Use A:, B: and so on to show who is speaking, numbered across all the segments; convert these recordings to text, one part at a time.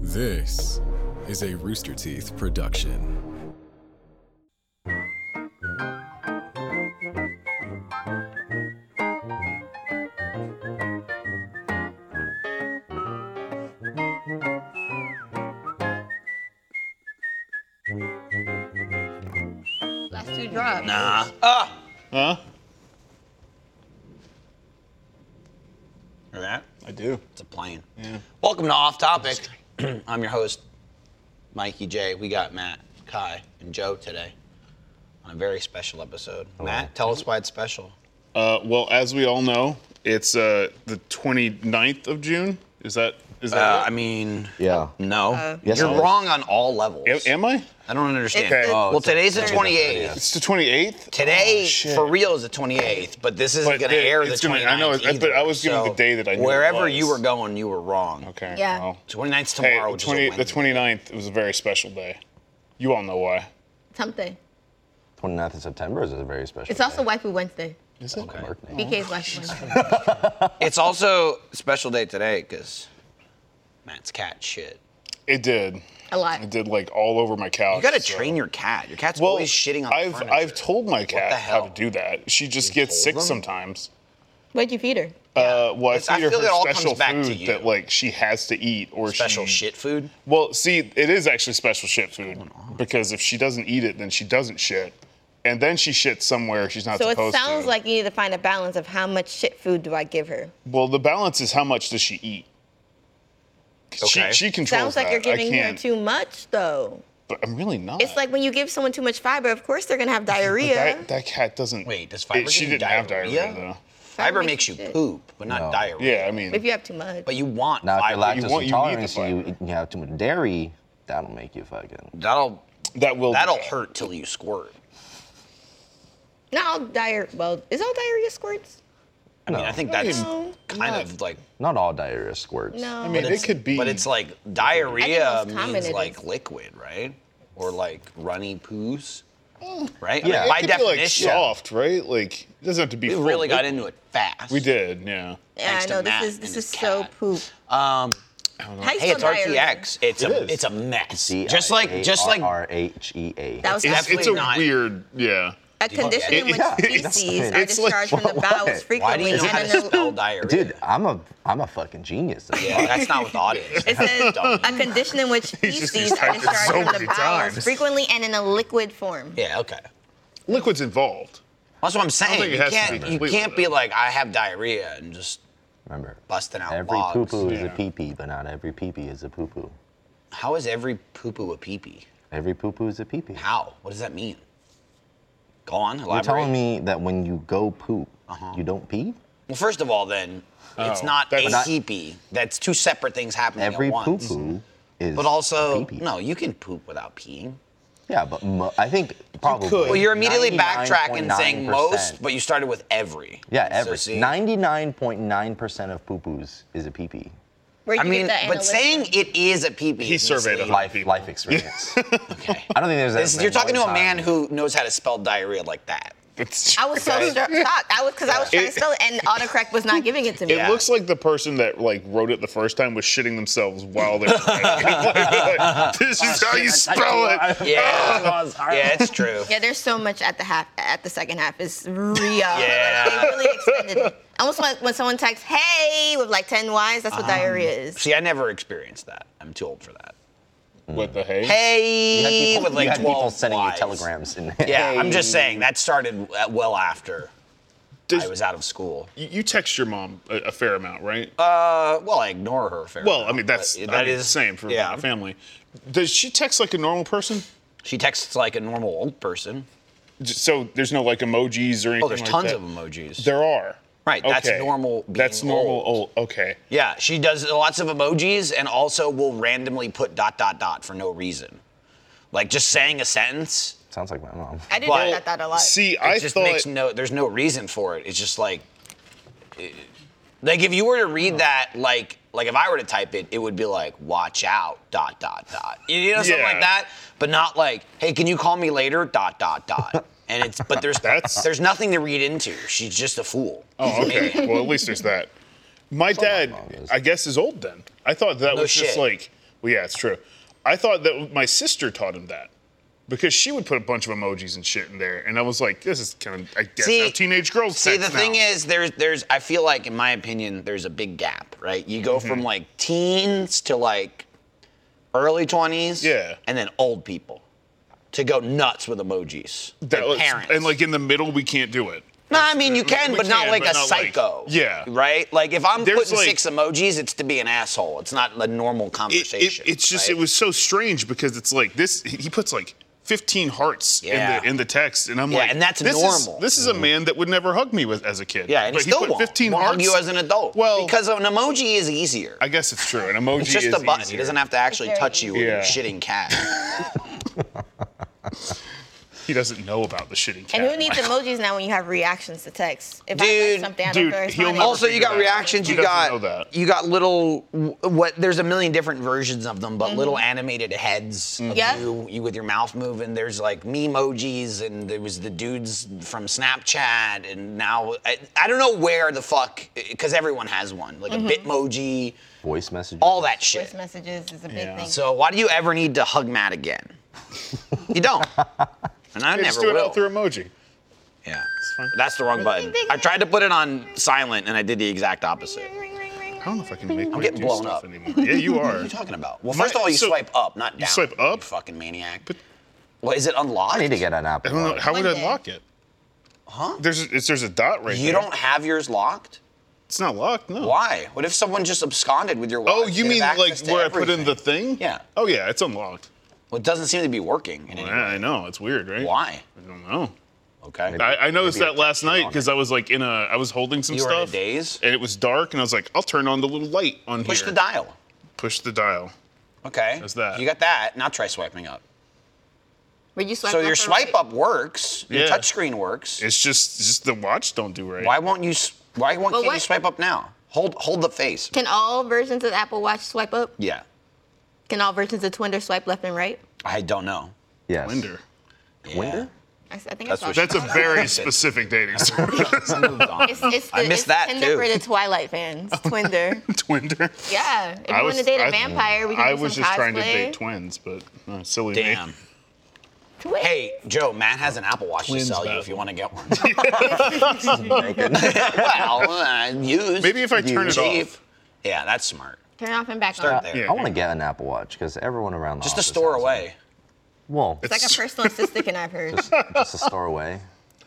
A: This is a Rooster Teeth production.
B: Last two drops.
C: Nah.
D: Huh?
C: Hear that?
D: I do.
C: It's a plane. Welcome to Off Topic. I'm your host, Mikey J. We got Matt, Kai, and Joe today on a very special episode. Matt, tell us why it's special.
D: Uh, well, as we all know, it's uh, the 29th of June. Is that is that?
C: Uh,
D: right?
C: I mean, Uh,
E: Yeah.
C: no.
E: Yes,
C: You're
E: it is.
C: wrong on all levels.
D: Am- am I?
C: I don't understand.
D: Okay.
C: well,
E: it's a-
C: today's the
E: it's a-
C: 28th.
D: It's the 28th.
C: Today,
D: Oh, shit.
C: for real, is the 28th, but this isn't
D: But
C: going to
D: it-
C: air the
D: it's
C: 29th.
D: gonna- I know, I- but
C: either.
D: I was given the
C: So
D: day that I knew it
C: Wherever you
D: was.
C: were going, you were wrong.
D: Okay.
B: Yeah.
D: well.
C: 29th's
D: Hey,
C: tomorrow,
D: the,
C: which is a
D: 20, the
C: Wednesday.
D: 29th was a very special day. You all know why.
B: Something.
E: 29th of September is a very special.
B: It's also White Food Wednesday.
D: Is it?
E: birthday.
C: Oh,
B: BK's White Food Wednesday.
C: It's also a special day today because Matt's cat shit.
D: It did.
B: A lot.
D: It did like all over my couch.
C: You gotta
D: so-
C: train your cat. Your cat's
D: Well,
C: always shitting on the
D: I've
C: furniture.
D: I've told my cat how
C: hell?
D: to do that. She just gets sick
C: them?
D: sometimes.
B: What'd you feed her?
D: Uh, well, I
C: It's- I
D: feed her
C: feel it
D: her
C: all comes
D: special
C: back to
D: food
C: you.
D: that like she has to eat, or
C: special
D: she,
C: shit food.
D: Well, see, it is actually special shit food because if she doesn't eat it, then she doesn't shit, and then she shits somewhere she's not
B: So it
D: supposed to.
B: sounds like you need to find a balance of how much shit food do I give her.
D: Well, the balance is how much does she eat?
C: Okay.
D: She, she controls
B: Sounds like
D: that.
B: you're
D: I
B: giving her
D: can't,
B: too much, though.
D: But I'm really not.
B: It's like when you give someone too much fiber, of course they're gonna have diarrhea.
D: that, that cat doesn't.
C: Wait, does fiber
D: She
C: give you
D: didn't have diarrhea
C: diarrhea?
D: though.
C: Fiber,
B: makes
C: makes
B: you
C: you
B: shit.
C: poop, but not
E: No.
C: diarrhea.
D: Yeah, I mean,
B: if you have too much.
C: But you want
E: Now, if you're
C: fiber.
D: you
E: lactose
D: want- you need the
E: intolerant, you,
D: fiber.
E: you, you have too much dairy, that'll make you fucking.
C: that'll
D: that will.
C: that'll hurt till you squirt.
B: not all diarrhea. Well, is all diarrhea squirts?
C: I mean, I think that's
B: No.
C: kind of like.
E: Not all diarrhea squirts.
B: No.
D: I mean, it could be.
C: But it's like
B: I
C: diarrhea
B: think most common
C: means
B: it
C: like
B: is.
C: liquid, right? Or like runny poos,
B: Mm.
C: right? Like,
D: Yeah, it
C: by
D: could
C: definition,
D: be like soft, right? Like it doesn't have to be.
C: we
D: full.
C: really got into it fast.
D: We did, yeah.
B: Yeah,
C: Thanks
B: I
C: to
B: know
C: Matt
B: this is
C: and
B: this
C: his
B: is so
C: cat.
B: poop.
C: Um,
B: How you
C: hey,
B: spell
C: it's
B: diarrhea?
C: RTX. It's a
D: is.
C: it's a mess. Just like just like
E: R H E A.
B: That was
D: It's, it's
B: definitely
D: a
C: not-
D: weird, yeah.
B: a condition in which
E: Yeah, that's
B: feces
E: fine.
B: are
D: It's like-
B: discharged from the
E: why-
B: bowels frequently.
C: Why do you know how
B: and
C: to
B: then they'll-
C: spell diarrhea?
E: Dude, I'm a I'm a fucking genius. at
C: yeah,
E: fuck.
C: that's not with the audience.
B: It says a condition in which
D: just
B: feces
D: used
B: are
D: hyper so
B: discharged from the
D: many
B: bowels
D: times.
B: frequently and in a liquid form.
C: yeah, okay.
D: Liquid's involved.
C: That's what I'm saying.
D: think it
C: You
D: has to
C: can't,
D: be
C: you
D: complete
C: can't
D: with
C: be
D: it.
C: like, I have diarrhea and just
E: Remember,
C: busting out
E: every
C: logs.
E: poo poo is a
D: Yeah.
E: pee pee, but not every pee pee is a poo poo.
C: How is every poo poo a pee pee?
E: Every poo poo is a pee pee.
C: How? What does that mean? Go on, elaborate. Uh-huh.
E: You're telling me that when you go poop, you don't pee?
C: Well, first of all, then, it's
D: Oh,
C: not a
D: that's- Not-
C: pee pee. That's two separate things happening
E: Every
C: at
E: poo
C: once. Mm-hmm.
E: poo is.
C: But also,
E: a pee-pee.
C: no, you can poop without peeing.
E: Yeah, but mo- I think probably.
D: could.
C: Well, you're immediately backtracking saying
E: 99.9%.
C: most, but you started with every.
E: Yeah,
C: So
E: every
C: see?
E: 99.9% of poo poos is a pee pee.
B: Where'd
C: I
B: you
C: mean,
B: get that
C: but
B: analytic
C: saying
B: from?
C: it is a pee pee.
D: He surveyed a
E: Life,
D: Pee-pee.
E: life experience.
C: Okay.
E: I don't think there's that.
C: This-
E: many
C: you're talking to a
E: one
C: man
E: time.
C: who knows how to spell diarrhea like that.
D: It's-
B: I was so stro- shocked. I was because I was trying to
D: It-
B: spell it, and autocorrect was not giving it to me.
D: It looks like the person that like wrote it the first time was shitting themselves while they were writing. it. Like, this is how you spell it.
C: Yeah. yeah, it's true.
B: yeah, there's so much at the half at the second half. It's real. yeah,
C: Yeah.
B: they really extended it. Almost when, when someone texts "Hey" with like ten Y's, that's what diarrhea is.
C: Um, See, I never experienced that. I'm too old for that.
D: What the hey?
E: You had
C: Hey,
E: people,
C: with like
E: you had
C: 12
E: people sending you
C: Ys.
E: telegrams. And,
C: Yeah, I'm just
E: Hey.
C: saying that started uh, well after
D: Does-
C: I was out of school.
D: you you text your mom a, a fair amount, right?
C: Uh, well, I ignore her. Fair
D: well, I
C: amount,
D: mean that's
C: but
D: that
C: that
D: is the
C: is-
D: same for
C: yeah.
D: my family. Does she text like a normal person?
C: She texts like a normal old person.
D: J- So there's no like emojis or anything.
C: Oh, there's
D: like
C: tons
D: that?
C: of emojis.
D: There are.
C: Right, that's normal being
D: that's normal.
C: old.
D: Old. Okay.
C: Yeah, she does lots of emojis and also will randomly put dot dot dot for no reason. Like just saying a sentence,
E: Sounds like my mom.
B: I do
C: Well,
B: get that a lot.
D: See,
C: it
D: I
C: just
D: thought
C: makes no there's no reason for it. It's just like it- like if you were to
D: Oh.
C: read that like like if I were to type it, it would be like watch out dot dot dot. You know something
D: Yeah.
C: like that, but not like hey, can you call me later dot dot dot. And it's but there's
D: That's-
C: there's nothing to read into. She's just a fool.
D: Oh, okay. well, at least there's that. My dad,
E: mom is.
D: I guess, is old then. I thought that
C: No
D: was just
C: shit.
D: like Well, yeah, it's true. I thought that my sister taught him that because she would put a bunch of emojis and shit in there, and I was like, this is kind of I guess how teenage girls.
C: See,
D: text
C: the thing
D: now.
C: is, there's, there's, I feel like, in my opinion, there's a big gap, right? You go
D: Mm-hmm.
C: from like teens to like early 20s,
D: Yeah.
C: and then old people to go nuts with emojis.
D: that
C: Like
D: was,
C: parents.
D: and like in the middle, we can't do it.
C: no, I mean you
D: we-
C: can,
D: we
C: but not
D: can,
C: like
D: but
C: a
D: not like-
C: psycho.
D: Yeah.
C: Right? Like if I'm
D: There's,
C: putting
D: like-
C: six emojis, it's to be an asshole. It's not a normal
D: It, it-
C: conversation.
D: it's just
C: right?
D: it was so strange because it's like this. He puts like 15 hearts
C: Yeah.
D: in the in the text, and I'm
C: Yeah,
D: like,
C: and that's
D: this
C: normal.
D: Is, this is a man that would never hug me with as a kid.
C: Yeah, and
D: but
C: he still
D: put
C: won't.
D: 15
C: won't hug
D: hearts.
C: you as an adult.
D: Well-
C: because an emoji is easier.
D: I guess it's true. An emoji
C: it's just
D: is
C: a button. He
D: easier.
C: doesn't have to actually
B: very
C: touch you with your
D: Yeah.
C: shitting cat.
D: He doesn't know about the shitty cat.
B: And who needs emojis now when you have reactions to text? If I
C: Dude,
B: like something, I don't
D: dude,
B: know if it's
D: he'll
B: funny.
D: never
C: also, you got
D: figure that out.
C: reactions.
D: He
C: You
D: doesn't
C: got
D: know that.
C: you got little what? There's a million different versions of them, but
D: Mm-hmm.
C: little animated heads. of
B: Yeah.
C: You, you with your mouth moving. There's like memojis, and there was the dudes from Snapchat, and now I, I don't know where the fuck because everyone has one, like a
D: Mm-hmm.
C: bitmoji,
E: Voice messages.
C: all that shit.
B: voice messages is a big
D: Yeah.
B: thing.
C: So why do you ever need to hug Matt again? you don't. And I
D: Yeah,
C: never
D: just do it
C: will.
D: all through emoji.
C: yeah. That's the wrong button. I tried to put it on silent and I did the exact opposite. What
B: Ring, ring, ring,
D: I don't know if I can make. I'm
C: getting blown up.
D: anymore. Yeah, you are.
C: are you talking about? Well,
D: My-
C: first of all, you
D: so-
C: swipe up, not down.
D: swipe up?
C: You fucking maniac.
D: But-
C: well, is it unlocked?
E: I need to get an app.
D: I don't know. How would
B: One
D: I
B: day.
D: lock it? Huh? There's a, it's, there's a dot right
C: You
D: there.
C: don't have yours locked?
D: It's not locked. No.
C: Why? What if someone just absconded with your watch?
D: Oh, you
C: They
D: mean
C: have
D: like
C: access to
D: where I put in the
C: everything.
D: thing?
C: Yeah.
D: Oh yeah, it's unlocked.
C: Well, it doesn't seem to be working. in any
D: Yeah,
C: way.
D: I know. It's weird, right?
C: Why?
D: I don't know.
C: Okay.
D: I, I noticed
E: Maybe
D: that last night because I was like in a, I was holding some
C: You were in a
D: stuff.
C: daze?
D: And it was dark, and I was like, I'll turn on the little light on
C: Push
D: here.
C: the dial.
D: Push the dial.
C: Okay.
D: That's that.
C: You got that. Now try swiping up.
B: But you swipe
C: So
B: left
C: your
B: or
C: swipe
B: right?
C: up works. Your
D: Yeah.
C: touchscreen works.
D: It's just, it's just the watch don't do right.
C: Why won't you? s- Why won't
B: Well,
C: can't you
B: what-
C: swipe up now? Hold hold the face.
B: Can all versions of the Apple Watch swipe up?
C: Yeah.
B: Can all versions of Twinder swipe left and right?
C: I don't know.
E: Yes.
D: Wonder.
C: Yeah.
E: Winder?
B: I, s- I think
C: That's
B: I
C: what
B: saw
D: That's a very specific dating service.
C: I moved on.
B: It's, it's the,
C: I missed
B: it's
C: that
B: Tinder
C: too.
B: for the Twilight fans. Twinder.
D: Twinder.
B: Yeah. If you
D: I
B: want to
D: Oh, was-
B: date a
D: I-
B: vampire, we can
D: I
B: do
D: was
B: some
D: just trying to
B: cosplay.
D: date twins, but uh, silly
C: Damn.
D: me.
B: Twin.
C: Hey, Joe. Matt has an Apple Watch
D: Twins
C: to sell you if
D: battle.
C: you want to get one.
E: Naked.
C: well, uh, use.
D: Maybe if I turn it
C: Chief.
D: off.
C: Yeah, that's smart.
B: Turn off and back
C: Start
B: on.
C: there.
D: Yeah.
E: I want to get an Apple Watch because everyone around the
C: Just a
E: office
C: store
E: has one.
C: away.
E: Well,
B: It's like a personal assistant can I've heard.
E: just a store away,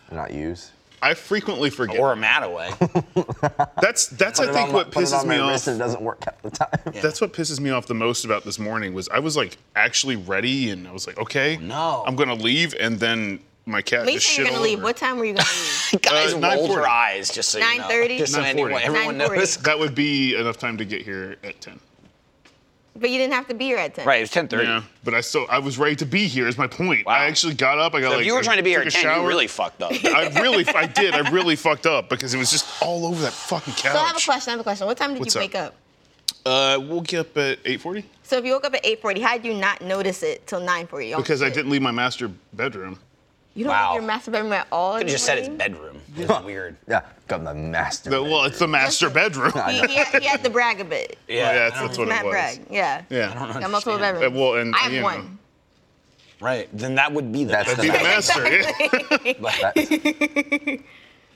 E: and not use.
D: I frequently forget.
C: Or a Matt away.
D: Uh, That's that's I
E: Put it
D: think
E: on
D: what
E: my- put it
D: pisses
E: on
D: me
E: my
D: off.
E: wrist and it doesn't work half the time.
D: That's what pisses me off the most about this morning was I was like actually ready and I was like, okay,
C: Oh, no.
D: I'm gonna leave, and then my cat
B: When you
D: just
B: say
D: shit
B: you're gonna
D: all
B: leave,
D: over.
B: what time were you gonna leave?
C: Guys
D: Uh,
C: rolled
D: 9:40.
C: her eyes just so you know.
B: 9:30?
C: Just so anyone,
D: 9:40.
C: everyone
B: 9:40.
C: knows.
D: That would be enough time to get here at ten.
B: but you didn't have to be here at 10.
C: Right, it was 10:30.
D: Yeah, but I still I was ready to be here. Is my point?
C: Wow.
D: I actually got up. I got
C: So
D: like.
C: if you were trying to be here
D: took
C: at 10,
D: a shower.
C: you really fucked up.
D: I really, I did. I really fucked up because it was just all over that fucking couch.
B: So I have a question. I have a question. What time did
D: What's
B: you
D: up?
B: wake up?
D: Uh, we'll get up at 8:40
B: So if you woke up at 8:40, how did you not notice it till 9:40? Y'all
D: because I
B: shit.
D: didn't leave my master bedroom.
B: You don't
C: Wow.
B: leave your master bedroom at all.
C: Could have just said it's bedroom. It's weird.
E: Yeah, got the master.
D: The- well, it's the master bedroom.
B: He, he, had, he had to brag a bit.
D: Oh, Yeah,
C: I
D: that's,
C: don't-
D: that's what
B: Matt
D: it was.
B: brag. Yeah.
D: Yeah.
B: Got multiple
C: understand.
B: bedrooms.
D: Uh, well, and,
B: I have
D: you know.
B: one.
C: Right. Then that would be the
E: That's
C: best.
E: the
D: Be the
E: master.
D: master. yeah.
E: That's-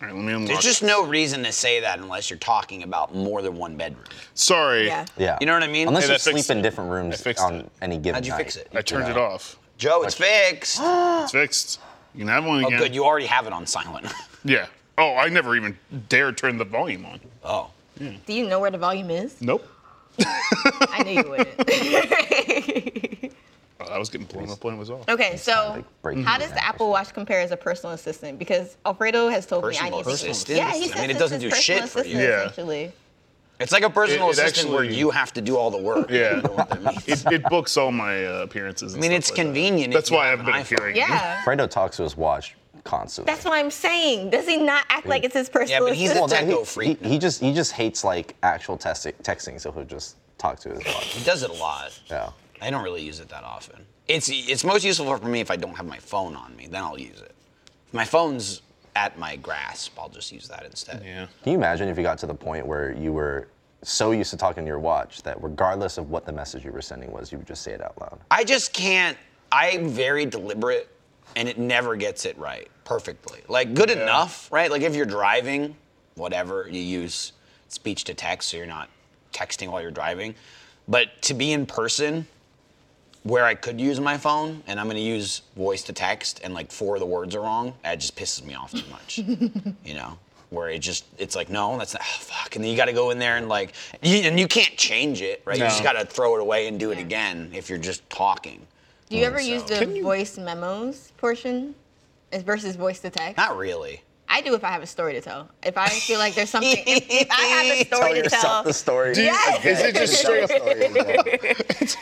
D: All right, let me unlock.
C: There's just no reason to say that unless you're talking about more than one bedroom.
D: Sorry.
B: Yeah.
E: yeah.
C: You know what I mean?
E: Unless
D: Hey,
E: you
D: that fixed
E: sleep in
D: it.
E: different rooms
D: That fixed
E: on
D: it.
E: any given
C: How'd you
E: night.
C: fix it?
D: I turned it off.
C: Joe, it's fixed. Oh,
D: It's fixed. You can have one again.
C: good. You already have it on silent.
D: yeah. Oh, I never even dare turn the volume on.
C: Oh.
B: Do you know where the volume is?
D: Nope.
B: I knew you wouldn't.
D: Oh, I was getting blown up when it was off.
B: okay, so
E: breaking
B: how
E: it
B: does the
E: down.
B: Apple Watch compare as a personal assistant? Because Alfredo has told me I
C: Personal
B: need to get-
C: assistant?
B: Yeah, he
C: I
B: says
C: mean, it
B: it's
C: doesn't
B: his
C: do shit
B: personal
C: for you.
B: assistant,
D: Yeah.
B: Essentially.
C: It's like a personal
D: It- it
C: assistant where
D: actually-
C: you have to do all the work.
D: Yeah.
C: You know what that means.
D: It, it books all my uh, appearances.
C: I mean, it's convenient.
D: That's
C: if you
D: why
C: have
D: I've
C: an
D: been
C: iPhone.
D: appearing.
B: Yeah.
E: Fredo talks to his watch constantly.
B: That's what I'm saying. Does he not act like it's his personal
C: but he's-
B: assistant?
E: well, that
C: Techno
E: he,
C: freak.
E: He, he just he just hates like actual testi- texting, so he'll just talk to his watch.
C: He does it a lot.
E: Yeah.
C: I don't really use it that often. It's it's most useful for me if I don't have my phone on me. Then I'll use it. If my phone's at my grasp, I'll just use that instead.
D: Yeah.
E: Can you imagine if you got to the point where you were so used to talking to your watch that regardless of what the message you were sending was, you would just say it out loud.
C: I just can't. I'm very deliberate, and it never gets it right perfectly. Like good enough, right? Like if you're driving, whatever you use speech to text, so you're not texting while you're driving. But to be in person, where I could use my phone, and I'm gonna use voice to text, and like four of the words are wrong, that just pisses me off too much. you know where it just it's like no that's not oh, fuck and then you got to go in there and like you, and you can't change it right you just got
D: No.
C: to throw it away and do it again if you're just talking
B: Do you ever use the
D: Can you-
B: voice memos portion as versus voice to text?
C: not really
B: I do if I have a story to tell. If I feel like there's something, if, if I have a story
E: tell
B: to
E: yourself
B: tell,
E: the story.
D: Do you-
B: Yes.
D: Is it just straight up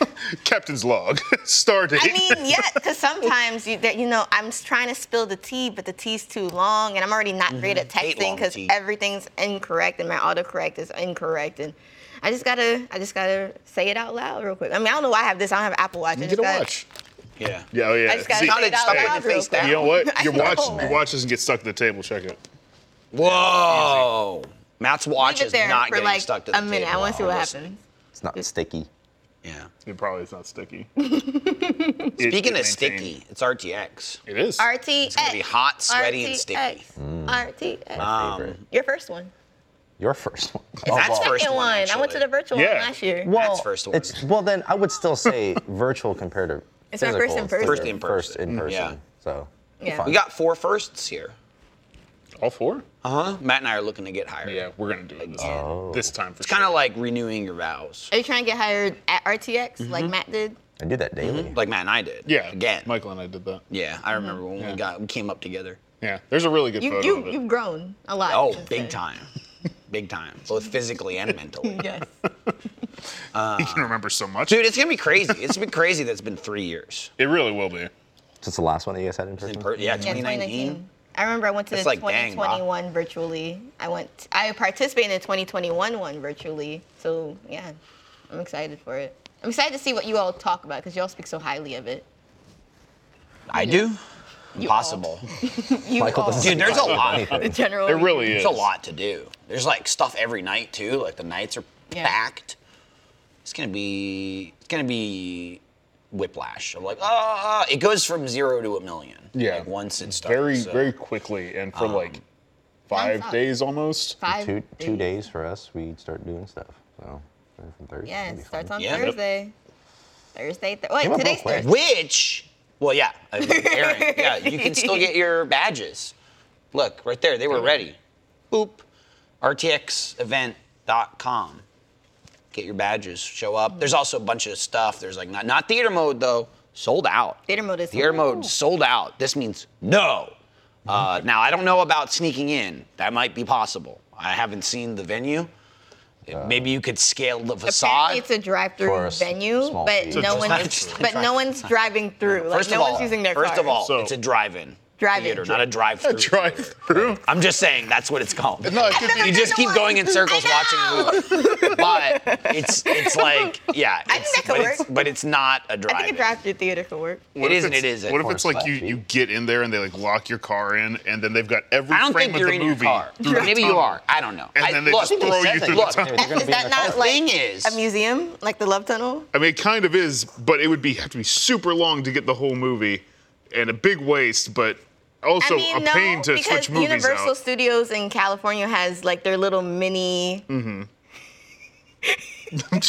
E: up?
D: captain's log? Star date.
B: I mean, yeah, because sometimes you, that, you know I'm s- trying to spill the tea, but the tea's too long, and I'm already not great at
C: Mm-hmm. Hate
B: texting
C: long
B: because
C: tea.
B: everything's incorrect, and my autocorrect is incorrect, and I just gotta, I just gotta say it out loud real quick. I mean, I don't know why I have this. I don't have an Apple Watch. I
D: you
B: just
D: get a
B: gotta-
D: watch.
C: yeah
D: Yeah, oh yeah.
B: I just gotta
D: See,
B: say it out
C: stop putting
B: loud.
C: your
B: real
C: face
B: quick.
C: down.
D: you know what?
B: I
D: Your watch,
B: know.
D: your watch doesn't get stuck to the table. Check it.
C: whoa matt's watch
B: Leave it
C: is
B: there
C: not
B: for
C: getting
B: like
C: stuck to the
B: a minute. I
C: table
B: want to see
C: while
B: what
C: I'm
B: happens.
E: It's not sticky.
C: listening. yeah
D: It probably is not sticky.
C: speaking of sticky it's rtx
D: it is.
B: RTX. It's
C: gonna be hot, sweaty, and sticky. Mm.
B: RTX.
E: My favorite.
B: Your first one.
E: Your first one.
C: Um,
E: Oh,
C: that's
E: well.
C: first
B: Second
C: one,
B: one. I went to
C: actually.
B: the virtual
D: Yeah.
B: one last year.
E: Well,
C: That's first one.
E: It's, well, then I would still say virtual compared to
B: It's my
E: physical.
B: first in
E: still
B: person.
C: First in
E: First
C: person.
E: in
C: Mm,
E: person.
C: yeah.
E: So
B: Yeah.
E: fine.
C: we got four firsts here
D: All four? Oh,
C: uh-huh matt and i are looking to get higher
D: Yeah, we're gonna do it this, this time for
C: it's kind of like renewing your vows
B: Are you trying to get hired at RTX like Matt did?
E: I do that daily.
C: like matt and i did
D: yeah.
C: again
D: Michael and I did that.
C: yeah i remember
B: Mm-hmm.
C: when we got we came up together
D: Yeah, there's a really good
B: You
D: photo
B: you
D: of it.
B: you've grown a lot.
C: Oh,
B: since
C: big
B: then.
C: time. Big time. Both physically and mentally.
B: Yes.
D: he can remember so much.
C: Dude, it's gonna be crazy. It's been crazy that's been three years.
D: it really will be.
E: Just the last one that you guys had in person.
C: In per- yeah,
B: Yeah,
C: 2019.
B: 2019. I remember I went to
C: That's
B: the
C: like dang, bro.
B: 2021 virtually. I went. I participated in the 2021 one virtually. So yeah, I'm excited for it. I'm excited to see what you all talk about because you all speak so highly of it.
C: I do.
B: all.
C: Impossible.
B: You
E: Michael
B: all.
E: doesn't
C: Dude, there's a lot.
B: The general.
D: It really is.
C: There's a lot to do. There's like stuff every night too. Like the nights are
B: Yeah.
C: packed. It's gonna be it's gonna be whiplash. I'm like, ah, it goes from zero to a million.
D: Yeah.
C: Like once it starts.
D: Very,
C: so- Um,
D: very quickly and for like five
B: nonstop.
D: days almost.
B: Five
E: two two days for us. We start doing stuff. So from Thursday.
B: Yeah,
E: it'll be
B: it starts
E: fun.
B: on
C: Yeah. Yep.
B: Thursday. Thursday. Th- wait,
E: Came up real
B: today's
E: quick.
B: Thursday.
C: Which, well, yeah, I mean, Aaron, yeah, you can still get your badges. Look, right there, they were ready. Boop. RTXevent.com. Get your badges, show
B: Hmm.
C: up. There's also a bunch of stuff. There's like not, not theater mode though, sold out.
B: Theater mode is
C: Theater mode sold out. This means no.
B: Mm-hmm.
C: Uh, now I don't know about sneaking in. That might be possible. I haven't seen the venue. Maybe you could scale the facade.
B: Uh. Apparently it's a
E: For a
B: drive-through
E: s-
B: venue,
E: small
B: but
E: fee.
B: no
D: It's a
B: one's
C: drive-thru.
B: but no one's driving through. Like
C: First
B: no
C: of all,
B: one's using their
C: first of
B: cars.
C: all,
D: So-
C: it's a drive-in.
B: Drive-in.
C: theater, not a drive-through.
D: Drive-through.
C: I'm just saying that's what it's called.
D: No, it could
B: never
D: be.
C: you
B: been
C: just
B: to
C: keep
B: one.
C: going in circles
B: I know.
C: watching the movie. But it's it's like yeah,
B: I think
C: it's-
B: that could
C: but it's-
B: work.
C: but it's not a
B: I
C: drive.
B: think a drive-through theater could work.
D: What
C: it
D: if
C: isn't.
D: it's-
C: It isn't.
D: What if it's like you,
E: Flat
D: you
E: feet.
D: get in there and they like lock your car in and then they've got every
C: I don't
D: frame
C: think
D: of
C: you're
D: the
C: in
D: movie.
C: your car.
D: through the
C: Maybe you
D: tunnel.
C: are. I don't know.
D: And
C: I-
D: then they
C: look,
D: just throw you
E: said that.
D: through the
C: look,
E: They're
D: tunnel.
E: gonna be
B: Is
E: in
B: that
E: the
B: not
E: car.
B: like
C: thing is-
B: a museum, like the Love Tunnel?
D: I mean, it kind of is, but it would be have to be super long to get the whole movie, and a big waste, but also
B: I mean,
D: a
B: no,
D: pain to
B: because
D: switch movies
B: Universal
D: out.
B: Studios in California has like their little mini
C: Mm.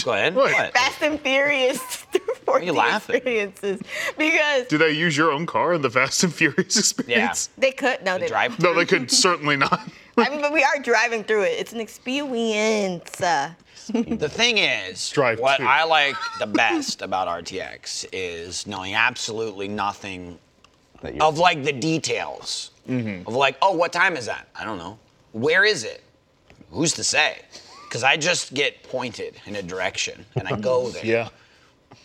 C: Go ahead.
D: What?
C: What?
B: Fast and Furious 4D
C: you laughing?
B: experiences because
D: Do they use your own car in the Fast and Furious
C: Yeah.
D: experience?
B: they could no they don't.
C: Drive.
D: No, they could certainly not.
B: I mean, but we are driving through it. It's an experience. Uh,
C: The thing is,
D: Drive
C: what
D: two.
C: I like the best about RTX is knowing absolutely nothing
E: That you're-
C: of like the details of like, oh, what time is that? I don't know. Where is it? Who's to say? Because I just get pointed in a direction and I go there.
D: Yeah.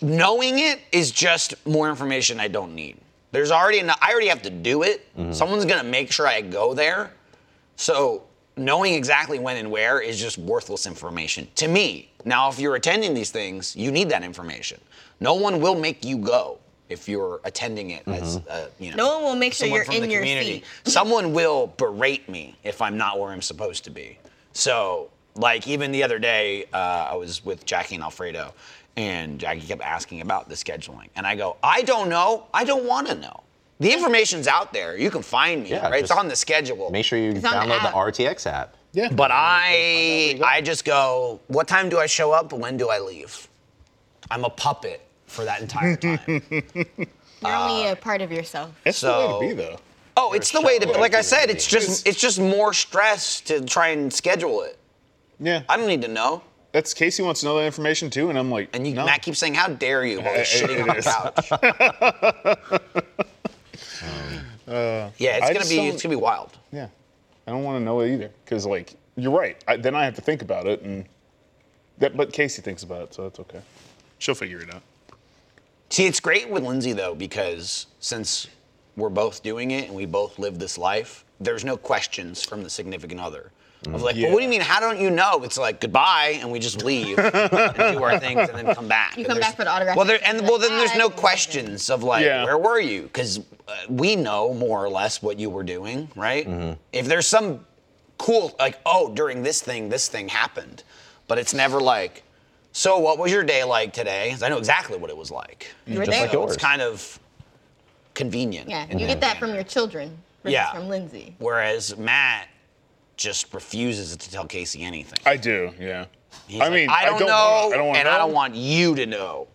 C: Knowing it is just more information I don't need. There's already enough. I already have to do it. Someone's gonna make sure I go there. So knowing exactly when and where is just worthless information to me. Now, if you're attending these things, you need that information. No one will make you go if you're attending it as uh, you know.
B: No one will make sure
C: someone
B: you're
C: from
B: in
C: the
B: your
C: community.
B: seat.
C: Someone will berate me if I'm not where I'm supposed to be. So Like even the other day, uh, I was with Jackie and Alfredo, and Jackie kept asking about the scheduling, and I go, I don't know. I don't want to know. The information's out there. You can find me.
E: Yeah,
C: right? It's
E: just
C: on the schedule.
E: Make sure you
B: on the
E: download the,
B: app.
E: RTX app.
D: Yeah.
C: But I, I just go. What time do I show up? When do I leave? I'm a puppet for that entire time.
B: You're
C: Uh,
B: only a part of yourself.
D: That's the
C: so-
D: way to be, though.
C: oh, it's the way to.
E: shallow
C: Like I
E: human
C: said, it's
E: being.
C: just it's just more stress to try and schedule it.
D: Yeah.
C: I don't need to know.
D: That's Casey wants to know that information too, and I'm like,
C: And you,
D: no.
C: Matt keeps saying, "How dare you?" while he's
D: It-
C: shitting on
D: it
C: the couch. yeah, it's
D: I
C: gonna
D: just
C: be
D: don't-
C: it's gonna be wild.
D: yeah. I don't want to know it either, because like you're right. I, then I have to think about it, and that. But Casey thinks about it, so that's okay. She'll figure it out.
C: See, it's great with Lindsay though because since we're both doing it and we both live this life, there's no questions from the significant other. Of like, well, what do you mean? How don't you know? It's like goodbye, and we just leave and do our things, and then come back.
B: You
C: And
B: come
C: there's-
B: back for the autograph
C: Well, there,
B: picture,
C: and
B: like,
C: well, then there's
B: "Hi."
C: no questions of like,
D: Yeah.
C: where were you? Because uh, we know more or less what you were doing, right? If there's some cool, like, oh, during this thing, this thing happened, but it's never like, so what was your day like today? 'Cause I know exactly what it was like.
B: You were
E: Mm, Just
B: there.
E: like yours.
C: It's kind of convenient.
B: yeah, you get that from your children. versus
C: Yeah.
B: From Lindsay.
C: Whereas Matt just refuses to tell Casey anything.
D: I do, yeah.
C: He's
D: I
C: like,
D: mean,
C: I don't, know,
D: wanna- I don't want
C: and I don't want you to know.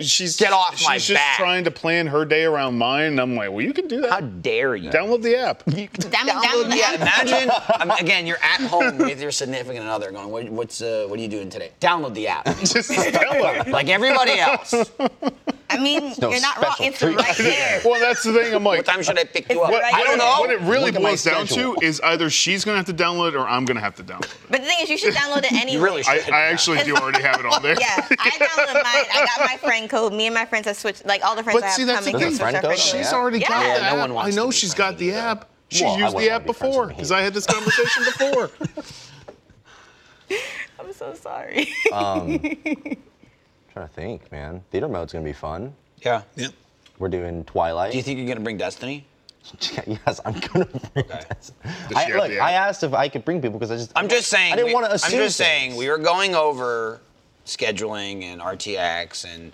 D: She's
C: Get off
D: she's
C: my
D: just
C: back.
D: trying to plan her day around mine. And I'm like, well, you can do that.
C: How dare you?
D: Download the app.
B: Down, down,
C: yeah, imagine um, again. You're at home with your significant other, going, what, "What's uh, what are you doing today? Download the app,
D: just tell her.
C: like everybody else. What
B: I mean,
E: no
B: you're not wrong.
E: special
B: It's right there.
D: Well, that's the thing. I'm like,
C: time should I pick you up?
D: what,
C: I don't
D: what it-
C: know.
D: what it really
E: Look at my
D: boils down to
E: schedule.
D: is either she's gonna have to download it or I'm gonna have to download it.
B: But the thing is, you should download it anyway.
C: you really should.
D: I, I actually do already have it on there.
B: Yeah, I downloaded mine. I got my friend code. Me and my friends have switched. Like all the friends
D: But
B: I have
D: see, that's
B: coming.
D: the
B: have
D: thing.
B: switched our
E: Friend code?
B: friends.
D: She's
E: Yeah.
D: already got
B: Yeah.
D: the
B: Yeah,
C: no
D: app.
C: one wants
D: I know
C: to be
D: she's
C: friends
D: got the
C: with me,
D: app.
E: though.
D: She
E: Well, I
D: used the
E: wouldn't
D: app
E: wanna be friends
D: before
E: with me
D: because
E: either.
D: I had this conversation before.
B: I'm so sorry.
E: trying to think, man. Theater mode's gonna be fun.
C: yeah.
E: We're doing Twilight.
C: Do you think you're gonna bring Destiny?
E: yes, I'm gonna bring this.
D: Does
E: I,
D: she have
E: look,
D: the
E: I
D: app?
E: asked if I could bring people because I just
C: I'm just saying.
E: I didn't
C: we-
E: want to assume.
C: I'm just saying
E: things.
C: we were going over scheduling and RTX and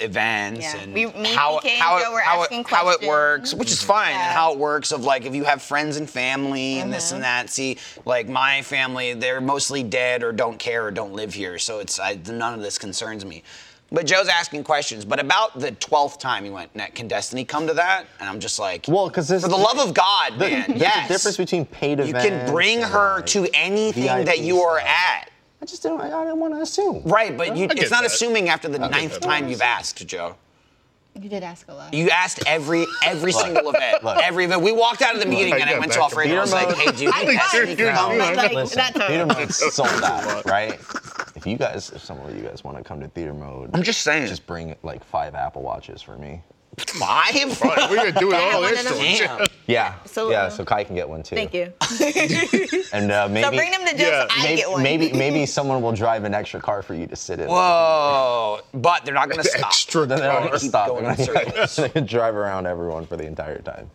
C: events
B: Yeah.
C: and
B: We- me,
C: how,
B: PK, and
C: how, it-
B: Joe were
C: how,
B: asking
C: it, how it
B: questions.
C: works, which
E: Mm-hmm.
C: is fine,
B: Yeah.
C: and how it works of like if you have friends and family and this and
B: Mm-hmm.
C: that. See, like my family, they're mostly dead or don't care or don't live here, so it's I, none of this concerns me. But Joe's asking questions. But about the twelfth time, he went, "Nat, "Can Destiny come to that?" And I'm just like,
E: Well, 'cause this-
C: for the love of God,
E: The-
C: man,
E: there's
C: yes,
E: a difference between paid
C: you
E: events.
C: can bring
E: and,
C: her
E: like,
C: to anything that
E: VIP
C: you are
E: stuff.
C: at.
E: I just didn't. I, I didn't want to assume.
C: Right, but you,
D: get
C: it's not
D: that.
C: assuming after the ninth
D: that.
C: time you've asked, Joe.
B: you did ask a lot.
C: You asked every every single event, every event. We walked out of the meeting
D: I
C: and I
D: got
C: went
D: back
C: to
D: to
C: Alfredo and I was like,
E: Peter
C: "Hey,
E: mode.
C: dude,
D: I think you're-
C: Destiny
D: you're-
C: can come."
D: you're-
B: like,
E: Listen,
B: that's
E: theater
B: a,
E: mode sold out, right? If you guys, if some of you guys want to come to theater mode,
C: I'm just saying.
E: just bring like five Apple Watches for me.
C: Five.
D: We're gonna do it all
B: one of
D: extra.
B: them.
C: Damn.
E: Yeah,
B: So- uh,
E: yeah. So Kai can get one too.
B: thank you.
E: And uh, maybe
B: So bring them to Joe
D: Yeah.
B: so I
E: maybe,
B: get one.
E: maybe maybe someone will drive an extra car for you to sit in.
C: Whoa! But they're not gonna stop.
D: Extra
E: Then they're
D: car.
E: gonna stop.
C: going in
E: They're gonna-
C: circles.
E: They can drive around everyone for the entire time.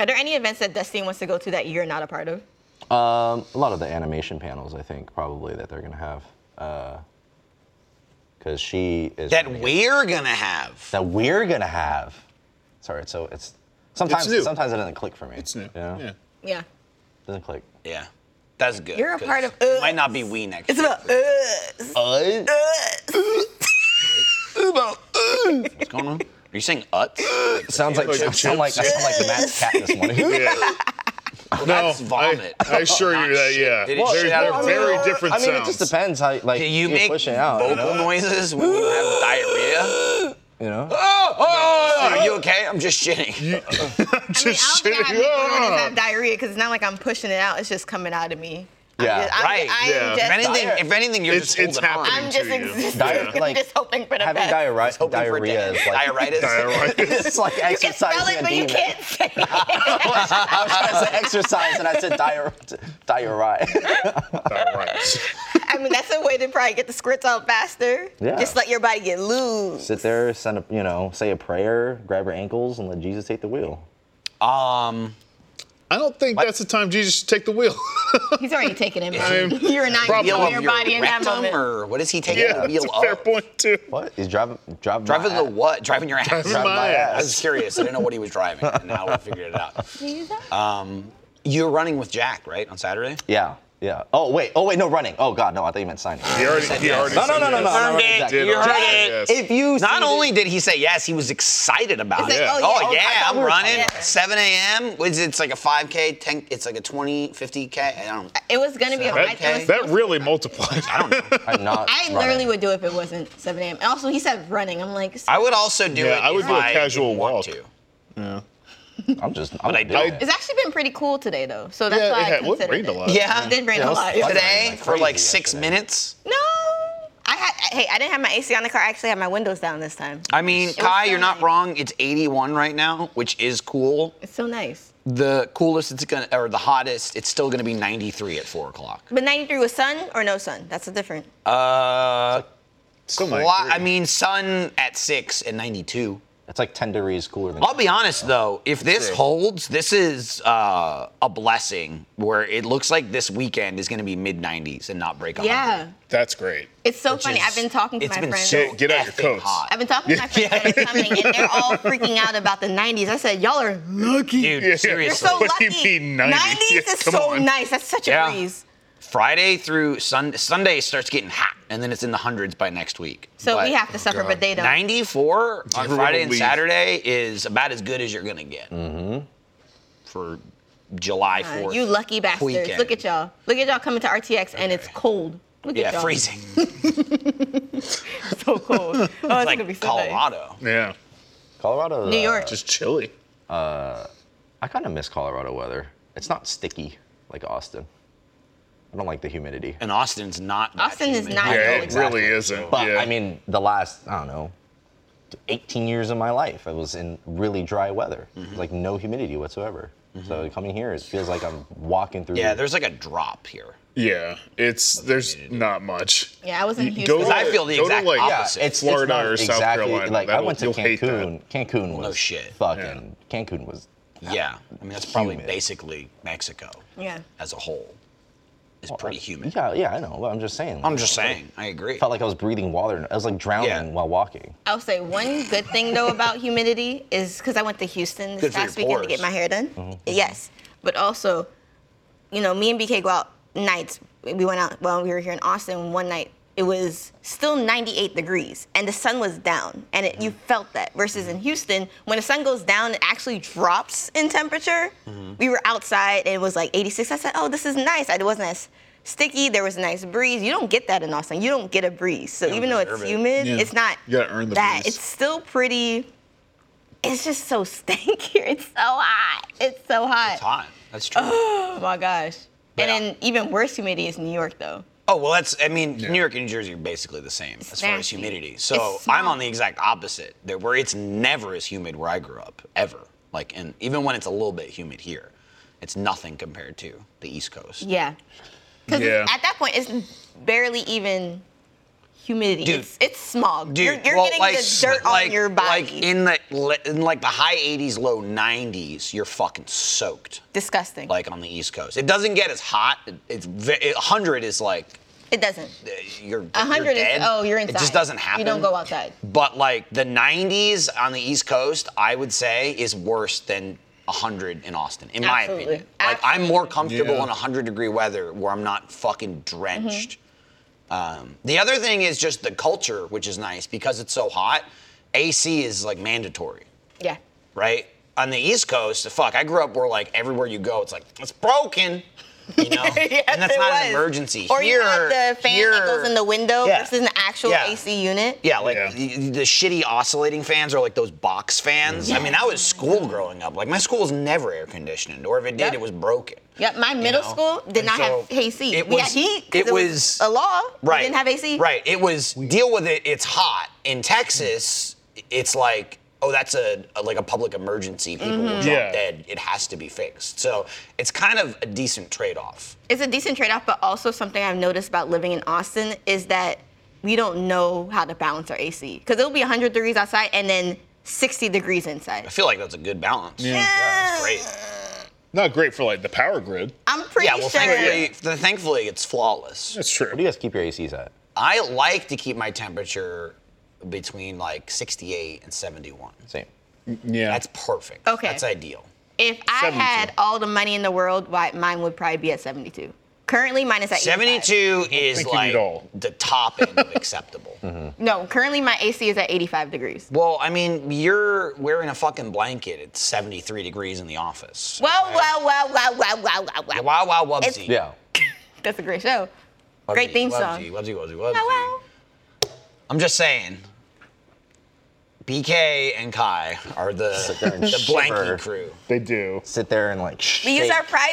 B: Are there any events that Destiny wants to go to that you're not a part of?
E: Um, a lot of the animation panels, I think, probably that they're gonna have, because she is
C: That
E: running a-
C: we're gonna have.
E: that we're gonna have. Sorry, so it's sometimes
D: new.
E: sometimes it doesn't click for me. It's
D: new. Yeah.
B: Yeah.
E: doesn't click.
C: Yeah, that's good.
B: You're a
C: 'cause
B: part of
C: it
B: us.
C: Might not be we next.
B: It's
C: year.
B: about uh,
E: Uh,
C: What's going on? Are you saying uts?
E: sounds like,
D: Like the
E: I sound like I sound like Matt's cat this morning.
D: Yeah.
C: Well,
D: No,
C: that's vomit.
D: I, I assure you that, yeah.
C: Did
D: They're,
C: it shit out
D: they're
C: of the
D: very
C: room?
D: different
E: I mean,
D: sounds.
E: it just depends how like
C: Do you
E: you're
C: make
E: pushing out. you
C: vocal
E: know?
C: noises when you have diarrhea?
E: You know?
C: Oh, oh, are you okay? I'm just shitting.
B: I mean, I
D: Just
B: don't think I make
D: shitting.
B: women if I
D: Yeah.
B: have diarrhea because it's not like I'm pushing it out. It's just coming out of me. I'm
E: Yeah.
B: just- I'm-
C: Right.
B: I'm
D: Yeah.
B: just-
C: If anything, if anything, you're
D: It's-
C: just
D: it's
C: holding on.
D: happening.
B: I'm just
D: to you.
B: existing.
E: Diar- like,
B: just hoping for the
E: Having
B: best.
E: diarrhea,
C: hoping for
E: diarrhea is like
C: diarrhea.
D: Diarrhea.
E: it's like
B: You can
E: exercising.
B: spell it,
E: a
B: but you
E: demon.
B: can't say it.
E: I was trying to say exercise, and I said diar- diarrhea.
D: Diarrhea.
B: I mean, that's a way to probably get the squirts out faster.
E: Yeah.
B: Just let your body get loose.
E: Sit there, send a, you know, say a prayer, grab her ankles, and let Jesus take the wheel.
C: Um,
D: I don't think that's the time Jesus should take the wheel.
B: He's already taken it,
D: I'm-
B: man. You're not
D: Probably.
B: using
C: Wheel
B: your
C: of your
B: body in that
C: rectum,
B: moment.
C: or what is he taking
D: yeah,
C: the
D: that's
C: wheel
D: a
C: of?
D: fair point too.
E: What? He's driving driving
C: Driving the what? Driving your ass.
D: my
E: my
D: ass.
C: I was curious. I didn't know what he was driving, and now I figured it out. Um, you're running with Jack, right, on Saturday?
E: Yeah. Yeah. Oh wait. Oh wait. No running. Oh god. No. I thought you meant signing.
D: He already, he already
E: No, no,
D: said
E: no, no,
D: yes.
E: no, no, no,
D: He
E: Jack.
D: did
C: You heard
D: already say
C: it.
D: yes.
E: If you
C: Not
E: see
C: only did he say yes, he was excited about
B: He's
C: it.
B: like,
D: Yeah.
C: oh,
B: oh,
C: yeah,
B: yeah, I thought
C: I'm
B: we were
C: running.
B: together.
C: 7 a.m. It's, it's like a 5K, 10, it's like a 20, 50K. I don't,
B: It was gonna be a
C: That-
B: I- it was
D: that
B: supposed-
D: really multiplied.
C: I don't know.
E: I'm not.
B: I literally would do it if it wasn't 7 a.m. And also, he said running. I'm like,
C: I would also do
D: Yeah,
C: it
D: I would
C: if
D: do a
C: I
D: casual
C: didn't want
D: walk.
C: to.
E: I'm just. I'm
C: I
E: not doing
D: don't.
E: it.
B: it's actually been pretty cool today, though. So that's
D: Yeah,
B: why I
D: it had- well, it
B: considered
D: rained a
B: it.
D: lot.
C: Yeah.
B: It did rain
E: Yeah,
B: a
E: it was
B: lot.
E: flooding.
C: Today,
E: Like
C: for like
E: crazy
C: six
E: yesterday.
C: minutes.
B: No, I had. I- Hey, I didn't have my AC on the car. I actually had my windows down this time.
C: I mean,
B: was
C: Kai,
B: so
C: you're not
B: nice.
C: wrong. It's 81 right now, which is cool.
B: It's so nice.
C: The coolest it's gonna, or the hottest, it's still gonna be 93 at four o'clock.
B: But 93 with sun or no sun? That's the difference.
C: Uh,
D: Still
C: well,
D: 93.
C: I mean, sun at six and 92.
E: It's like 10 degrees cooler than.
C: I'll be honest though, if this
D: True.
C: holds, this is uh, a blessing. Where it looks like this weekend is going to be mid 90s and not
B: Uh-huh.
C: break. 100.
B: Yeah.
D: that's great.
B: It's so
C: Which
B: funny.
C: is-
B: I've been talking to
C: it's
B: my
C: been
B: friends.
C: so
D: Get- get out your
C: effing
D: coats.
C: hot.
B: I've been talking to my friends that are coming, and they're all freaking out about the 90s. I said, y'all are lucky.
C: Dude,
D: Yeah.
B: You're
C: seriously.
B: so
D: What do
B: lucky.
D: you mean 90?
B: 90s
D: Yeah,
B: is
D: come
B: so
D: on.
B: nice. That's such a
C: Yeah.
B: breeze.
C: Friday through Sunday, Sunday starts getting hot, and then it's in the hundreds by next week.
B: So
C: But
B: we have to suffer, but they don't.
C: 94 on
D: Everyone
C: Friday and
D: leave.
C: Saturday is about as good as you're going to get
D: Mm-hmm.
C: for July
B: Uh,
C: 4th.
B: you lucky bastards.
C: weekend.
B: Look at y'all. Look at y'all coming to RTX, and it's cold. Look at
C: Yeah,
B: y'all.
C: freezing.
B: It's so cold. Oh, it's gonna be
C: like
B: so nice.
C: Colorado.
D: Yeah,
E: Colorado.
B: New
E: uh,
B: York.
D: just chilly.
E: I kind of miss Colorado weather. It's not sticky like Austin. I don't like the humidity.
C: And Austin's not. that
B: Austin is
C: humid.
B: not
D: Yeah, it
B: cold.
E: exactly.
D: really isn't.
E: But
D: yeah.
E: I mean, the last I don't know, 18 years of my life, I was in really dry weather,
C: Mm-hmm.
E: like no humidity whatsoever. So coming here, it feels like I'm walking through.
C: Yeah, there's like a drop here.
D: yeah, it's there's not much.
B: Yeah, I was in
D: You
B: Houston.
D: go to-
C: I feel the
D: Go to,
C: exact
D: like-
E: Yeah,
C: opposite.
E: it's
D: Florida
E: it's not
D: or South
E: exactly,
D: Carolina.
E: Like I
D: That'll-
E: went to
D: you'll hate that.
E: Cancun. Cancun was
C: shit.
E: fucking. Cancun was.
C: Yeah, I mean that's probably
E: Humid.
C: basically Mexico
B: Yeah.
C: as a whole. It's pretty humid.
E: Yeah, yeah, I know. Well, I'm just saying.
C: I'm just saying. I agree.
E: felt like I was breathing water. I was like drowning
C: Yeah.
E: while walking.
B: I'll say one good thing though about humidity is because I went to Houston this
C: Good for your
B: last weekend to
C: pores.
B: get my hair done. Yes, but also, you know, me and BK go out nights. We went out while we were here in Austin one night. It was still 98 degrees and the sun was down, and it, you felt that. Versus in Houston, when the sun goes down, it actually drops in temperature. We were outside and it was like 86. I said, "Oh, this is nice." It wasn't as sticky. There was a nice breeze. You don't get that in Austin. You don't get a breeze. So even though it's
C: deserve it.
B: humid,
D: Yeah.
B: it's not
D: You gotta earn the
B: that.
D: breeze.
B: It's still pretty. It's just so stanky. It's so hot. It's so hot.
C: It's hot. That's true.
B: Oh my gosh. And
C: Yeah.
B: then even worse humidity is New York though.
C: oh well, that's. I mean, New York and New Jersey are basically the same as far as
B: nasty.
C: humidity.
B: It's
C: So
B: small.
C: I'm on the exact opposite. There, where it's never as humid where I grew up ever. Like, and even when it's a little bit humid here, it's nothing compared to the East Coast.
B: Yeah. Because
D: Yeah.
B: at that point, it's barely even humidity.
C: Dude.
B: It's, it's smog.
C: Dude,
B: you're you're
C: well,
B: getting
C: like,
B: the dirt
C: like-
B: on your body.
C: Like in the le- in like the high 80s, low 90s, you're fucking soaked.
B: Disgusting.
C: Like on the East Coast, it doesn't get as hot. It- It's ve- 100 is like
B: it doesn't.
C: uh, you're
B: A
C: you're
B: hundred
C: dead.
B: is oh, you're inside.
C: It just doesn't happen.
B: You don't go outside.
C: But like the 90s on the East Coast, I would say is worse than 100 in Austin, in my
B: Absolutely.
C: opinion. Like I'm more comfortable
D: Yeah.
C: in 100 degree weather where I'm not fucking drenched. Um, the other thing is just the culture, which is nice because it's so hot. AC is like mandatory,
B: Yeah.
C: right? On the East Coast, fuck, I grew up where like everywhere you go, it's like it's broken. You know,
B: Yes,
C: and that's
B: it
C: not
B: was.
C: an emergency.
B: Or
C: here,
B: you have the fan
C: here,
B: that goes in the window
C: Yeah.
B: versus an actual
C: Yeah.
B: AC unit.
C: yeah, like
D: Yeah.
C: The, the shitty oscillating fans are like those box fans. I mean, that was school growing up. Like my school was never air conditioned, or if it did,
B: Yep.
C: it was broken.
B: Yep, my middle
C: know?
B: school did
C: And
B: not
C: so
B: have AC.
C: it
B: we
C: was-
B: had heat. 'cause
C: it was-
B: a law.
C: Right.
B: We didn't have AC.
C: Right. It was deal with it. It's hot in Texas. It's like oh, that's a, a- like a public emergency. People will
B: Mm-hmm.
C: drop
D: Yeah.
C: dead. It has to be fixed. So it's kind of a decent trade off.
B: It's a decent trade off, but also something I've noticed about living in Austin is that we don't know how to balance our AC. Because it'll be 100 degrees outside and then 60 degrees inside.
C: I feel like that's a good balance.
D: Yeah.
C: That's great.
D: Not great for like the power grid.
B: I'm pretty
C: Yeah, well,
B: sure.
C: thankfully, th- thankfully, it's flawless.
D: That's true.
E: What do you guys keep your ACs at?
C: I like to keep my temperature between like 68 and 71.
E: Same.
D: yeah.
C: That's perfect.
B: Okay.
C: That's ideal.
B: If I
D: 72.
B: had all the money in the world, why- mine would probably be at 72. Currently, mine is at 85.
C: 72 is
D: think you
C: like
D: need all. Mm-hmm.
C: the top end of acceptable.
B: No, currently my AC is at 85 degrees.
C: Well, I mean, you're wearing a fucking blanket. It's 73 degrees in the office.
B: Wow, wow, wow, wow, wow, wow, wow, wow.
C: Wow, wow, wubsy.
E: Yeah.
B: That's a great show.
C: Wubsy,
B: Great theme
C: wubsy,
B: song.
C: Wubsy, wubsy, wubsy.
B: Wow, wow.
C: I'm just saying. BK and Kai are the,
E: there and
C: the
E: shiver.
C: blanket crew.
D: they do.
E: Sit there and like.
B: We use
E: shake
B: our pride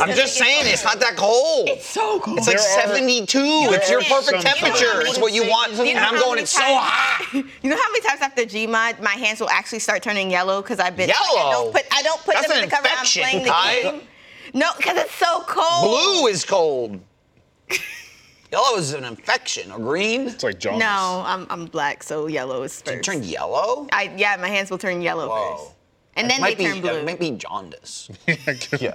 B: blinkies.
C: I'm just saying, it's not that cold.
B: So cool.
C: It's like
D: There are-
C: 72. It's your perfect
D: some
C: temperature.
D: times-
C: It's what you want.
B: You
C: And
B: know
C: I'm
B: how
C: going,
B: many
C: it's so
B: times-
C: hot.
B: You know how many times after Gmod, my hands will actually start turning yellow because I've been I
C: Yellow?
B: don't put I don't put
C: That's
B: them
C: an
B: in the cover. I'm
C: infection,
B: playing the
C: Kai.
B: game. No, because it's so cold.
C: Blue is cold. yellow is an infection. Or green?
D: It's like John.
B: No, I'm I'm black, so yellow is
C: It
B: first.
C: turned yellow?
B: I yeah, my hands will turn yellow
C: Whoa.
B: first, and then
C: might
B: they
C: be, uh,
B: turn blue.
C: It might be jaundice.
E: Yeah.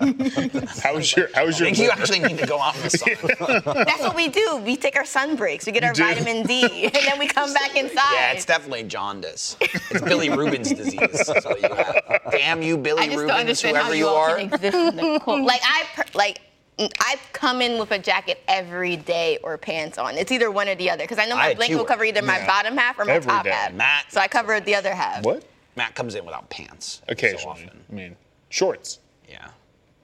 D: How is your How is
C: I
D: your
C: think you
D: liver?
C: actually need to go out in the sun.
B: That's what we do. We take our sun breaks. We get our
D: do.
B: vitamin D, and then we come back inside.
C: yeah, it's definitely jaundice. It's Billy Rubin's disease. So you have. Damn you,
B: I
C: Billy
B: just
C: Rubin,
B: don't understand
C: whoever
B: how
C: you
B: you all
C: are.
B: can exist in the cold. Like I per- like I come in with a jacket every day or pants on. It's either one or the other because I know
C: I
B: my
C: had
B: blanket will
C: two.
B: cover either my
D: Yeah.
B: bottom half or my
D: Every
B: top
D: day.
B: half.
C: Matt.
B: So I cover the other half.
D: What?
C: Matt comes in without pants.
D: Occasionally.
C: So often.
D: I mean, shorts.
C: Yeah.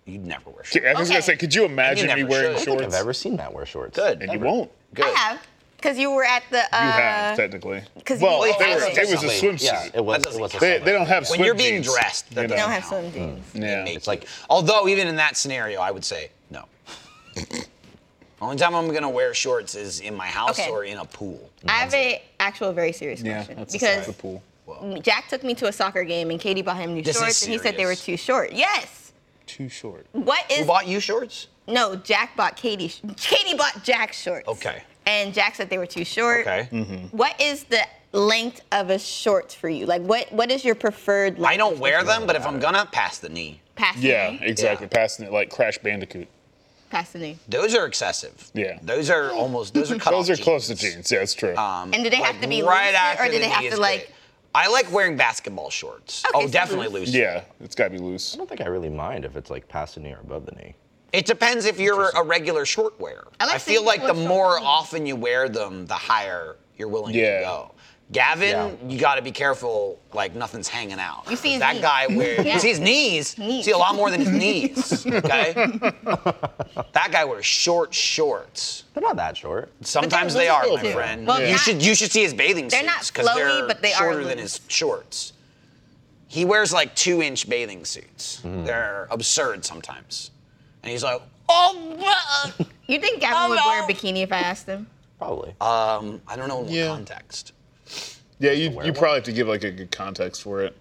C: You'd never wear
D: I
C: shorts.
D: was gonna
B: Okay.
D: say, could you imagine
C: never
D: me wearing
C: should.
D: shorts?
E: I've ever seen Matt wear shorts.
C: Good.
D: and you won't.
C: Good.
B: I have because you were at the. Uh,
D: You have technically.
B: 'cause you
D: Well,
B: always
D: they
B: have
D: were-
B: it.
D: it was a
E: Something.
D: swimsuit.
E: Yeah, it was.
C: That
E: It was a
C: doesn't
D: They,
E: summer.
D: they don't have
C: When
D: swim
C: you're being
D: jeans,
C: dressed, that
D: you
C: doesn't
B: you
D: know.
B: don't have swim jeans.
D: Yeah.
C: It's
E: like-
C: like, although even in that scenario, I would say no. Only time I'm gonna wear shorts is in my house
B: Okay.
C: or in a pool.
B: I have a actual very serious
D: Yeah,
B: question
D: that's
B: because
D: the pool.
B: Jack took me to a soccer game and Katie bought him new
C: This is
B: shorts and he said they were
C: serious.
B: too short. Yes.
D: Too short.
B: What
C: Who
B: is
C: bought you shorts?
B: No, Jack bought Katie. sh- Katie bought Jack shorts.
C: Okay.
B: And Jack said they were too short.
C: Okay.
D: Mm-hmm.
B: What is the length of a short for you? Like, what what is your preferred length?
C: I don't wear them, but if I'm gonna, pass the knee.
B: Past the
D: Yeah,
B: knee.
D: exactly. Passing it like Crash Bandicoot.
B: Past the knee.
C: Those are excessive.
D: Yeah.
C: Those are almost. Those are Um, cut.
D: Those are close to jeans. Yeah, it's true.
B: And do they have to be
C: right
B: loose
C: after
B: or do
C: the
B: they
C: knee
B: have
C: is
B: to like?
C: great. I like wearing basketball shorts.
B: Okay,
C: oh,
B: so
C: definitely
B: loose.
C: loose.
D: yeah, it's got to be loose.
E: I don't think I really mind if it's like past the knee or above the knee.
C: It depends if you're a regular short wearer.
B: I like
C: I feel
B: seeing
C: like the
B: people with
C: more
B: short sleeves.
C: often you wear them, the higher you're willing
D: Yeah.
C: to go. Gavin,
E: Yeah.
C: you got to be careful, like nothing's hanging out. You
B: see his
C: that
B: knees.
C: guy wears. You see his knees.
B: Knees.
C: See a lot more than his knees. Okay. that guy wears short shorts.
E: They're not that short.
C: Sometimes
B: they're
C: they are,
B: loose,
C: my
B: too.
C: friend.
B: Well,
C: you
B: not-
C: should you should see his bathing
B: They're
C: suits
B: not
C: because
B: flowy,
C: they're
B: but they are
C: shorter than
B: loose.
C: his shorts. He wears like two inch bathing suits. They're absurd sometimes, and he's like, oh. uh,
B: You think Gavin
C: Oh,
B: would
C: no.
B: wear a bikini if I asked him?
E: Probably.
D: Uh,
C: Um, I don't know in
D: Yeah.
C: what context.
D: Yeah, you, you probably have to give like a good context for it.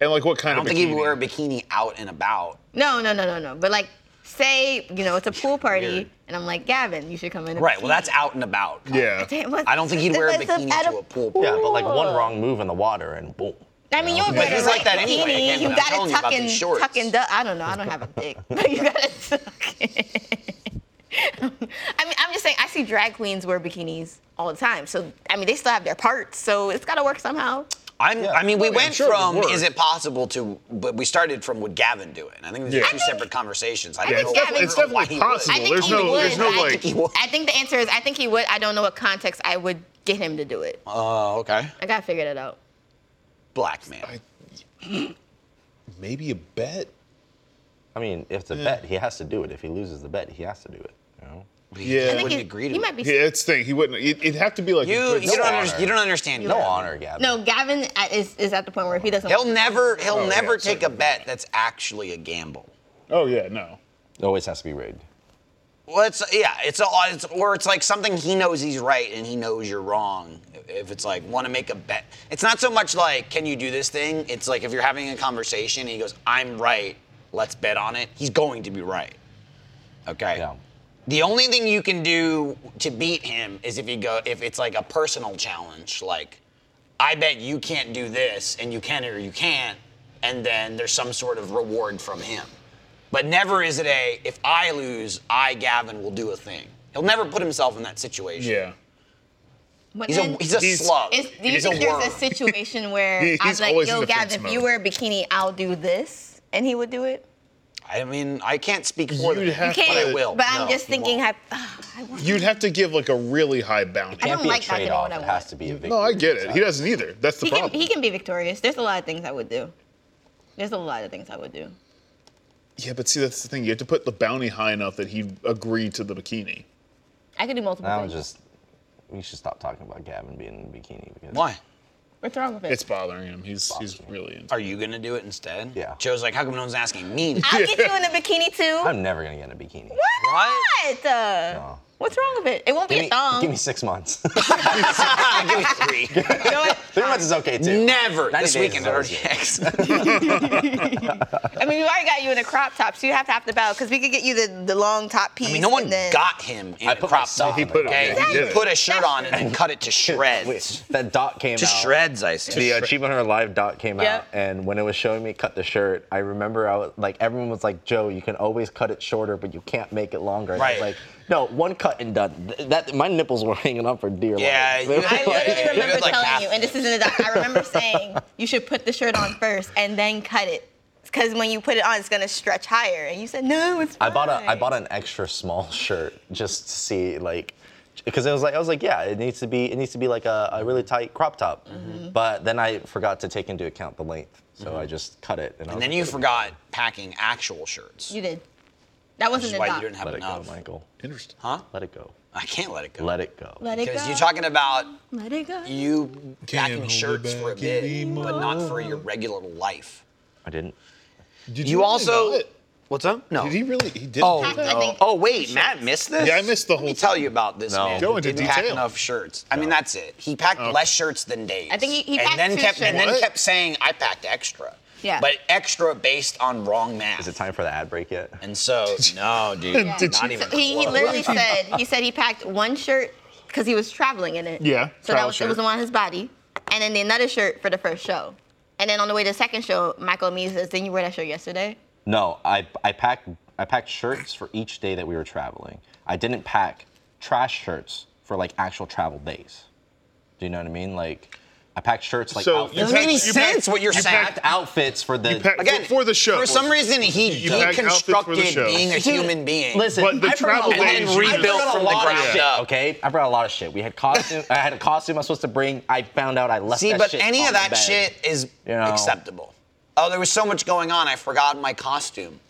D: And like what
C: I
D: kind
C: don't
D: of
C: think he would
D: bikini?
C: wear a bikini out and about.
B: No, no, no, no, no. But like, say you know it's a pool party,
C: Weird.
B: and I'm like, Gavin, you should come in. a
C: Right. Well,
B: bikini."
C: that's out and about.
D: Yeah.
B: Damn, what-
C: I don't think he'd
B: it
C: wear a
B: was
C: bikini
B: at
C: to a pool party.
E: yeah, but like one
B: Cool.
E: wrong move in the water and boom.
B: I mean, you're
C: But
B: wearing
C: he's
B: a
C: like that
B: bikini.
C: anyway, again,
B: you
C: but
B: gotta
C: I'm telling you
B: tuck
C: about
B: in,
C: these shorts.
B: tuck in. du- I don't know. I don't have a dick, but you gotta tuck in. I mean, I'm just saying. I see drag queens wear bikinis all the time. So I mean, they still have their parts. So it's gotta work somehow.
C: I'm, I mean, we
D: Well, I'm
C: went
D: sure it
C: from
D: would work.
C: is it possible to, but we started from would Gavin do it? And I think these
D: Yeah.
C: are two separate conversations. I
B: think
C: don't know
B: Gavin-
C: why
B: It's
D: definitely
C: he would.
D: possible.
B: I think
D: there's
B: he
D: no-
B: would.
D: there's no,
B: but I
D: like-
B: think he
C: would.
B: I think the answer is I think he would. I don't know what context I would get him to do it.
C: Oh, okay.
B: I gotta figure that out.
C: Black man.
F: Maybe a bet.
E: I mean, if it's a bet, he has to do it. If he loses the bet, he has to do it. You know?
D: Yeah.
B: I
C: He
B: think
C: wouldn't
B: he-
C: agree to
B: he
C: it.
B: might be.
D: Yeah, it's thing. He wouldn't. It, it'd have to be like a
C: You,
D: good
C: you, don't
D: style.
C: under, you don't understand.
E: No
C: Gavin.
E: honor, Gavin.
B: No, Gavin uh, is is at the point where if he doesn't.
C: He'll never he'll
D: yeah,
C: never take a
D: certainly.
C: bet that's actually a gamble.
D: Oh yeah, no.
E: It always has to be rigged.
C: Well, it's yeah, it's a it's, or it's like something he knows he's right and he knows you're wrong. If it's like want to make a bet, it's not so much like can you do this thing. It's like if you're having a conversation and he goes, "I'm right, let's bet on it." He's going to be right. Okay.
E: Yeah.
C: The only thing you can do to beat him is if you go if it's like a personal challenge, like I bet you can't do this and you can or you can't, and then there's some sort of reward from him. But never is it a if I lose, I Gavin will do a thing. He'll never put himself in that situation.
D: Yeah.
B: But
C: He's a
B: then-
C: he's a
D: He's-
C: slug.
B: Is, do you
C: he's
B: think
C: a worm.
B: there's a situation where
D: He-
B: I
D: he's
B: was like,
D: always in
B: yo,
D: defense
B: Gavin, if you
D: mode.
B: wear a bikini, I'll do this, and he would do it?
C: I mean, I can't speak for them,
D: You'd have
C: but
D: to-
C: I will.
B: But I'm
C: No,
B: just
C: you won't.
B: thinking, I, I want
D: You'd have to give like a really high bounty.
B: I don't
E: be
B: like
E: a
B: not getting
E: trade-off.
B: what I
E: It
B: want.
E: has to be a victory.
D: No, I get it. He doesn't either. That's the
B: he can,
D: problem.
B: he can be victorious. There's a lot of things I would do. There's a lot of things I would do.
D: yeah, but see, that's the thing. You have to put the bounty high enough that he agreed to the bikini.
B: I could do multiple
E: Now
B: things.
E: just we should stop talking about Gavin being in a bikini because
C: Why?
B: What's wrong with it?
D: It's bothering him. He's he's really into.
C: Are you gonna do it instead?
E: Yeah.
C: Joe's like, how come no one's asking me?
B: I'll get you in a bikini too.
E: I'm never gonna get in a bikini.
B: Why
C: What?
B: not? Uh, What's wrong with it? It won't
E: Give
B: be
E: me,
B: a thong.
E: give me six months.
C: Give me three.
B: You know what?
E: Three months is okay too.
C: Never.
E: 90
C: This
E: days
C: weekend
E: is
C: at
E: always good.
C: RTX.
B: I mean, we already got you in a crop top, so you have to have the belt because we could get you the, the long top piece.
C: I mean, no one
B: and then-
C: got him in
E: I
C: a
E: put
C: crop
E: myself
C: top.
E: in
D: He put it-
C: okay?
D: yeah, he
C: you
D: did it.
C: put a shirt on and then cut it to shreds.
E: Wait, that dot came
C: to
E: out.
C: shreds, I said.
E: The Achievement Hunter Live dot came
B: Yeah.
E: out, and when it was showing me cut the shirt, I remember I was like, everyone was like, "Joe, you can always cut it shorter, but you can't make it longer." And I was
C: Right.
E: like, no, one cut and done. Th- That my nipples were hanging on for dear
C: Yeah,
E: life.
C: you-
E: They were
B: I
E: like-
B: literally remember
C: You're like
B: telling
C: half-
B: you, and this isn't a doc. I remember saying you should put the shirt on first and then cut it, because when you put it on, it's gonna stretch higher. And you said no, it's.
E: I bought a I
B: fine."
E: bought an extra small shirt just to see like because it was like I was like yeah it needs to be it needs to be like a, a really tight crop top but then I forgot to take into account the length so I just cut it and, I
C: And
E: was
C: then
E: like,
C: you forgot packing actual shirts.
B: You did. That
C: which
B: wasn't
C: is
B: a
C: why
B: doc.
C: you didn't have
E: let it go
C: enough.
E: Michael
D: Interesting.
C: huh?
E: let it go
C: I can't let it go.
E: let it go
B: Let it go.
C: Because you're talking about
B: Let it go.
C: you packing
D: hold
C: shirts
D: it
C: for a
D: back
C: bit, but not for your regular life.
E: I didn't
D: Did
C: You
D: really
C: also.
D: not?
C: What's up? No.
D: Did he really? He did.
C: Oh,
D: do that?
B: I think-
C: no. oh wait, Matt missed this.
D: Yeah, I missed the
C: Let me
D: whole
C: tell you about this
E: No.
C: man.
D: Go
C: who
D: into
C: didn't pack
D: detail.
C: enough shirts. I mean, that's it. He packed less shirts than days.
B: I think he- he packed
C: and then
B: two
C: kept and then
B: shirts.
C: kept saying I packed extra.
B: Yeah.
C: But extra based on wrong math.
E: is it time for the ad break yet
C: And so no, dude,
B: Yeah.
C: not
B: Did
D: you-
C: even.
B: So he, he
C: close.
B: literally said he said he packed one shirt because he was traveling in it.
D: Yeah,
B: So that
D: travel
B: was, it
D: shirt.
B: was the one on his body, and then another shirt for the first show, and then on the way to the second show, Michael and me says, "Didn't you wear that shirt yesterday?"
E: no I I packed I packed shirts for each day that we were traveling I didn't pack trash shirts for like actual travel days do you know what I mean like I packed shirts like
D: So
E: outfits.
D: you
C: Doesn't make
D: packed-
C: any
D: you
C: sense
D: packed-
C: what you're
D: you
C: saying.
E: packed outfits for the
D: You packed-
C: Again,
D: for the show.
C: For some reason, he
D: You packed outfits for the
C: deconstructed
D: show.
C: being a human being.
E: Listen,
D: But the
E: I
D: travel
E: brought a lot
D: days
E: of-
D: you
E: I
D: just-
E: built from the
C: Yeah.
E: ground
C: Yeah.
E: up. Okay, I brought a lot of shit. We had costume. I had a costume I was supposed to bring. I found out I left.
C: See,
E: that
C: but
E: shit
C: any
E: on
C: of
E: the
C: that
E: bed.
C: shit is
E: You know?
C: acceptable. Oh, there was so much going on. I forgot my costume.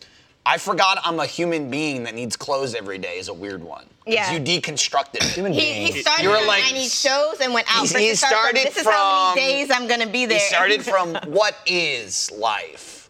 C: I forgot I'm a human being that needs clothes every day is a weird one. 'Cause
B: Yeah.
C: You deconstructed it.
E: Human
B: He, he
E: beings.
B: started
C: You were
B: on
C: like-
B: 90 shows and went out.
C: He-
B: first
C: he
B: and started.
C: started
B: This is how
C: from-
B: many days I'm gonna be there.
C: He started from what is life,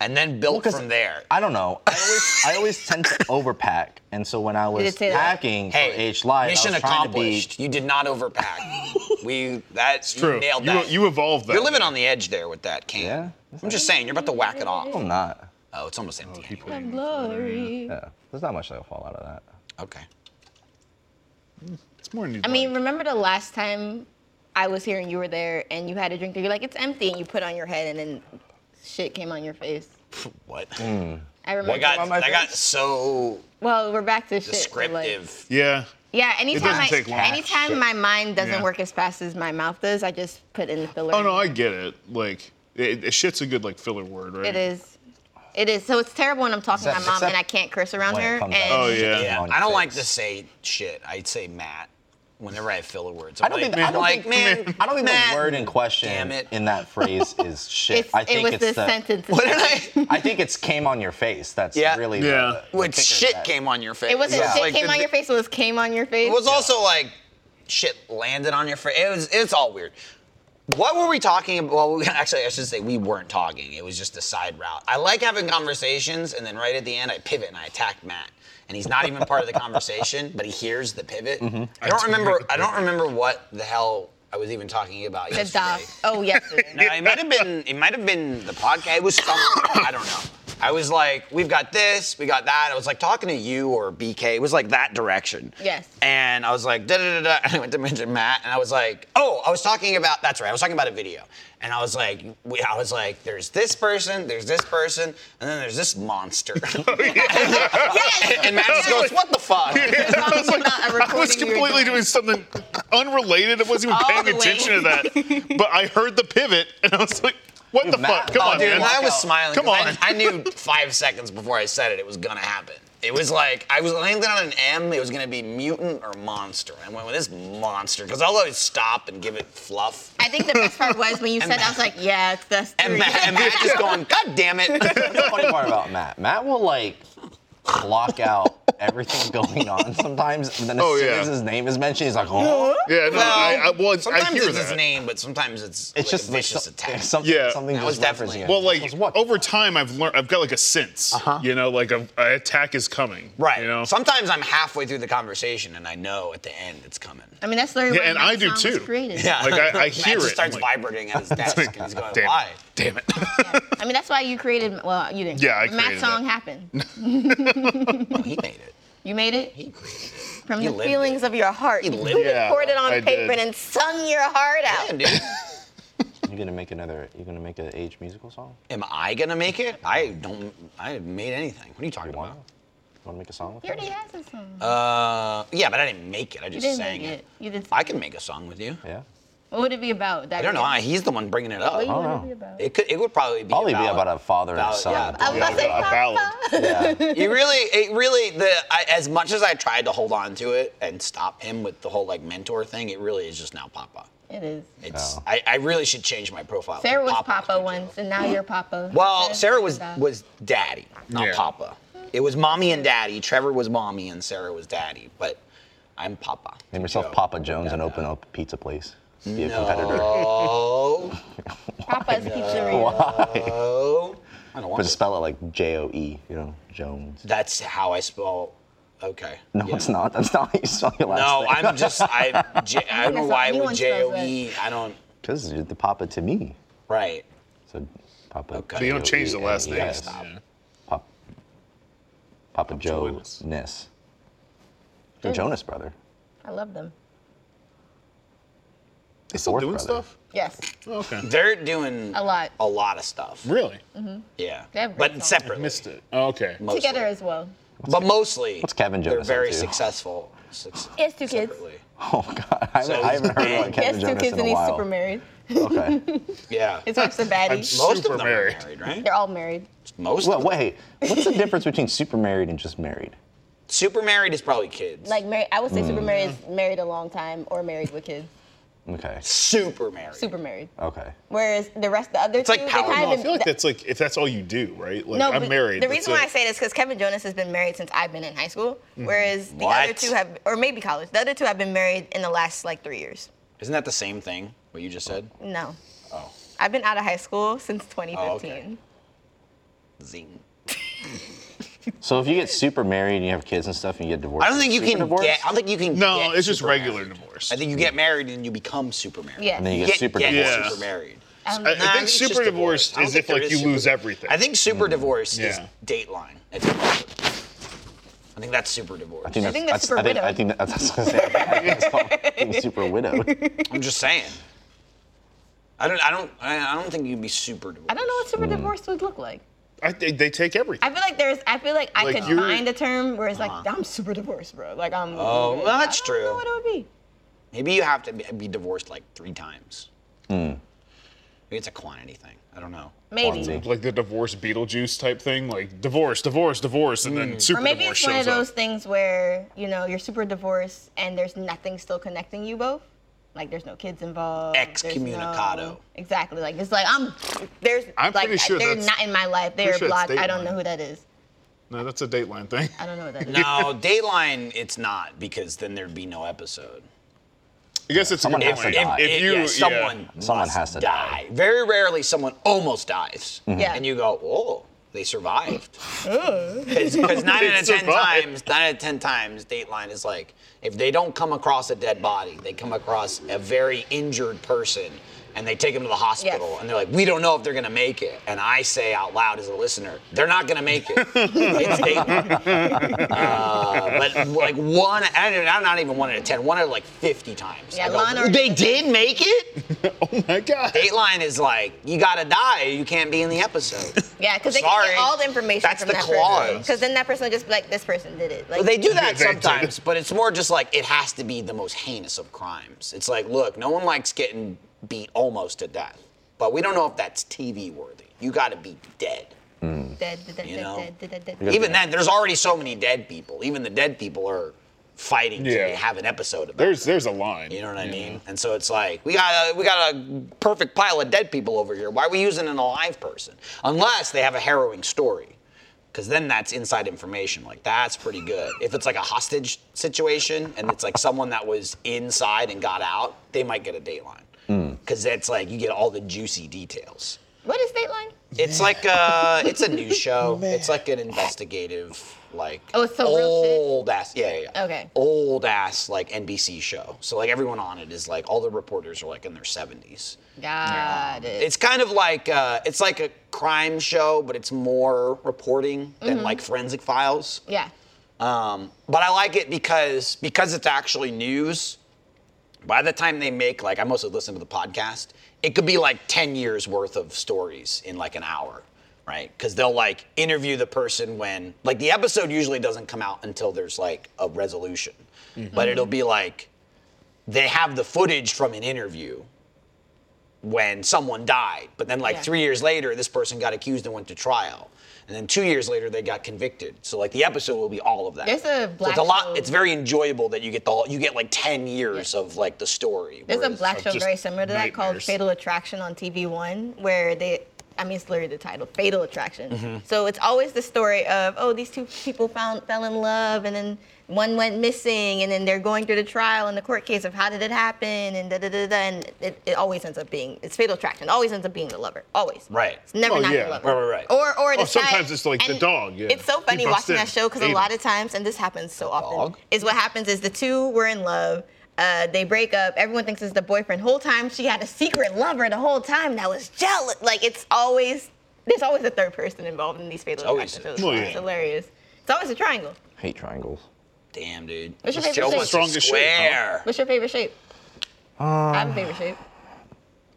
C: and then built
E: 'cause
C: from there.
E: I don't know. I always, I always tend to overpack, and so when I was
B: did say that.
E: packing
C: hey,
E: for H Live,
C: mission
E: I was trying to be.
C: accomplished. You did not overpack. we that's
D: true.
C: You nailed
D: You-
C: that.
D: you evolved that.
C: You're living on the edge there with that, Cam.
E: Yeah.
C: I'm just saying, you're about to whack it off.
E: I'm not.
C: Oh, it's almost empty.
D: He
C: anyway.
D: put in-
B: Glory.
E: Yeah, there's not much that'll fall out of that.
C: Okay.
D: It's more than you
B: I mean, remember the last time I was here and you were there and you had a drink and you're like, it's empty, and you put it on your head and then shit came on your face.
C: What?
B: I remember.
C: I got,
E: on my
C: I got
E: face?
C: so
B: well, we're back to shit. so, like-
C: descriptive.
D: yeah.
B: yeah, anytime,
D: doesn't
B: I,
D: take long.
B: anytime
E: Shit.
B: my mind doesn't
D: Yeah.
B: work as fast as my mouth does, I just put in the filler.
D: Oh no, I get it. Like, it, it- shit's a good like filler word, right?
B: It is. It is. So it's terrible when I'm talking to my
E: Except-
B: mom and
E: except
B: I can't curse around
E: when it
B: her.
E: comes
B: and-
E: out.
D: Oh yeah.
C: Yeah,
E: on your
C: I don't like
E: face.
C: to say shit. I'd say Matt whenever I have filler words. I'm
E: I don't
C: like,
E: think. I
C: I'm
E: don't
C: like,
E: think.
C: man.
E: I don't think
C: Matt,
E: the word in
C: damn
E: question
C: it.
E: in that phrase is shit.
B: It's,
E: I think
B: it was
E: it's
B: this
E: the,
B: sentence.
C: What did I?
E: I think it's came on your face. That's
C: Yeah.
E: really The,
D: Yeah.
E: the
C: When
E: kicker
C: shit
E: that-
C: came on your face.
B: It wasn't
E: Yeah.
B: shit
C: Like,
B: came on
C: it-
B: your face. It was came on your face.
C: It was also like shit landed on your face. It was. It's all weird. What were we talking about? Well, we- actually, I should say we weren't talking. It was just a side route. I like having conversations, and then right at the end, I pivot and I attack Matt, and he's not even part of the conversation, but he hears the pivot. I don't remember. I don't remember what the hell I was even talking about
B: the
C: yesterday.
B: doc. Oh, yesterday.
C: No, it might have been. It might have been the podcast. It was something. I don't know. I was like, we've got this, we got that. I was like talking to you or BK. It was like that direction.
B: Yes.
C: And I was like, da da da da. And I went to mention Matt, and I was like, oh, I was talking about. That's right. I was talking about a video, and I was like, we, I was like, there's this person, there's this person, and then there's this monster.
D: Oh,
B: yeah.
C: and Matt just goes, what the fuck?
D: I was, like,
B: About a recording
D: I was
B: we were
D: completely
B: doing.
D: doing something unrelated. I wasn't even
B: All
D: paying
B: the way.
D: attention to that. But I heard the pivot, and I was like, "What the
E: Matt-
D: fuck? Come
E: oh,
D: on,
C: Dude,
D: man!"
C: and I was smiling.
D: Come
C: 'cause I-
D: on.
C: I, knew five seconds before I said it, it was gonna happen. It was like I was landing on an M. It was gonna be mutant or monster. I went with this monster because I'll always stop and give it fluff.
B: I think the best part was when you said, that, I was like, yeah, it's that's
C: And
B: three.
C: Matt, and Matt just going, God damn it!
E: funny part about Matt. Matt will like clock out everything going on sometimes, and then as
D: Oh,
E: soon
D: yeah.
E: as his name is mentioned, he's like, oh.
D: yeah, no, I, I, well, it's- I
C: sometimes
D: hear
C: it's
D: that.
C: his name, but sometimes it's,
E: It's just like
C: vicious
E: so-
C: attack.
E: Something,
D: Yeah.
E: something
C: That
E: just
C: was definitely-
E: referencing it.
D: Well, like
E: It's what?
D: over time, I've learned. I've got like a sense. You know, like a, a attack is coming.
C: Uh-huh. right.
D: You know.
C: Sometimes I'm halfway through the conversation and I know at the end it's coming.
B: I mean, that's literally
D: Yeah,
B: why
D: and
B: that
D: I do
B: song was
D: too.
B: created.
C: Yeah.
D: Like, I- I
C: Matt
D: hear
C: just
D: it.
C: starts
D: I'm like-
C: vibrating at his desk and he's going,
D: Damn it.
C: Why?
D: Damn it.
B: I mean, that's why you created. Well, you didn't.
D: Yeah, I
B: Matt's
D: created
B: song
D: that.
B: happened.
C: No, he made it.
B: You made it
C: He created it.
B: from
C: He
B: the
C: lived
B: feelings
C: it.
B: of your heart. You
C: lived it.
D: Yeah,
B: recorded on
D: I
B: paper
D: did.
B: and sung your heart
C: Yeah,
B: out.
C: dude.
E: you gonna make another? You gonna make an age musical song?
C: Am I gonna make it? I don't. I haven't made anything. What are you talking
E: You wanna?
C: about?
E: You wanna make a song with
B: He
E: it?
B: already has a song.
C: Uh, yeah, but I didn't make it. I
B: you
C: just
B: didn't
C: sang
B: make
C: it.
B: it. You did.
C: I can make a song with you.
E: Yeah.
B: What would it be about? That
C: I don't know. I, he's the one bringing it
B: What
C: up.
B: would it
E: know.
B: be about?
C: It could. It would probably be.
E: Probably be
C: about
E: about a father and a
C: Ballad,
E: son.
C: yeah.
B: I was about to say,
D: A ballad.
E: Yeah.
C: You really, it really, the I, as much as I tried to hold on to it and stop him with the whole like mentor thing, it really is just now Papa.
B: It is.
C: It's.
E: Oh.
C: I, I really should change my profile. to
B: Sarah was
C: Papa.
B: Papa once, and now you're Papa.
C: Well,
B: Sarah's
C: Sarah was
B: Papa.
C: was daddy, not
D: Yeah.
C: Papa. It was mommy and daddy. Trevor was mommy and Sarah was daddy, but I'm Papa.
E: Name yourself Papa Jones and open up a pizza place. Be a competitor.
C: Oh,
B: Papa's Pizzeria.
C: oh. I don't want
E: But
C: to
E: spell it like J O E, you know, Jones.
C: That's how I spell. Okay.
E: No,
C: Yeah.
E: it's not. That's not how you spell your last
C: No,
E: name.
C: I'm just I. J, I don't know why I
B: That's how
C: would
B: anyone
C: J
B: spells
C: O E. I don't.
E: Because you're the Papa to me.
C: Right.
E: So Papa. E
C: Okay.
D: So you don't change the last name.
E: J-O-E-N-E-S.
C: Stop.
E: Pop, Papa Joe
D: Jonas.
E: Ness. You're Jonas brother.
B: I love them.
D: They still
E: Fourth
D: doing
E: brother.
D: stuff?
B: Yes,
D: Oh, okay.
C: They're doing
B: a lot.
C: a lot of stuff.
D: Really?
B: Mm-hmm.
C: Yeah.
B: They have great
C: But
B: songs.
C: separately.
D: Missed it. Oh, okay.
C: mostly.
B: Together as well.
C: But mostly.
E: what's Kevin
C: They're
E: Jonas up
C: very
E: to?
C: successful. Suc-
B: He has two kids.
C: separately.
E: Oh God, I haven't,
C: So
E: I haven't heard about
C: he's
B: He has
E: Kevin
B: two
E: Jonas
B: kids,
E: in
B: and
E: a
B: he's
E: while.
B: super married.
E: Okay.
C: Yeah.
B: His wife's a
D: I'm
B: baddie.
C: Most
D: super
C: of them
D: married.
C: are married, right?
B: They're all married.
C: Most.
E: well,
C: of them.
E: wait. What's the difference between super married and just married?
C: Super married is probably kids.
B: Like married, I would say super married is married a long time or married with kids.
E: Okay.
C: super married.
B: Super married.
E: Okay.
B: Whereas the rest, the other
C: like
B: two,
C: power
B: kind
D: No,
B: of
D: I
B: been-
D: feel like
B: th-
D: that's like if that's all you do, right? Like I'm
B: but
D: married.
B: The
D: that's
B: reason why
D: it.
B: I say this because Kevin Jonas has been married since I've been in high school, whereas the other
C: What?
B: two have, or maybe college. The other two have been married in the last like three years.
C: Isn't that the same thing? What you just said?
B: No,
C: Oh.
B: I've been out of high school since 2015.
C: Zing.
E: So if you get super married and you have kids and stuff and you get divorced,
C: I don't think you
E: super
C: can
E: divorced?
C: get. I don't think you can.
D: No,
C: get
D: it's just
C: super
D: regular
C: married.
D: divorce.
C: I think you get married and you become super married.
B: Yes.
E: And then you
C: You
E: get,
C: get,
E: super
C: get
E: divorced.
D: divorced.
C: super married.
B: Um,
D: I, I
B: Nah,
D: think
C: it's
D: super
C: just
D: divorce
C: I don't
D: is
C: think
D: if
C: there
D: like
C: is
D: you
C: super
D: lose
C: divorce.
D: everything.
C: I think super
E: Mm-hmm.
C: divorce is
D: Yeah.
C: Dateline. It's I think that's super divorce.
E: I think
B: I
E: that's,
B: think that's
E: I think,
B: super
E: I think that- that's what I was gonna say. I think it's called being super widowed.
C: I'm just saying. I don't. I don't. I I don't think you'd be super divorced.
B: I don't know what super divorce would look like.
D: I think they take everything.
B: I feel like there's, I feel like I
D: Like
B: could
D: you're- Uh-huh.
B: find a term where it's like I'm super divorced, bro. Like I'm.
C: Oh, well, that's
B: I don't
C: true.
B: know what it would be.
C: Maybe you have to be, be divorced like three times. Maybe it's a quantity thing. I don't know.
B: Maybe.
E: Fonzie.
D: like the divorce Beetlejuice type thing, like divorce, divorce, divorce, and then super
B: Or maybe
D: divorce
B: it's one
D: shows
B: of those
D: up.
B: things where, you know, you're super divorced and there's nothing still connecting you both. Like there's no kids involved. there's
C: Excommunicado.
B: No, exactly. Like it's like I'm there's
D: I'm
B: like
D: pretty sure
B: they're
D: that's-
B: not in my life. They're
D: pretty sure that's
B: blocked. I don't
D: Dateline.
B: know who that is.
D: No, that's a Dateline thing.
B: I don't know what that is.
C: No, Dateline. It's not because then there'd be no episode.
D: I guess it's
E: Someone
D: a good
E: has to
D: point.
E: die.
D: If,
C: It-
D: you,
C: yeah,
D: yeah.
C: someone,
E: Someone
C: must
E: has to die. Mm-hmm.
C: Very rarely, someone almost dies,
B: Yeah.
C: and you go, "Oh, they survived." Because nine out of ten
D: survived.
C: times, nine out of ten times, Dateline is like, if they don't come across a dead body, they come across a very injured person and they take him to the hospital
B: Yes.
C: and they're like, we don't know if they're gonna make it. And I say out loud as a listener, they're not gonna make it. it's Dayton. Uh, but like one, I don't, I'm not even one out of ten, one out of like 50 times.
B: Yeah,
C: I go,
B: Lana-
C: they did make it?
D: Oh my god.
C: Dateline is like, you gotta die, you can't be in the episode.
B: Yeah, because they
C: Sorry.
B: can get all the information
C: That's
B: from
C: the
B: that person.
C: clause.
B: Because then that person would just be like, this person did it. Like,
C: But they do that
D: They do.
C: sometimes, but it's more just like it has to be the most heinous of crimes. It's like, look, no one likes getting beat almost to death, but we don't know if that's TV worthy. You got to be dead.
B: Dead, dead, dead,
C: You
B: dead,
C: know?
B: dead, dead, dead, dead.
C: Even then, there's already so many dead people. Even the dead people are fighting
D: Yeah.
C: to have an episode about.
D: There's
C: it.
D: there's a line.
C: You know what I mean? And so it's like we got a we got a perfect pile of dead people over here. Why are we using an alive person? Unless they have a harrowing story, because then that's inside information. Like that's pretty good. If it's like a hostage situation and it's like someone that was inside and got out, they might get a dateline. Because that's like you get all the juicy details.
B: What is Dateline?
C: It's like a, it's a news show. It's like an investigative, like
B: Oh, it's so real shit?
C: old ass, yeah, yeah, yeah.
B: Okay.
C: old ass like NBC show. So like everyone on it is like all the reporters are like in their seventies.
B: Got it.
C: It's kind of like uh, it's like a crime show, but it's more reporting than like Forensic Files.
B: Mm-hmm. yeah.
C: Um, but I like it because because it's actually news. By the time they make like I mostly listen to the podcast, it could be like ten years worth of stories in like an hour, right? Because they'll like interview the person when like the episode usually doesn't come out until there's like a resolution,
B: Mm-hmm.
C: but it'll be like they have the footage from an interview when someone died. But then, like
B: Yeah.
C: three years later, this person got accused and went to trial. And then two years later, they got convicted. So like the episode will be all of that.
B: There's a
C: so
B: black
C: it's a lot.
B: show-
C: It's very enjoyable that you get the whole, you get like ten years of like the story.
B: There's a
C: whereas-
B: black show
D: just
B: very similar to that called
D: nightmares.
B: Fatal Attraction on TV One, where they, I mean, it's literally the title, Fatal Attraction.
D: Mm-hmm.
B: So it's always the story of, oh, these two people found, fell in love, and then one went missing, and then they're going through the trial and the court case of how did it happen, and da da da da, and it, it always ends up being, it's Fatal Attraction, always ends up being the lover, always.
C: Right.
B: It's never
D: Oh,
B: not
D: yeah.
B: the lover.
C: Right, right, right.
B: Or or the
D: Oh, sometimes
B: side-
D: it's like the
B: and
D: dog, yeah.
B: It's so
D: He
B: funny
D: busts
B: watching
D: in,
B: that show because a
D: ate him.
B: lot of times, and this happens so often,
C: dog?
B: is what happens is the two were in love. Uh, they break up. Everyone thinks it's the boyfriend. Whole time she had a secret lover the whole time that was jealous. Like it's always there's always a third person involved in these fatal
C: always
B: attraction
C: a
B: shows. It's
D: triangle.
B: hilarious. It's always a triangle.
E: Hate triangles.
C: Damn, dude.
B: What's your
C: This
B: favorite
C: show
B: thing?
C: was
D: Strongest shape, huh?
C: square.
B: What's your favorite shape? I have a favorite shape.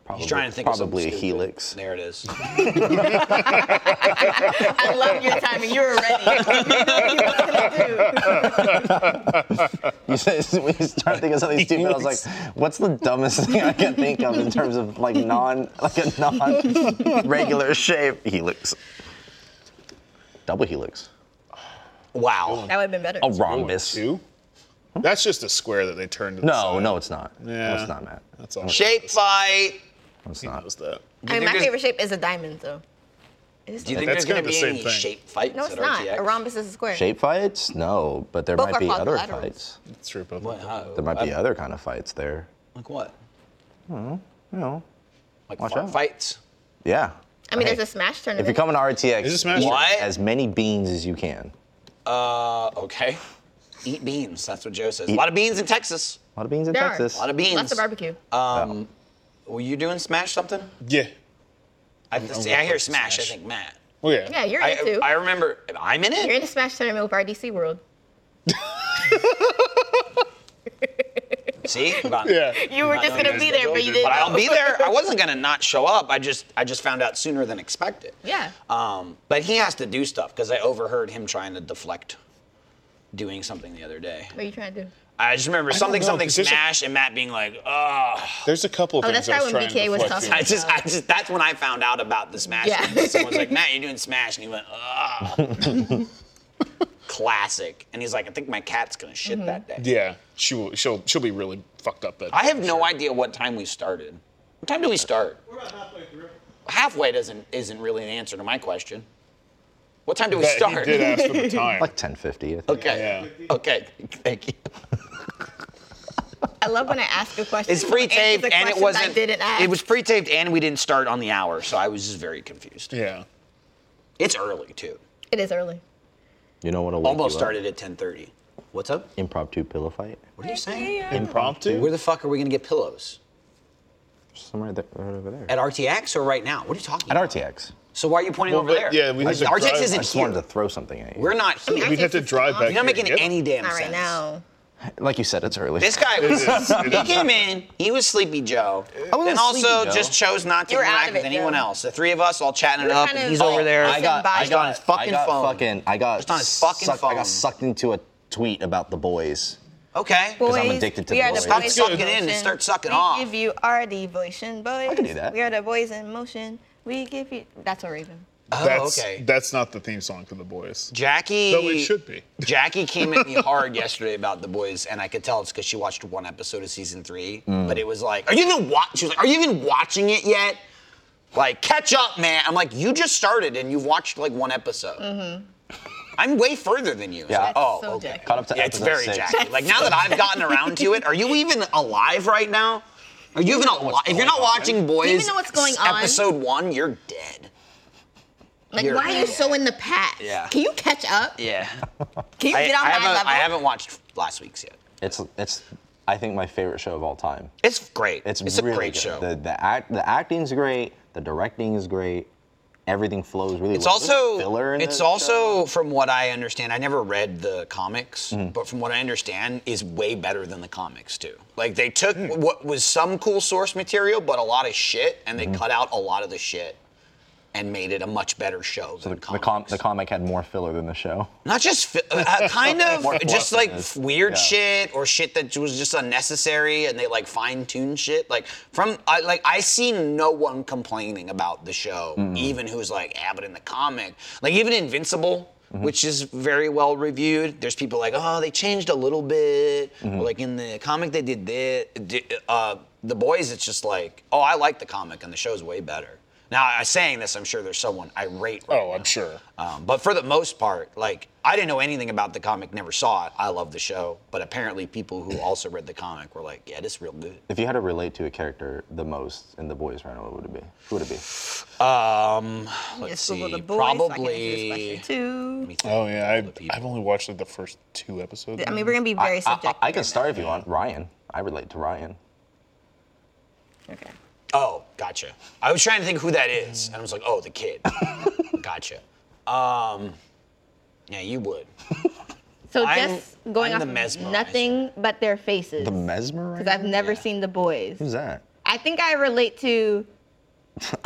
E: Probably,
C: He's trying to think of
E: probably
C: something
E: a
C: stupid.
E: helix.
C: There it is.
B: I love your timing. You were ready. You know what to do.
E: You said when you start thinking of something stupid, I was like, "What's the dumbest thing I can think of in terms of like non, like a non-regular shape helix, double helix,
C: Wow.
B: That would have been better.
E: a rhombus."
D: Two? That's just a square that they turned to the
E: No,
D: side.
E: no, it's not.
D: Yeah.
E: No, it's not, Matt.
D: That's all.
C: Shape fight.
E: No, It's
D: He
E: not.
D: knows that.
B: I mean,
C: think
B: my
C: there's-
B: favorite shape is a diamond, though.
C: Do you think
D: That's
C: there's gonna
D: kinda
C: be
D: the
C: any
D: same thing.
C: shape fights
B: No, it's
C: at
B: not.
C: RTX?
B: A rhombus is a square.
E: Shape fights? No, but there
B: Both
E: might
B: are
E: be
B: called
E: other
B: laterals.
E: fights.
D: It's true, but
C: What, huh?
E: There might be
C: Uh,
E: other kind of fights there.
C: Like what?
E: You know.
C: Like
E: Watch
C: fart
E: out.
C: fights.
E: Yeah.
B: I mean,
E: Hey,
B: there's a smash tournament.
E: If you're coming to RTX,
D: Is it Smash
E: eat
C: What?
E: as many beans as you can.
C: Uh, okay. Eat beans. That's what Joe says. A lot of beans in Texas.
E: A lot of beans in
B: There are.
E: Texas.
C: A lot of beans.
B: Lots of barbecue.
C: Um, were you doing smash something?
D: yeah.
C: I, see, I hear
D: with
C: smash, I
D: Smash.
C: think Matt.
D: Well, yeah.
B: yeah, you're in it
C: I,
B: too.
C: I remember. I'm in
B: you're
C: it.
B: in a smash tournament with RDC World.
C: See, But-
D: Yeah.
B: You were just
C: knowing
B: gonna
C: you
B: be
C: guys
B: there,
D: go
B: but
D: do
B: you
D: that.
B: didn't.
C: But
B: know.
C: I'll be there. I wasn't gonna not show up. I just I just found out sooner than expected.
B: Yeah.
C: Um, but he has to do stuff because I overheard him trying to deflect doing something the other day.
B: What are you trying to do?
C: I just remember
D: don't
C: something
D: know,
C: something
D: 'cause there's a-
C: smash and Matt being like, oh.
D: There's a couple of
B: Oh,
D: things
B: that's
D: I was
B: why
D: trying
B: when
D: to
B: BK was
D: deflect
B: talking
D: to.
C: I just, I just, that's when I found out about the Smash.
B: Yeah.
C: thing. Someone's like, Matt, you're doing Smash. And he went, ah. Classic. And he's like, I think my cat's going to shit
B: Mm-hmm.
C: that day.
D: Yeah. She will, she'll, she'll be really fucked up. That
C: I have no idea what time we started. What time do we start? We're about halfway through. Halfway doesn't, isn't really an answer to my question. What time do we
D: But
C: start?
D: He did ask for the time.
E: Like 1050, I think.
C: okay. Okay. Thank you.
B: I love when I ask a question.
C: It's
B: and
C: pre-taped
B: answer the
C: and it
B: questions
C: wasn't.
B: I didn't ask.
C: It was pre-taped and we didn't start on the hour, so I was just very confused.
D: yeah.
C: It's early too.
B: It is early.
E: You know what'll wake you
C: Almost
E: up?
C: started at 10:30. What's up?
E: Impromptu pillow fight.
C: What are you saying?
D: Impromptu?
C: Where the fuck are we gonna get pillows?
E: Somewhere there, right over there.
C: At RTX or right now? What are you talking
E: At
C: about?
E: RTX.
C: So why are you pointing
D: Well,
C: over
D: but,
C: there?
D: yeah, we need to
C: RTX
D: drive- I
E: I
C: isn't
E: just wanted to
C: here.
E: throw something at you.
C: We're not here.
D: We'd have to drive back.
B: You're
C: You're not
D: here and
C: making
D: get it.
C: any damn
B: Not
C: sense.
B: right now.
E: like you said, it's early.
C: This guy
D: It
C: was.
D: is, it
C: He
D: is.
C: came in. He was Sleepy Joe,
E: wasn't
C: and also
E: Sleepy Joe.
C: just chose not to
B: You were out
C: interact
B: of
C: with
B: it,
C: anyone
B: Joe.
C: else. The three of us all chatting it
B: We're
C: up,
B: kind
C: and
B: of
C: he's over there.
E: I got, I
B: Just
E: got
C: on his fucking
E: I got
C: phone.
E: Fucking, I got
C: Just on his fucking
E: sucked, I
C: phone.
E: got sucked into a tweet about the boys.
C: Okay.
B: Boys,
E: addicted to
B: we
E: the
B: are
E: boys.
B: the
E: Stop
B: boys
C: sucking
B: in
C: in and
B: motion.
C: start sucking
B: we
C: off.
B: give you our devotion, boys.
E: can do that.
B: We are the boys in motion. We give you. That's a Raven.
C: Oh,
D: That's,
C: okay.
D: that's not the theme song for the boys.
C: Jackie.
D: Though it should be.
C: Jackie came at me hard yesterday about the boys, and I could tell it's because she watched one episode of season three.
E: Mm.
C: But it was like, are you even watching? She was like, are you even watching it yet? Like, catch up, man. I'm like, you just started and you've watched like one episode. I'm way further than you. It's
E: Yeah.
C: like,
E: That's
C: oh,
B: Mm-hmm. so
C: okay.
B: Jackie.
E: Caught up to
C: yeah, it's
E: episode
C: very
E: six.
C: Jackie. Like now that I've gotten around to it, are you even alive right now? Are you even alive? If you're not watching Boys,
B: even know what's going on?
C: episode one, you're dead.
B: Like,
C: You're-
B: why are you so in the past?
C: Yeah.
B: Can you catch up?
C: Yeah.
B: Can you
C: I,
B: get on my
C: I haven't,
B: level?
C: I haven't watched last week's yet.
E: It's, it's, I think my favorite show of all time.
C: It's great. It's,
E: It's, really
C: a great
E: good.
C: show.
E: The, the act, the acting's great. The directing is great. Everything flows really
C: it's
E: well. There's
C: also
E: filler in
C: it's
E: the show.
C: also from what I understand. I never read the comics,
E: Mm-hmm.
C: but from what I understand, is way better than the comics too. Like they took
E: Hmm.
C: what was some cool source material, but a lot of shit, and
E: Mm-hmm.
C: they cut out a lot of the shit and made it a much better show than
E: the,
C: the,
E: the,
C: comics.
E: com- the comic had more filler than the show.
C: Not just fi- uh, kind of
E: More
C: just like
E: fluff than this.
C: weird
E: Yeah.
C: shit or shit that was just unnecessary, and they like fine tune shit. Like from I, like I see no one complaining about the show,
E: Mm-hmm.
C: even who's like, yeah, but in the comic, like even Invincible.
E: Mm-hmm.
C: Which is very well reviewed. There's people like, oh, they changed a little bit.
E: Mm-hmm.
C: Or like in the comic, they did this. di- Uh, the boys, it's just like, oh, I like the comic, and the show's way better. Now, I'm saying this, I'm sure there's someone irate. Right
D: Oh,
C: now.
D: I'm sure.
C: Um, but for the most part, like I didn't know anything about the comic, never saw it. I love the show, but apparently people who also read the comic were like, "Yeah, this is real good."
E: If you had to relate to a character the most in The Boys right now, what would it be? Who would it be?
C: Um, let's
B: Just Google
C: see,
B: the boys, So I, can answer
C: probably.
B: this question too.
D: Oh yeah,
C: the
D: I've,
C: people.
D: I've only watched like the first two episodes.
B: I mean, we're gonna be very
E: I,
B: subjective.
E: I, I can
B: right
E: start if you want. Ryan. I relate to Ryan.
B: now. Okay.
C: Oh, gotcha. I was trying to think who that is, and I was like, "Oh, the kid." gotcha. Um, yeah, you would.
B: So
C: I'm-
B: just going
C: I'm
B: off
C: the
B: of
C: mesmerizer.
B: nothing but their faces.
E: The mesmerizer?
B: Because I've never
C: Yeah.
B: seen the boys.
E: Who's that?
B: I think I relate to.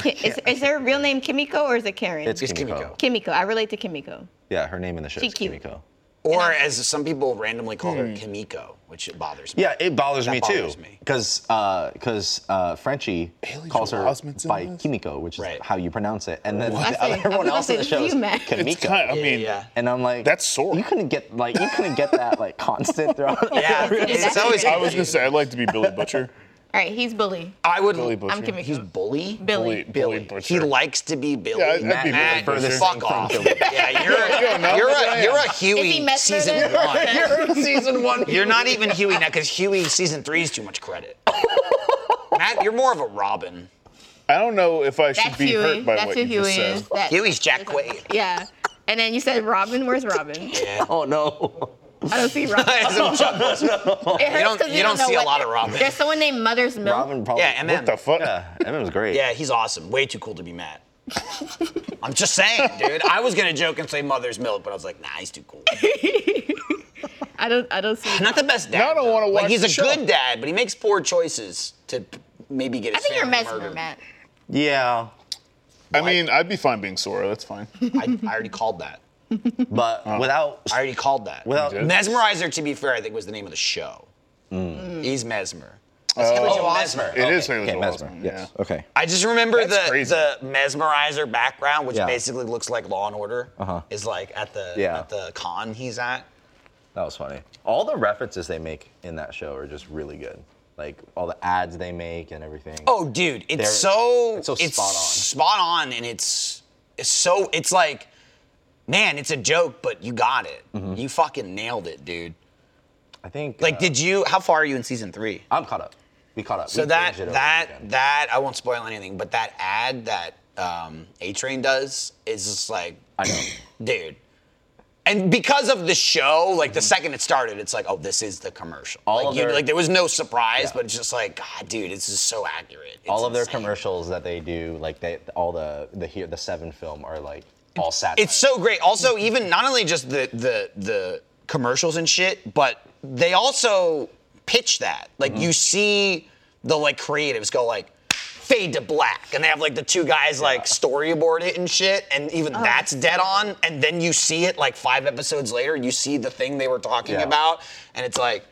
B: Is, is her real name Kimiko or is it Karen?
E: It's,
C: It's
E: Kimiko.
C: Kimiko.
B: Kimiko. I relate to Kimiko.
E: Yeah, her name in the show
B: She
E: is
B: cute.
E: Kimiko.
C: Or as some people randomly call
B: Hmm.
C: her, Kimiko, which it bothers me.
E: Yeah, it bothers
C: That
E: me
C: bothers
E: too.
C: me.
E: Because because uh, Frenchie
D: Haley
E: calls her
D: Joel Osment's in
E: by
D: this?
E: Kimiko, which is
C: Right.
E: how you pronounce it, and then
B: I say-
E: the-
B: I
E: everyone
B: was
E: else in
B: gonna
E: the
B: say,
E: show is
B: you mad?
D: it's
E: Kimiko.
D: kind. I mean,
C: yeah.
E: and I'm like,
D: That's sore.
E: You couldn't get like you couldn't get that like constant throughout.
C: Yeah,
B: Yeah,
C: it's
B: that's
C: always.
B: great.
D: I was gonna say I'd like to be Billy Butcher.
B: All right, he's Bully.
C: I would.
D: Billy Butcher.
B: I'm Kimiko.
C: He's bully.
B: Billy.
D: Billy, Billy Butcher.
C: He likes to be Billy.
D: Yeah, I'd- I'd be
C: Matt,
D: Billy Butcher.
C: fuck off. yeah, you're,
D: don't know
C: you're,
D: what I
C: a,
D: am.
C: you're a Huey
B: Is he Mesmer
C: season
B: then?
C: one.
E: You're season one.
C: You're not even Huey now, because Huey season three is too much credit. Matt, you're more of a Robin.
D: I don't know if I should
B: That's
D: be
B: Huey.
D: hurt by
B: That's
D: what
B: who
D: you
B: Huey
D: just said.
B: is. That-
C: Huey's Jack Quaid.
B: Yeah. And then you said Robin. Where's Robin?
E: Oh no.
B: I don't see Robin.
C: That's some Chuck Wilson.
B: It hurts
C: You don't-
B: 'cause
C: you don't
B: know
C: see a
B: what-
C: lot of Robin.
B: There's someone named Mother's Milk.
E: Robin probably.
C: Yeah, and
D: What the fuck?
E: Yeah, Evan was great.
C: Yeah, he's awesome. Way too cool to be Matt. I'm just saying, dude. I was gonna joke and say mother's milk, but I was like, nah, he's too cool.
B: I don't. I don't see.
C: Not the best dad.
D: Now I don't
C: though.
D: wanna
C: Like
D: watch
C: he's
D: the
C: a
D: show.
C: good dad, but he makes poor choices to p- maybe get
B: I
C: his
B: think you're
C: family
B: Mesmer,
C: murdered.
B: Matt.
E: Yeah,
D: I mean, I'd be fine being Sora. That's fine.
C: I, I already called that.
E: but
D: Uh,
E: without.
C: I already called that.
E: Without- You did?
C: Mesmerizer, to be fair, I think was the name of the show. He's Mesmer. It's Haley Joel Osment.
D: Mm. Oh. Uh, It is Haley
E: Okay,
D: Joel
E: Mesmer.
D: Osment,
E: Yes.
D: yeah.
E: Okay.
C: I just remember
D: That's
C: the
D: crazy.
C: the Mesmerizer background, which
E: Yeah. Uh-huh.
C: basically looks like Law and Order, is like at the
E: Yeah.
C: at the con he's at.
E: That was funny. All the references they make in that show are just really good. Like all the ads they make and everything.
C: Oh, dude, it's
E: They're-
C: so
E: it's so spot on.
C: spot on, and it's it's so it's like, man, it's a joke, but you got it.
E: Mm-hmm.
C: You fucking nailed it, dude.
E: Uh, I think.
C: Like,
E: uh,
C: did you? How far are you in season three?
E: I'm caught up. We caught up.
C: So
E: We
C: that
E: binged it over
C: that
E: the weekend.
C: that I won't spoil anything, but that ad that um, A Train does is just like,
E: I know.
C: dude. And because of the show, like the second it started, it's like, oh, this is the commercial.
E: Mm-hmm. All
C: like,
E: of
C: you-
E: their-
C: like, there was no surprise,
E: Yeah.
C: but it's just like, God, dude, it's just so accurate. It's
E: all of their
C: insane.
E: commercials that they do, like they all the the here the seven film are like all satire.
C: It's so great. Also, even not only just the the the commercials and shit, but they also pitch that. Like you see the like creatives go like fade to black and they have like the two guys like storyboard it and shit and even that's dead on and then you see it like 5 episodes later you see the thing they were talking
E: Yeah.
C: about and it's like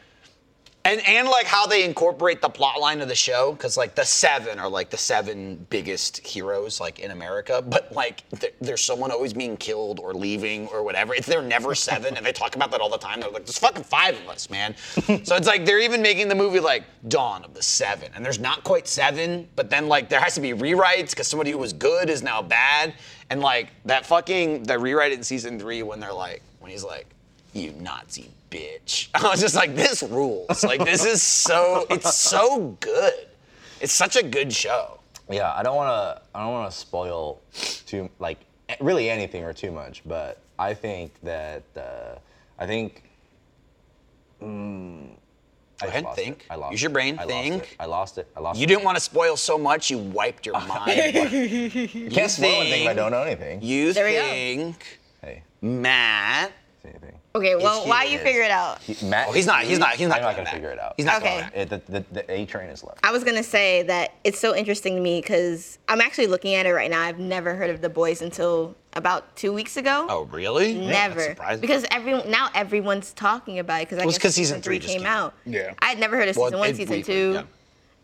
C: and and like how they incorporate the plot line of the show, because like the seven are like the seven biggest heroes like in America, but like th- there's someone always being killed or leaving or whatever. It's they're never seven, and they talk about that all the time. They're like, there's fucking five of us, man. so it's like they're even making the movie like Dawn of the Seven, and there's not quite seven, but then like there has to be rewrites because somebody who was good is now bad, and like that fucking that rewrite in season three when they're like when he's like you Nazi bitch. I was just like, this rules. Like, this is so, it's so good. It's such a good show.
E: yeah, I don't want to I don't want to spoil too like a- really anything or too much, but I think that uh, I think. Mm, I just
C: ahead,
E: lost it.
C: think.
E: I lost
C: Use your
E: it.
C: brain,
E: I lost
C: think.
E: it. I lost it. I lost
C: You
E: it.
C: didn't want to spoil so much, you wiped your mind.
E: You can't spoil anything if I
C: think-
E: don't know anything.
C: you
B: There we go.
C: think
E: Hey,
C: Matt.
E: say anything.
B: Okay, well,
C: It's
B: why
C: huge.
B: you figure it out?
E: He- Matt,
C: Oh, he's not, he's not, he's not,
E: I'm
C: going
E: not gonna
C: back.
E: figure it out.
C: He's not
B: Okay.
C: going back.
E: It, the, the, the A train is left.
B: I was gonna say that it's so interesting to me because I'm actually looking at it right now. I've never heard of The Boys until about two weeks ago.
C: Oh, really?
B: Never,
C: surprising.
B: because every now everyone's talking about it because I
C: Well, it's
B: guess
C: 'cause season three just
B: came
C: came
B: out.
C: out.
D: Yeah.
B: I had never heard of
C: Well,
B: season one,
C: it-
B: season
C: we-
B: two.
C: yeah.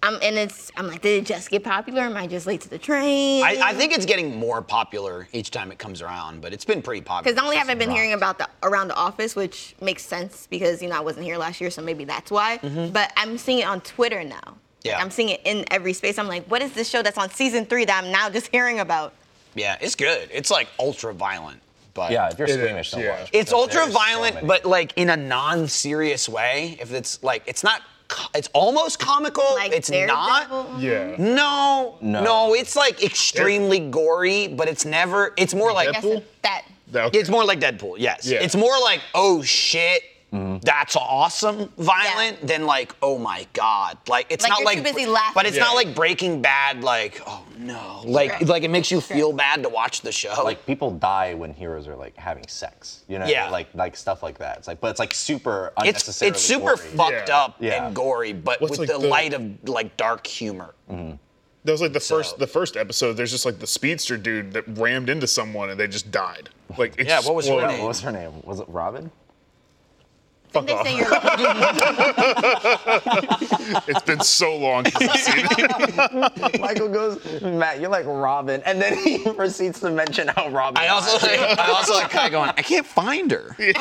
B: I'm and it's I'm like, did it just get popular? Am I just late to the train?
C: I, I think it's getting more popular each time it comes around, but it's been pretty popular.
B: Because not only have I been
E: rocked.
B: hearing about the around the office, which makes sense because you know I wasn't here last year, so maybe that's why. But I'm seeing it on Twitter now. Like,
C: Mm-hmm. Yeah.
B: I'm seeing it in every space. I'm like, what is this show that's on season three that I'm now just hearing about?
C: Yeah, it's good. It's like ultra violent, but
E: Yeah, if you're
D: It
E: squeamish,
D: is,
E: don't
D: yeah.
E: watch.
C: It's
E: because
C: ultra
E: there's so
C: violent,
E: many.
C: but like in a non-serious way. If it's like, it's not. co- It's almost comical.
B: Like
C: it's not.
B: Daredevil?
D: Yeah.
C: No, no,
E: No.
C: It's like extremely gory, but it's never. It's more like.
B: I guess it's that.
D: That- okay.
C: It's more like Deadpool. Yes.
D: Yeah.
C: It's more like oh shit.
E: Mm-hmm.
C: That's awesome, violent. Than like, oh my god, like it's
B: Like,
C: not
B: you're
C: like,
B: too busy laughing.
C: but it's not
D: Yeah.
C: like Breaking Bad. Like, oh no, like
B: Sure.
C: like it makes you feel bad to watch the show.
E: like people die when heroes are like having sex, you know?
C: Yeah.
E: Like like stuff like that. It's like, but it's like super
C: it's
E: unnecessarily.
C: it's super
E: gory.
C: fucked
D: Yeah.
C: up
E: Yeah.
C: and gory, but
D: What's
C: with
D: like
C: the,
D: the-
C: light of like dark humor.
E: Mm-hmm.
D: That was like the first
C: So-
D: the first episode. There's just like the speedster dude that rammed into someone and they just died. Like it's
C: Yeah, what was her
D: well,
E: Yeah, What was her name? Was it Robin?
D: Fuck
B: They
D: off.
B: say you're like,
D: It's been so long. since I've seen it.
E: Michael goes, Matt, you're like Robin, and then he proceeds to mention how Robin.
C: I also
E: died.
C: like, I also like kind of going, I can't find her. Yeah,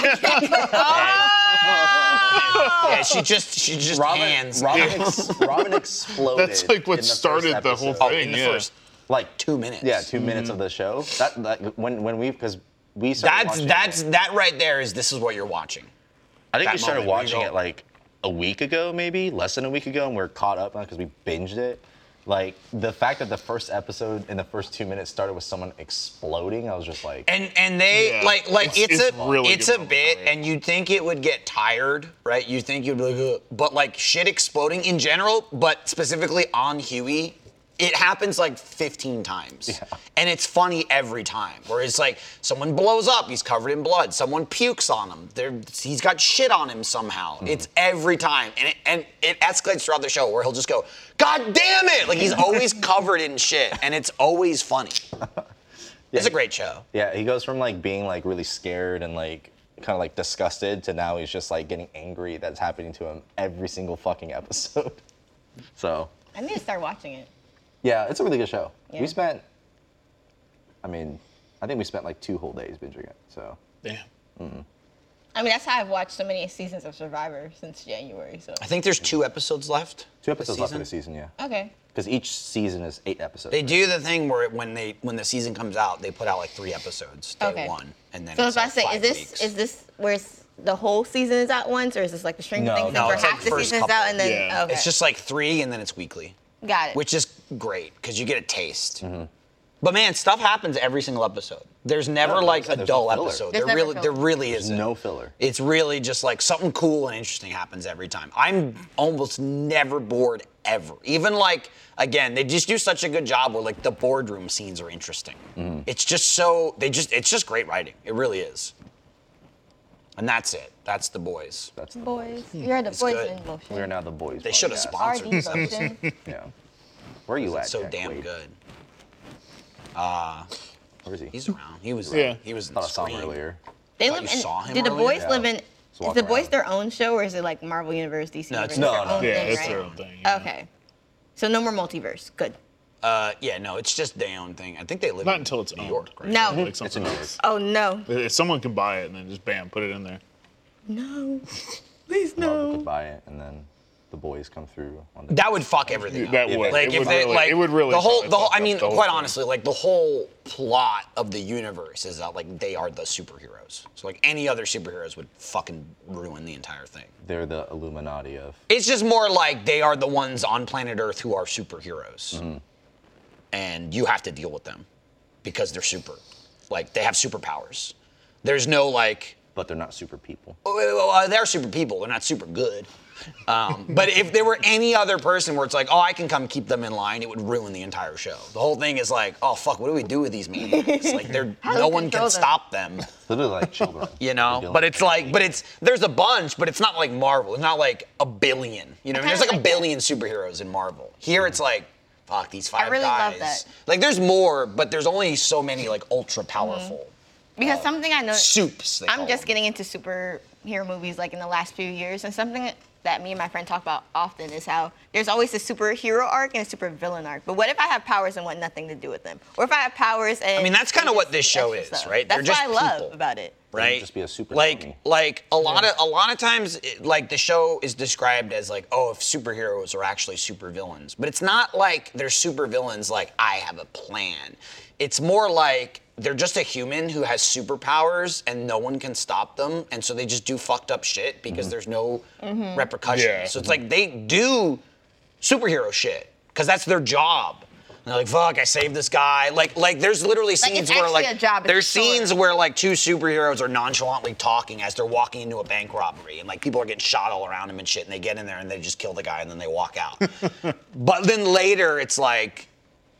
C: she just she just
E: Robin,
C: hands
E: Robin,
C: out
E: ex- Robin exploded.
D: That's like
E: in
D: what
E: the first
D: started the whole
E: episode.
D: thing.
C: in the
D: yeah.
C: first
E: Like
C: two minutes.
E: Yeah, two minutes of the show. That, that when when we because we started
C: That's
E: watching
C: that's
E: it-
C: that right there is this is what you're watching.
E: I think we
C: that
E: started
C: moment where you
E: watching
C: go-
E: it like a week ago, maybe less than a week ago, and we are caught up on because we binged it. Like the fact that the first episode in the first two minutes started with someone exploding, I was just like,
C: And and they
D: Yeah.
C: like like it's,
D: It's- it's
C: a
D: really
C: it's
D: good
C: a bit, and you'd think it would get tired, right? You think you'd be like, Ugh. but like shit exploding in general, but specifically on Huey, it happens like 15 times, and it's funny every time. Where it's like someone blows up, he's covered in blood. Someone pukes on him, there he's got shit on him somehow.
D: Hmm.
C: It's every time, and it, and it escalates throughout the show where he'll just go, God damn it! Like he's always covered in shit, and it's always funny. It's a great show.
E: yeah, he goes from like being like really scared and like kind of like disgusted to now he's just like getting angry that's happening to him every single fucking episode. So
B: I need to start watching it.
E: yeah, it's a really good show.
B: Yeah.
E: We spent, I mean, I think we spent like two whole days binging it. So
B: I mean, that's how I've watched so many seasons of Survivor since January. So
C: I think there's two episodes left.
E: two episodes left of the season, yeah.
B: okay,
E: Because each season is eight episodes.
C: They do the thing where it, when they when the season comes out, they put out like three episodes day
B: Okay.
C: one, and then
B: so
C: it's
B: if I
C: like
B: say,
C: five
B: is this
C: weeks.
B: is this where it's, the whole season is out once, or is this like the string
E: No,
B: of things
E: no,
B: like
E: it's
B: where
C: like
B: half the
C: first
B: season is
C: couple.
B: out and then
D: Yeah.
B: okay,
C: it's just like three, and then it's weekly,
B: got it.
E: Mm-hmm.
C: which is great because you get a taste. But man, stuff happens every single episode. There's never
E: like I
C: like a
E: said, there's no
C: dull
E: filler.
C: episode.
B: There's
C: there
B: never
C: really,
B: filler.
C: there really isn't.
E: no filler.
C: It's really just like something cool and interesting happens every time. I'm almost never bored ever. Even like again, they just do such a good job where like the boardroom scenes are interesting.
E: Mm-hmm.
C: It's just so they just it's just great writing. It really is. And that's it. That's the boys.
F: Boys, you're the boys
C: good.
F: in motion.
E: We're now the boys.
C: They should have
E: podcast.
F: Are
C: sponsored
F: the
C: this episode.
F: motion?
E: Yeah. Where you at?
C: So
E: Jack
C: damn
E: Wade?
C: good.
E: Where is he?
C: He's around. He was.
D: Yeah.
C: He was in
E: I
C: the
E: thought I saw him
C: screen.
E: earlier.
B: They
C: Thought
B: live
C: you
B: in.
C: saw him
B: Did the
C: earlier?
B: boys
E: Yeah.
B: live in?
E: Just
B: Is
E: walk
B: the boys
E: around.
B: their own show or is it like Marvel Universe, DC
C: No,
B: Universe?
C: it's
E: not.
B: their own
D: Yeah,
B: thing,
D: it's
B: right?
D: their own thing, yeah.
B: Okay, so no more multiverse. Good.
C: Uh, yeah, no, it's just their own thing. I think they live
D: Not
C: in
D: until it's
C: New
D: owned.
C: York. Right?
B: No.
D: Like something
E: another.
D: else.
B: Oh no.
D: If someone can buy it and then just bam, put it in there.
B: No. Please
E: Marvel
B: no.
E: could buy it, and then the boys come through. On the
C: That would fuck everything. up.
D: That would.
C: Like
D: It
C: if
D: would
C: they
D: really-
C: like
D: it would really
C: the whole
D: fuck
C: the whole.
D: up
C: I mean,
D: the whole
C: quite
D: thing.
C: honestly, like the whole plot of the universe is that like they are the superheroes. So like any other superheroes would fucking ruin the entire thing.
E: They're the Illuminati of.
C: It's just more like they are the ones on planet Earth who are superheroes,
D: Mm-hmm.
C: and you have to deal with them because they're super. Like they have superpowers. There's no like
E: But they're not super people.
C: well, uh, they're super people. They're not super good. Um, but if there were any other person where it's like, oh, I can come keep them in line, it would ruin the entire show. The whole thing is like, oh fuck, what do we do with these maniacs? Like, they're
B: do
C: no
B: we
C: one can
B: control them?
C: stop them,
E: Literally like children.
C: you
E: They're
C: know.
E: dealing
C: But
E: with
C: it's like, but it's there's a bunch, but it's not like Marvel. It's not like a billion. You know,
B: I
C: what I mean? there's
B: kinda
C: like a
B: like that.
C: billion superheroes in Marvel. Here it's like, fuck, these five
B: really
C: guys.
B: love that.
C: Like, there's more, but there's only so many like ultra powerful
B: Because something I know.
C: soups. They
B: Mm-hmm. I'm
C: call
B: just
C: them.
B: getting into superhero movies like in the last few years, and something that me and my friend talk about often is how there's always a superhero arc and a supervillain arc. But what if I have powers and want nothing to do with them? Or if I have powers and
C: I mean, that's kinda
B: and
C: what
B: just
C: this
B: do
C: show
B: extra
C: is,
B: stuff.
C: right? They're
B: That's
C: just
B: what I love
C: people.
B: about it.
C: right?
E: just be a super
C: like
E: dummy.
C: like a lot of a lot of times it- like the show is described as like oh if superheroes are actually supervillains, but it's not like they're supervillains like I have a plan. It's more like they're just a human who has superpowers and no one can stop them, and so they just do fucked up shit because
E: Mm-hmm.
C: there's no repercussions.
D: Yeah.
C: So it's like they do superhero shit because that's their job. And they're like, fuck, I saved this guy. Like, like there's literally
B: Like, it's
C: scenes where
B: actually
C: like
B: a job, it's
C: there's
B: a story.
C: scenes where like two superheroes are nonchalantly talking as they're walking into a bank robbery and like people are getting shot all around them and shit and they get in there and they just kill the guy and then they walk out. but then later it's like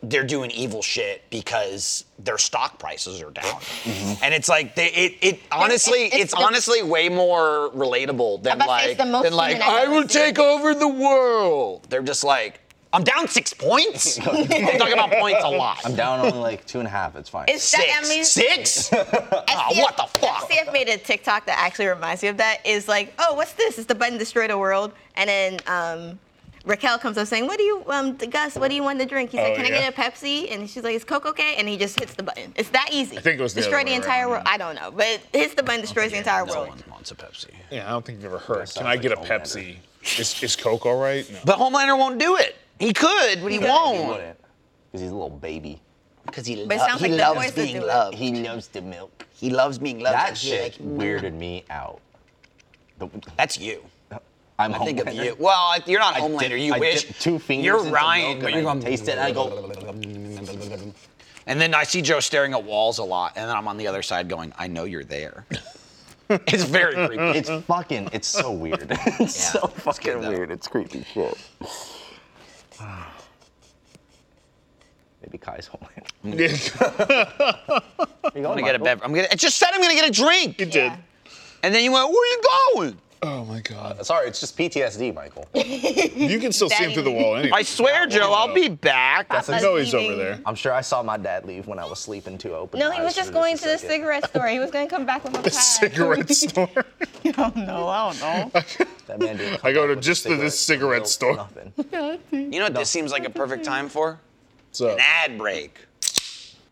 C: they're doing evil shit because their stock prices are down. And it's like they it, it honestly it's,
B: Mm-hmm. it's the-
C: honestly way more relatable than
B: I was about to say,
C: like
B: it's the most
C: than like
B: human I've
C: I
B: ever
C: will
B: seen.
C: take over the world. They're just like I'm down six points. I'm talking about points a lot.
E: I'm down only like two and a half. It's fine.
B: It's
C: six.
B: that, I mean,
C: six? Ah,
B: SCF
C: what the fuck?
B: SCF made a TikTok that actually reminds me of that. Is like, oh, what's this? It's the button destroy the world. And then um, Raquel comes up saying, what do you, um, Gus, what do you want to drink? He's like,
D: Oh,
B: can
D: yeah.
B: I get a Pepsi? And she's like, is Coke okay? And he just hits the button. It's that easy. I
D: think it was the
B: destroy
D: other
B: the
D: way
B: entire
D: around,
B: world.
D: yeah.
B: I don't know, but it hits the button, destroys the entire
C: no
B: world.
C: one wants a Pepsi.
D: Yeah, I don't think you've ever heard. Can
E: sounds
D: I get a
E: like Homelander.
D: Pepsi? Is, is Coke all right? No.
C: But Homelander won't do it. He could, but he
E: he
C: won't.
E: wouldn't. Because he's a little baby.
C: Because he,
B: But it
C: lo-
B: sounds
C: he
B: like the
C: loves
B: boys would
C: being
B: do it.
C: loved. He,
E: loves the milk.
C: he loves being loved.
E: That
C: He's like,
E: shit weirded me out. The-
C: That's you.
E: I'm
C: I think of
E: Homelander.
C: you. Well, I- you're not
E: I
C: Homelander.
E: dip-
C: you
E: I
C: wish.
E: dip two fingers
C: You're
E: into
C: Ryan,
E: milk
C: but
E: and
C: you're
E: I
C: going
E: taste it and I
C: go. And then I see Joe staring at walls a lot, and then I'm on the other side going, "I know you're there." it's very creepy.
E: It's
B: Mm.
E: fucking, it's so weird. it's so fucking weird. It's creepy shit. Maybe Kai's Homelander. I'm
C: I'm gonna get a bev- I'm gonna. I just said I'm gonna get a drink,
D: It did.
B: Yeah.
C: and then you went, "Where are you going?"
D: Oh my God.
E: Sorry, it's just PTSD, Michael.
D: You can still see him through the wall anyway.
C: I swear, Joe, I'll be back.
D: I know he's over there.
E: I'm sure I saw my dad leave when I was sleeping too open.
B: No, he was just going to the cigarette store. He was going to come back with a
D: The
B: pack.
D: cigarette store.
B: Oh, no, I don't know.
E: That man didn't come
D: I go
E: back
D: to
E: with
D: just the- this
E: cigarette,
D: cigarette
E: no milk, Nothing.
C: You know what this seems like a perfect time for?
D: So,
C: An ad break.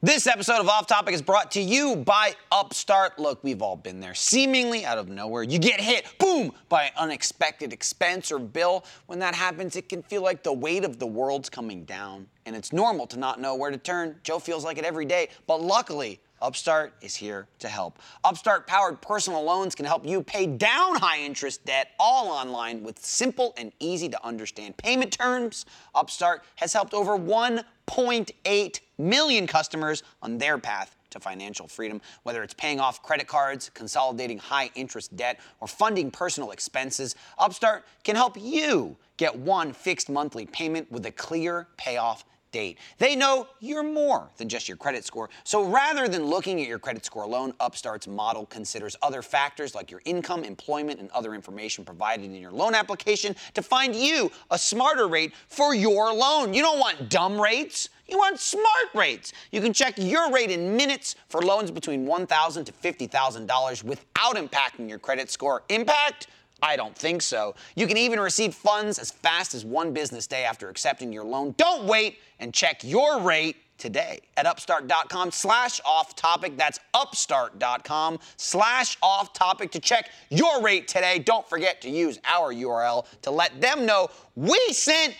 C: This episode of Off Topic is brought to you by Upstart. Look, we've all been there. Seemingly out of nowhere, you get hit, boom, by an unexpected expense or bill. When that happens, it can feel like the weight of the world's coming down. And it's normal to not know where to turn. Joe feels like it every day. But luckily, Upstart is here to help. Upstart powered personal loans can help you pay down high interest debt all online with simple and easy to understand payment terms. Upstart has helped over 1.8 million customers on their path to financial freedom. Whether it's paying off credit cards, consolidating high interest debt, or funding personal expenses, Upstart can help you get one fixed monthly payment with a clear payoff date. They know you're more than just your credit score. So rather than looking at your credit score alone, Upstart's model considers other factors like your income, employment, and other information provided in your loan application to find you a smarter rate for your loan. You don't want dumb rates. You want smart rates. You can check your rate in minutes for loans between $1,000 to $50,000 without impacting your credit score. Impact? I don't think so. You can even receive funds as fast as one business day after accepting your loan. Don't wait and check your rate today at upstart.com slash off topic. That's upstart.com slash off topic to check your rate today. Don't forget to use our URL to let them know we sent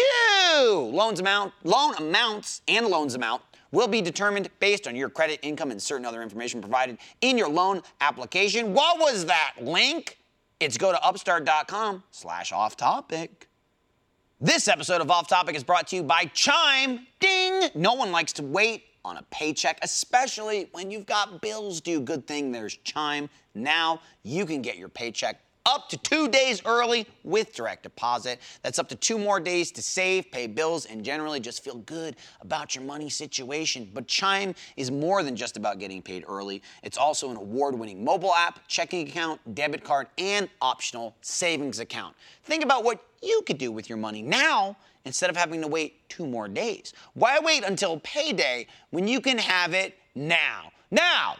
C: you. Loans amount, loan amounts and loans amount will be determined based on your credit, income, and certain other information provided in your loan application. What was that link? It's go to upstart.com slash off topic. This episode of Off Topic is brought to you by Chime. Ding! No one likes to wait on a paycheck, especially when you've got bills due. Good thing there's Chime. Now you can get your paycheck up to two days early with direct deposit. That's up to two more days to save, pay bills, and generally just feel good about your money situation. But Chime is more than just about getting paid early. It's also an award winning mobile app, checking account, debit card, and optional savings account. Think about what you could do with your money now instead of having to wait two more days. Why wait until payday when you can have it now? Now!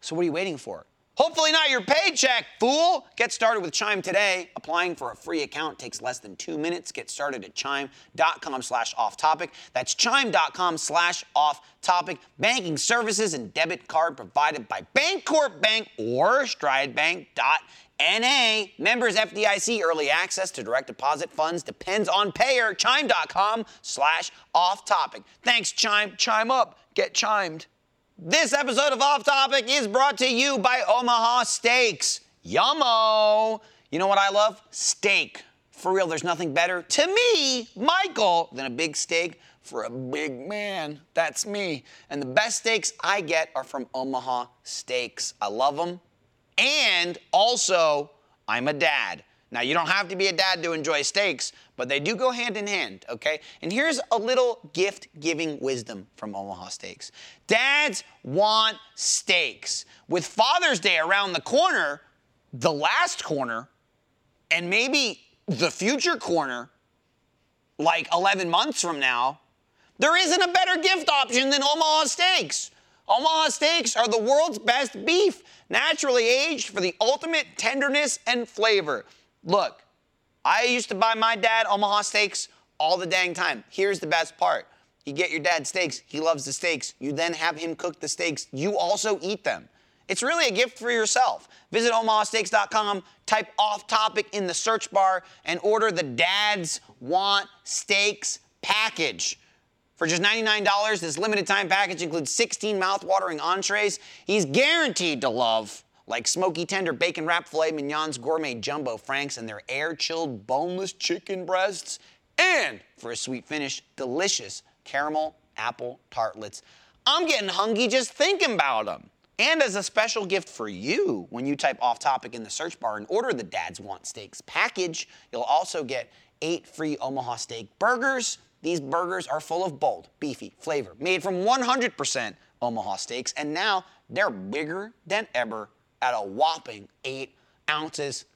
C: So what are you waiting for? Hopefully not your paycheck, fool! Get started with Chime today. Applying for a free account takes less than two minutes. Get started at chime.com slash off topic. That's chime.com slash off topic. Banking services and debit card provided by Bancorp Bank or stridebank.na. Members FDIC early access to direct deposit funds depends on payer. Chime.com slash off topic. Thanks, Chime. Chime up. Get chimed. This episode of Off Topic is brought to you by Omaha Steaks. Yummo! You know what I love? Steak. For real, there's nothing better to me, Michael, than a big steak for a big man. That's me. And the best steaks I get are from Omaha Steaks. I love them. And also, I'm a dad. Now, you don't have to be a dad to enjoy steaks, but they do go hand in hand, okay? And here's a little gift giving wisdom from Omaha Steaks Dads want steaks. With Father's Day around the corner, the last corner, and maybe the future corner, like 11 months from now, there isn't a better gift option than Omaha Steaks. Omaha steaks are the world's best beef, naturally aged for the ultimate tenderness and flavor. Look, I used to buy my dad Omaha steaks all the dang time. Here's the best part you get your dad steaks, he loves the steaks. You then have him cook the steaks, you also eat them. It's really a gift for yourself. Visit omahasteaks.com, type off topic in the search bar, and order the Dad's Want Steaks package. For just $99, this limited time package includes 16 mouth-watering entrees he's guaranteed to love, like smoky tender bacon wrap filet mignons, gourmet jumbo franks, and their air-chilled boneless chicken breasts. And for a sweet finish, delicious caramel apple tartlets. I'm getting hungry just thinking about them. And as a special gift for you, when you type off topic in the search bar and order the Dad's Want Steaks package, you'll also get eight free Omaha Steak burgers. These burgers are full of bold, beefy flavor, made from 100% Omaha steaks, and now they're bigger than ever at a whopping eight ounces.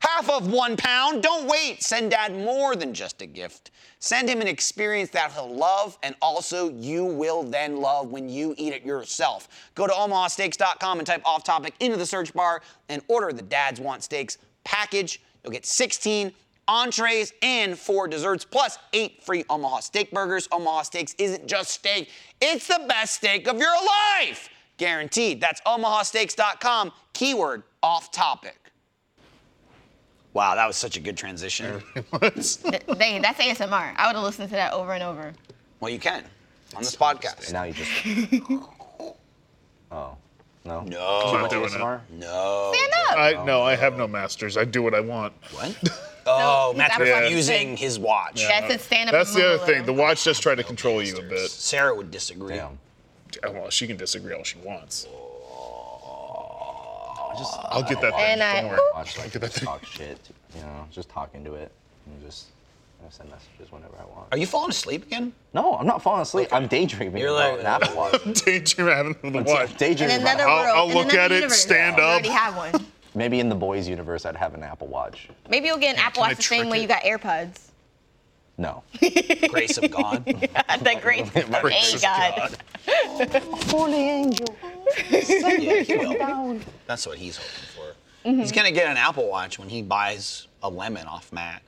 C: Half of one pound. Don't wait. Send dad more than just a gift. Send him an experience that he'll love and also you will then love when you eat it yourself. Go to omahasteaks.com and type off topic into the search bar and order the Dad's Want Steaks package. You'll get 16 entrees and four desserts plus eight free Omaha steak burgers. Omaha Steaks isn't just steak, it's the best steak of your life. Guaranteed. That's omahasteaks.com, keyword off topic. Wow, that was such a good transition.
B: Th- Dang, that's ASMR. I would have listened to that over and over.
C: well, you can on this podcast.
E: And now you just. oh, no.
C: No.
D: I'm doing it.
E: ASMR?
C: No.
B: Oh, Stand up.
D: I no, I have no masters. I do what I want.
C: What? Oh,
B: his
C: Matt's
B: Apple Watch is
C: using
B: big.
C: his watch.
B: That's his stand up.
D: That's the other thing. The watch does try to control you a bit.
C: Sarah would disagree.
E: Damn.
D: Well, she can disagree all she wants. I'll get that thing.
B: And I-
D: Don't worry.
E: Watch like
D: Look at that thing.
E: talk shit. You know, just talking to it and just you know, send messages whenever I want.
C: Are you falling asleep again?
E: No, I'm not falling asleep. I'm daydreaming
C: You're
E: about
C: like-
E: an Apple Watch.
D: Danger having the watch.
B: In
E: daydreaming about
B: another
E: how-
B: world,
D: I'll
B: in
D: look
B: another
D: at it,
B: universe,
D: stand
B: you
D: up.
B: already have one.
E: maybe in the boys' universe, I'd have an Apple Watch.
B: Maybe you'll get an Apple
D: Can I
B: Watch the same
D: trick
B: way
D: it?
B: you got AirPods.
E: No.
C: Grace of God.
B: the grace of
D: Grace
B: a
D: of
B: God.
C: Yeah, he will. That's what he's hoping for. He's gonna get an Apple Watch when he buys a lemon off Matt.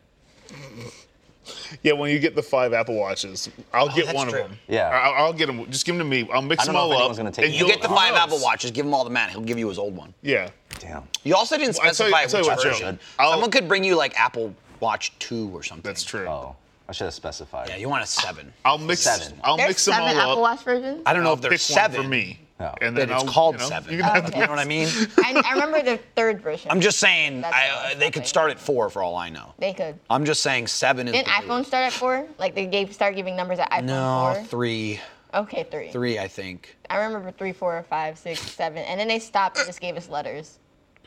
D: Yeah, when you get the five Apple Watches, I'll get
C: Oh, that's
D: one
C: true.
D: of them.
E: Yeah.
D: I'll, I'll get them. Just give them to me. I'll mix
E: I don't know
D: them all
E: if
D: up.
E: anyone's gonna take them.
C: You get the
D: you'll-
C: five
D: Who
C: Apple
D: knows?
C: Watches, give them all to Matt. He'll give you his old one.
D: Yeah.
E: Damn.
C: You also didn't
D: Well, I'll tell
C: specify
D: you- I'll tell you
C: which
D: what, Joe.
C: version.
D: I'll-
C: Someone could bring you like Apple Watch Two or something.
D: That's true.
E: Oh, I should have specified.
C: Yeah, you want a seven.
D: I'll mix.
E: Seven.
D: I'll
B: There's
D: mix them
B: seven
D: all
B: Apple
D: up.
B: Watch versions.
C: I don't know if
D: Pick
C: there's seven.
D: one for me.
E: No.
D: And
C: Then
D: then
C: it's
D: I'll,
C: called
D: you know,
C: seven.
D: You're gonna have to
C: You know what I mean?
B: I, I remember the third version.
C: I'm just saying
B: That's
C: I, uh,
B: fine.
C: they could start at four for all I know.
B: They could.
C: I'm just saying seven is.
B: Didn't
C: the
B: iPhone
C: newest.
B: start at four? Like they gave start giving numbers at iPhone
C: No,
B: four.
C: three,
B: Okay, three.
C: three I think.
B: I remember three, four, five, six, seven, and then they stopped and just gave us letters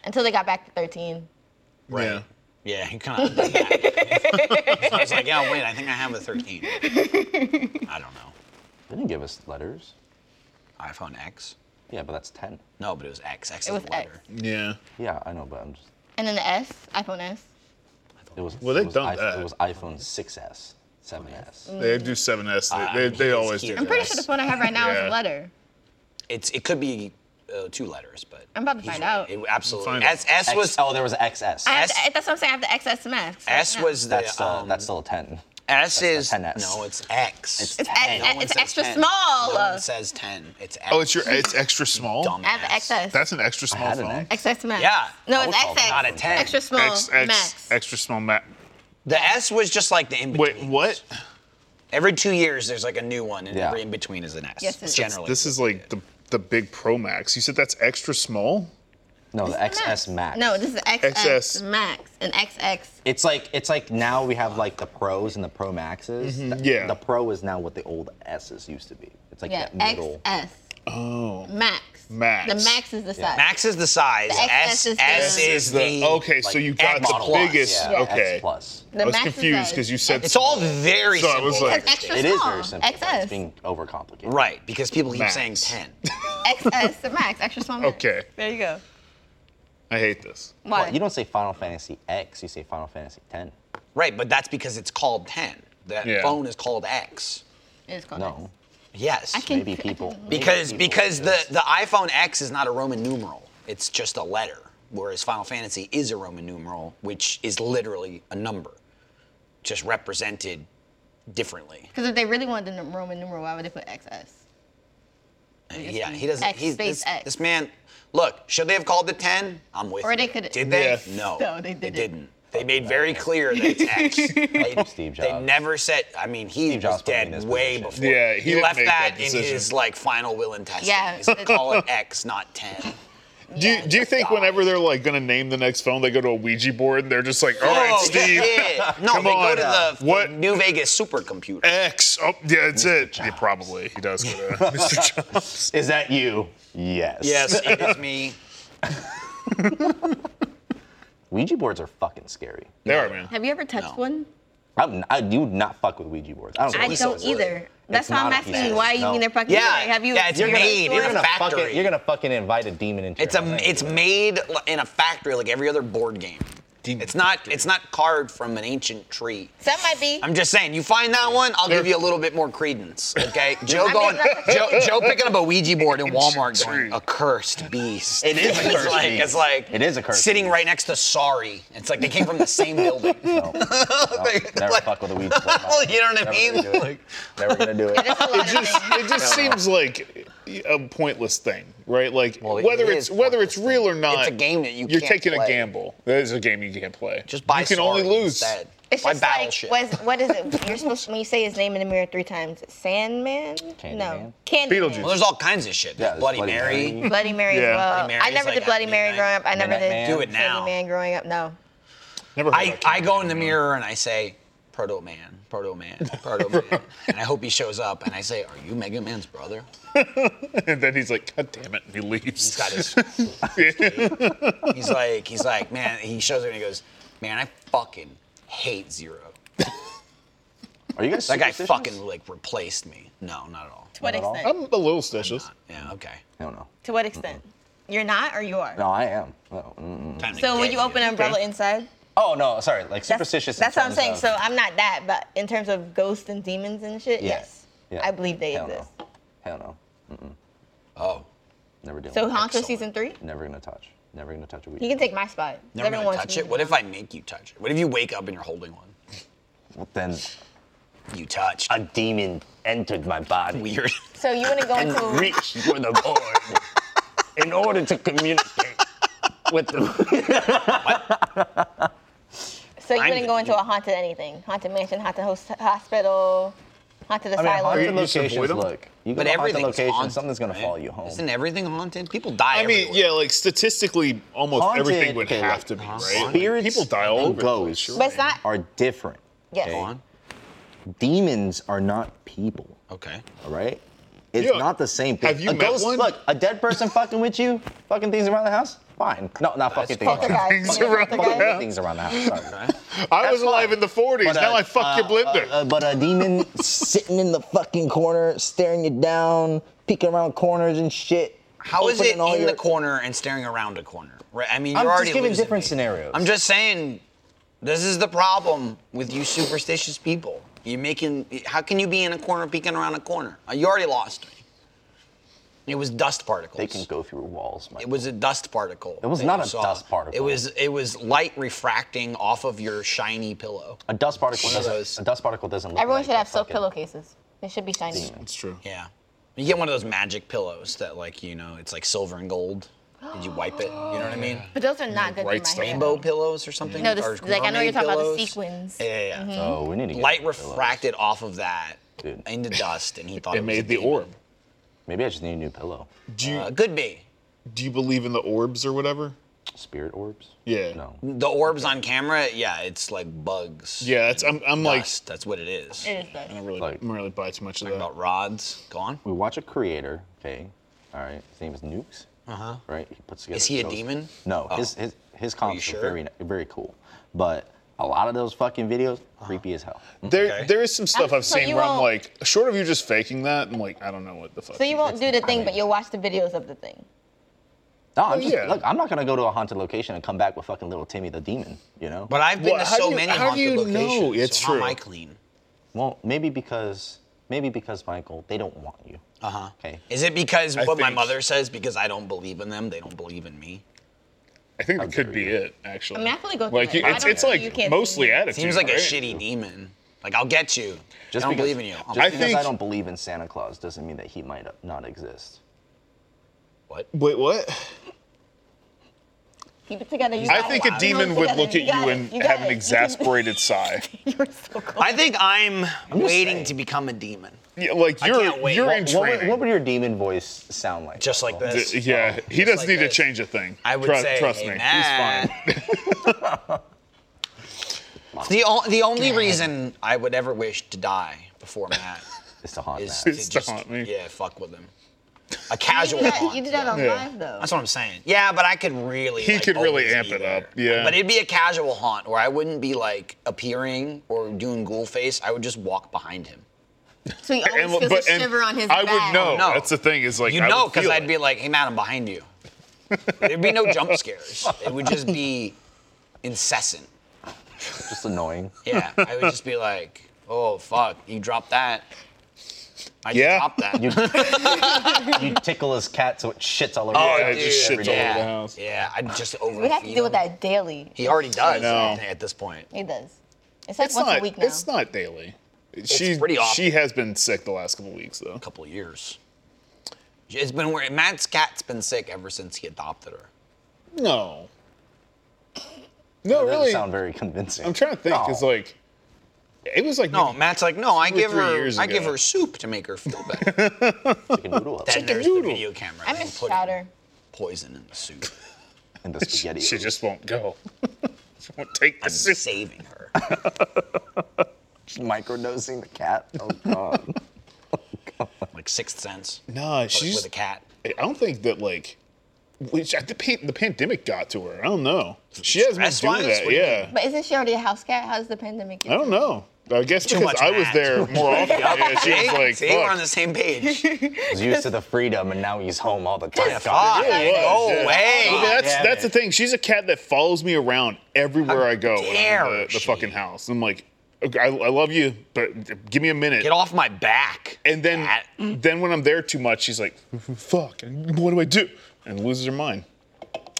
B: until they got back to thirteen. Oh.
D: Right. Yeah.
C: Yeah, he kind of. I was like, yeah, wait, I think I have a 13. I don't know.
E: They didn't give us letters.
C: iPhone X?
E: Yeah, but that's 10.
C: No, but it was X. X
B: It
C: is
B: was
C: the letter.
B: X.
D: Yeah.
E: Yeah, I know, but I'm just.
B: And then the S, iPhone S.
E: It was.
D: Well, they've
E: it was
D: done
E: iPh-
D: that.
E: It was iPhone 6s, 7s.
D: They do 7S. They, they, they
C: he's
D: always
C: cute.
D: do.
B: I'm
D: that.
B: pretty sure the phone I have right now is
D: Yeah.
B: a letter.
C: It's, it could be uh, two letters, but.
B: I'm about to
C: he's
B: find
C: right.
B: out.
C: It, absolutely.
D: Find out.
C: S, S
E: X-
C: was.
E: oh, there was XS.
B: I have
C: S-
B: to, that's what I'm saying. I have the X S Max. right
C: S
B: now.
C: was the.
E: that's, uh,
C: um,
E: that's still a 10.
C: S is.
E: 10S.
C: No, it's X.
E: It's
B: X-
C: No one
B: it's
C: says
B: extra
C: 10.
B: small.
C: No one says 10. It's X.
D: Oh, it's your. It's extra small.
C: Dumbass.
B: I have the XS.
D: That's an extra small
E: had an
D: phone.
E: X.
B: XS Max.
C: Yeah.
B: No, it's
E: I would
B: XX.
E: call that
C: Not a 10.
B: Extra small
D: X, X,
B: Oh, Max.
D: extra small Mac.
C: The S was just like the in
D: Wait, what?
C: Every two years, there's like a new one, and
E: Yeah.
C: every in between is an S.
B: Yes, it is.
C: Generally.
D: This is like the the big Pro Max. You said that's extra small.
E: No, the XS Max.
B: No, this is XS,
D: XS.
B: Max and XX.
E: It's like it's like now we have like the pros and the pro maxes. The,
D: Mm-hmm. yeah.
E: The pro is now what the old S's used to be. It's like
B: Yeah,
E: that middle.
B: XS. Oh. Max.
D: Max.
B: The Max is the size.
C: Max is the size.
B: The
C: S,
B: XS
C: S,
B: is the-
C: is the.
D: okay, so
E: like
D: you got
C: X
D: the
E: model
C: plus,
D: biggest.
E: Yeah,
D: Okay.
E: X plus.
B: The
D: I was
B: Max is
D: confused
B: size.
D: because you said
C: It's all very
D: So I
C: simple.
D: was like-
B: It's extra
E: It is
B: small.
E: very simple. but
B: XS.
E: It's being overcomplicated.
C: Right, because people keep
D: Max.
C: saying 10.
B: XS to Max, extra small Max.
D: Okay.
B: There you go.
D: I hate this.
B: Why?
E: You don't say Final Fantasy X. You say Final Fantasy 10.
C: right, but that's because it's called 10. That
D: Yeah.
C: phone is called X.
B: It's called
E: No.
C: Yes.
B: I can-
E: Maybe people. maybe
C: because
E: people
C: because the,
E: just-
C: the iPhone X is not a Roman numeral, it's just a letter. Whereas Final Fantasy is a Roman numeral, which is literally a number, just represented differently.
B: Because if they really wanted the Roman numeral, why would they put XS?
C: Yeah, he doesn't.
B: X
C: he's,
B: space
C: this,
B: X.
C: this man. Look, should they have called it ten? I'm with
B: Or
C: you.
B: they could-
C: Did they?
D: Yeah.
C: No.
B: No, they
C: They
B: didn't.
C: didn't. They made very clear that it's X. They,
E: Steve
C: They
E: Jobs.
C: never said. I mean, he
E: Steve
C: was
E: Jobs put me in
C: dead
E: this
C: way
E: position.
C: before.
D: Yeah, he
C: he
D: didn't
C: left
D: make
C: that,
D: that
C: in
D: decision.
C: his like final will and testament.
B: Yeah.
C: He said, call it X, not ten.
D: Do you, do you think whenever they're like gonna name the next phone, they go to a Ouija board and they're just like, all right,
C: Oh,
D: Steve,
C: yeah. No,
D: Come
C: they go
D: on.
C: to the, the
D: What?
C: New Vegas supercomputer.
D: X. Oh, yeah, that's it. Yeah, probably he does. Go to Mr. Jobs.
E: Is that you? Yes.
C: yes, it is me.
E: Ouija boards are fucking scary.
D: They are, man.
B: Have you ever touched one?
E: I'm, I do not fuck with Ouija boards. I don't.
B: I
E: care.
B: don't
C: wood.
B: either. That's
E: It's
B: why I'm
E: not a
B: asking
E: piece
B: you
E: of
B: why
E: wood.
B: you mean
E: No.
B: they're fucking
C: Yeah,
B: like, Have you
C: yeah, it's
B: you ever-
C: made. You're
E: You're gonna,
C: Factory.
E: fucking, you're gonna fucking invite a demon into
C: It's
E: your house. I
C: a
E: ain't
C: it's
E: doing it.
C: made li- in a factory like every other board game. It's not it's not carved from an ancient tree.
B: Some might be.
C: I'm just saying, you find that one, I'll give you a little bit more credence, okay? Joe
B: mean,
C: going,
B: that's-
C: Joe, Joe picking up a Ouija board in Walmart, going,
D: True.
C: a cursed beast.
E: It is a
C: It's
E: cursed
C: like,
E: beast.
C: It's like
E: It is a cursed
C: sitting
E: beast.
C: right next to Sorry. It's like they came from the same building. you
E: No, no, never
C: Like-
E: fuck with a Ouija board. No,
C: know what I
E: never
C: mean?
E: gonna do it.
C: Like,
E: never gonna do it.
B: There's a lot of things.
D: It just seems like a pointless thing, right? Like
C: Well, it-
D: whether
C: it
D: it's
C: is
D: whether it's
C: pointless
D: real or
C: thing.
D: not,
C: It's a game that you
D: you're
C: can't
D: taking
C: play.
D: a gamble. That is a game you can't play.
C: just buy
D: You can
C: Sorry
D: only lose.
C: Instead.
B: It's
C: buy
B: just
C: Battleship.
B: like what is, what is it? You're supposed to, when you say his name in the mirror three times, Sandman. No, Candyman.
D: Beetlejuice.
C: well, there's all kinds of shit.
E: Yeah,
C: There's Bloody,
E: Bloody
C: Mary.
E: Mary.
B: Bloody Mary
D: Yeah.
B: as well.
C: Bloody Mary's
B: I never
C: like
B: did Bloody
C: at
B: Mary
C: midnight.
B: growing up. I never
E: Midnight Man.
B: did
E: Do
C: it now.
B: Candyman growing up. No.
D: Never heard
C: I,
D: that
C: I
D: term.
C: go in the mirror and I say, Proto Man, Proto Man, Proto Man. and I hope he shows up and I say, Are you Mega Man's brother?
D: and then he's like, God damn it, and he leaves.
C: He's got his. he's like, he's like, man, he shows up and he goes, Man, I fucking hate Zero.
E: Are you guys
C: That guy
E: superstitious?
C: fucking like replaced me. No, not at all.
B: To what extent?
D: I'm a little stitches.
C: Yeah, okay.
E: I don't know.
B: To what extent? You're not or you are?
E: No, I am. Oh, mm-mm.
C: Time to
B: So
C: get
B: when you open an umbrella inside?
E: Oh, no, sorry. Like
B: That's-
E: superstitious. in
B: That's, what I'm
E: terms
B: saying.
E: of-
B: So I'm not that, but in terms of ghosts and demons and shit,
E: Yeah.
B: yes.
E: Yeah.
B: I believe they
E: Hell no.
B: exist.
E: Hell no.
C: Oh.
E: Never doing.
B: So
E: it.
B: Honcho
C: Excellent.
B: season three?
E: Never gonna touch. Never gonna touch a weed.
B: You can take my spot.
C: Never
B: Everyone
C: gonna
B: wants
C: touch
B: me
C: it.
B: to
C: What
B: do
C: if I make you touch it? What if you wake up and you're holding one?
E: Well, then
C: You touched.
E: a demon entered my body
C: Weird.
B: So you want to go
E: and
B: into
E: reached for the board in order to communicate with the.
B: so you
C: I'm
B: wouldn't go into a haunted anything, haunted mansion, haunted host, hospital, haunted
E: I mean,
B: asylum.
E: haunted
D: You just
E: locations.
D: avoid 'em?
E: Look, you go
C: But
E: to haunted
C: everything's
E: location,
C: haunted,
E: something's gonna
C: right?
E: follow you home.
C: Isn't everything haunted? People die.
D: I mean,
C: everywhere.
D: yeah, like statistically, almost
E: Haunted-
D: everything would
E: okay,
D: have
E: like,
D: to be, right?
C: haunted-
D: Like, people die all
E: and
D: over. the place,
E: Ghosts
D: you're
B: But it's
D: right.
B: not-
E: are different.
B: yes.
C: Go on.
E: Demons are not people.
C: Okay.
E: All right. It's
D: Yeah.
E: not the same thing.
D: Have you
E: a
D: met
E: ghost,
D: one?
E: Look, a dead person fucking with you, fucking things around the house, fine. No, not fucking things. around the house.
B: Poltergeist.
D: Things
B: Yeah,
D: around the
B: poltergeist.
D: house.
E: Things around the house. Sorry.
D: I was
E: That's
D: alive
E: fine.
D: in the 40s.
E: But,
D: now
E: uh,
D: I fucked your blender.
E: Uh, but a demon sitting in the fucking corner, staring you down, peeking around corners and shit.
C: How is
E: opening
C: it
E: all
C: in
E: your-
C: the corner and staring around a corner? Right? I mean, you're
E: I'm
C: already
E: just giving
C: losing
E: different
C: me.
E: scenarios.
C: I'm just saying, this is the problem with you superstitious people. You making how can you be in a corner peeking around a corner? Uh, You already lost me. It was dust particles.
E: They can go through walls.
C: It was a dust particle. It
E: was not a dust particle.
C: It was it was light refracting off of your shiny pillow.
E: a dust particle.
C: One of those-
E: Doesn't, a dust particle doesn't look.
B: Everyone
E: like
B: should
E: a
B: have silk
E: fucking-
B: pillowcases. They should be shiny.
D: It's true.
C: Yeah. You get one of those magic pillows that like, you know, it's like silver and gold. Did you wipe it? You know what I mean?
B: But those are not good
D: Right
B: for
D: stuff.
B: my hair.
C: Rainbow pillows or something?
B: No, this-
C: Or
B: like, I know you're
C: mermaid
B: talking about the
C: pillows?
B: sequins. Mm-hmm.
C: Yeah, yeah, yeah.
E: Oh, we need to get
C: Light
E: rid of those.
C: refracted off of that
E: Dude.
C: into dust, and he thought it,
D: It
C: was a
D: made the
C: demon.
D: orb.
E: Maybe I just need a new pillow.
D: Do you,
C: Uh, could be.
D: do you believe in the orbs or whatever?
E: Spirit orbs.
D: Yeah.
E: No.
C: The orbs on camera, yeah, it's like bugs.
D: Yeah, it's, I'm, I'm like,
C: Dust, that's what it is.
B: It is
D: I
B: good.
D: don't really,
E: Like-
D: I'm really buy too much of that.
C: About rods. Go on.
E: We watch a creator. Okay. All right. His name is Nukes. Uh huh. Right. He puts together.
C: Uh-huh. Is he a
E: shows-
C: demon?
E: No.
C: Oh.
E: His his his comps are,
C: sure?
E: very very cool, but a lot of those fucking videos
C: Uh-huh.
E: creepy as hell.
D: There,
C: Okay.
D: there is some stuff I've
B: so
D: seen
B: you
D: where I'm
B: won't-
D: like, short of you just faking that, I'm like, I don't know what the fuck.
B: So you won't do the thing, but
E: mean-
B: you'll watch the videos of the thing.
E: No, I'm
D: Oh,
E: just,
D: yeah.
E: look, I'm not gonna go to a haunted location and come back with fucking little Timmy the demon, you know?
C: But I've been
D: Well,
C: to
D: how
C: so
D: do you-
C: many
D: how do
C: haunted
D: you know?
C: locations.
D: It's
C: so How am
D: true.
C: I clean?
E: well, maybe because maybe because Michael, they don't want you. Uh huh. Okay.
C: Uh-huh. Is it because
D: I
C: what my
D: think-
C: mother says? Because I don't believe in them, they don't believe in me.
D: I think that could be it, actually.
B: I mean, I fully go through
D: like,
B: it. I
D: it's,
B: don't
D: it's
B: know,
D: like
B: you can't
D: mostly
B: see me.
D: attitude.
C: Seems like
D: right?
C: a shitty demon. Like I'll get you.
E: Just
C: I don't
E: because,
C: believe in you.
E: Just
D: I
E: because
D: think-
E: I don't believe in Santa Claus doesn't mean that he might not exist.
C: what?
D: Wait, what?
B: Keep it together. You
D: I
B: got
D: think
B: it.
D: a demon
B: Keep it
D: would
B: together.
D: look at
B: got
D: you
B: it.
D: and
B: You got
D: have
B: it.
D: an exasperated sigh.
B: You can- you were so close.
C: I think I'm, waiting
E: saying.
C: to become a demon.
D: Yeah, like
C: I
D: you're
C: can't wait.
D: you're
C: What-
D: in
E: What would,
D: training.
E: what would your demon voice sound like?
C: Just like
E: Michael?
C: this.
D: D- yeah, he
C: Just
D: doesn't
C: like
D: need
C: this.
D: to change a thing.
C: I would
D: Tru-
C: say,
D: trust
C: "Hey,
D: me,
C: Matt."
D: he's fine.
C: The, o- the only reason I would ever wish to die before Matt
E: It's to haunt
C: is
E: Matt.
C: to
D: It's to
C: just
D: haunt me.
C: yeah, fuck with him. A
B: You
C: casual
B: did that,
C: haunt.
B: you did that on
D: Yeah.
B: live though.
C: That's what I'm saying. Yeah, but I could really.
D: He
C: like,
D: could really
C: always
D: amp
C: be
D: it
C: there.
D: up, yeah.
C: But it'd be a casual haunt where I wouldn't be like appearing or doing ghoul face. I would just walk behind him.
B: So he always
D: And-
B: feels
D: but-
B: a
D: and
B: shiver on his
D: I
B: back.
D: would know.
C: No.
D: Oh, That's the thing is like
C: you
D: I
C: know,
D: would
C: because
D: feel
C: I'd
D: it.
C: be like, "Hey, Matt, I'm behind you." There'd be no jump scares. It would just be incessant.
E: Just annoying.
C: Yeah, I would just be like, "Oh fuck, you dropped that." I just
D: Yeah.
C: dropped that.
E: You, you tickle his cat so it shits all over. your
D: Oh, yeah,
E: couch
D: it just
E: every
D: shits all
E: day.
D: over
C: yeah,
D: the house.
C: Yeah, I'd just over.
B: We have to deal with that daily.
C: He already does
D: know.
C: at- at this point.
B: He does. It's like
D: It's
B: once
D: not.
B: a week now.
D: It's not daily. She's
C: pretty often.
D: she has been sick the last couple weeks though.
C: couple of years. It's been where Matt's cat's been sick ever since he adopted her.
D: No. No,
E: That doesn't
D: really.
E: sound very convincing.
D: I'm trying to think. It's
E: No.
D: like it was like
C: No,
D: maybe-
C: Matt's like, no, I
D: Two or
C: give
D: three
C: her,
D: years
C: I give
D: ago.
C: her soup to make her feel better.
E: Chicken noodle up
C: then there's the
D: noodle.
C: video camera.
B: I
C: and
B: miss
C: putting
B: chowder.
C: Poison in the soup.
E: in the spaghetti.
D: she just won't go. Someone take
C: I'm
D: this.
C: saving her.
E: Microdosing the cat. Oh god.
C: Like sixth sense.
D: Nah,
C: With,
D: she's
C: with a cat.
D: I don't think that like which I- the, pan, the pandemic got to her. I don't know. She hasn't been
C: Stress-wise?
D: doing that.
C: What do you
D: Yeah,
F: But isn't she already a house cat? How's the pandemic?
D: I don't know. I guess
C: Too
D: because
C: much
D: I was
C: mat.
D: there more often. yeah, she was like,
C: See,
D: fuck.
C: we're on the same page.
E: He's used to the freedom and now he's home all the time.
C: Yeah,
E: God.
C: fuck.
D: It was,
C: Go
D: yeah.
C: away.
D: Well, that's
C: damn
D: that's
C: it.
D: the thing. She's a cat that follows me around everywhere I go. when I'm
C: dare
D: in the, the
C: she.
D: fucking house. I'm like, okay, I, I love you, but give me a minute.
C: Get off my back.
D: and then
C: cat.
D: then when I'm there too much, she's like, fuck. And what do I do? And loses her mind.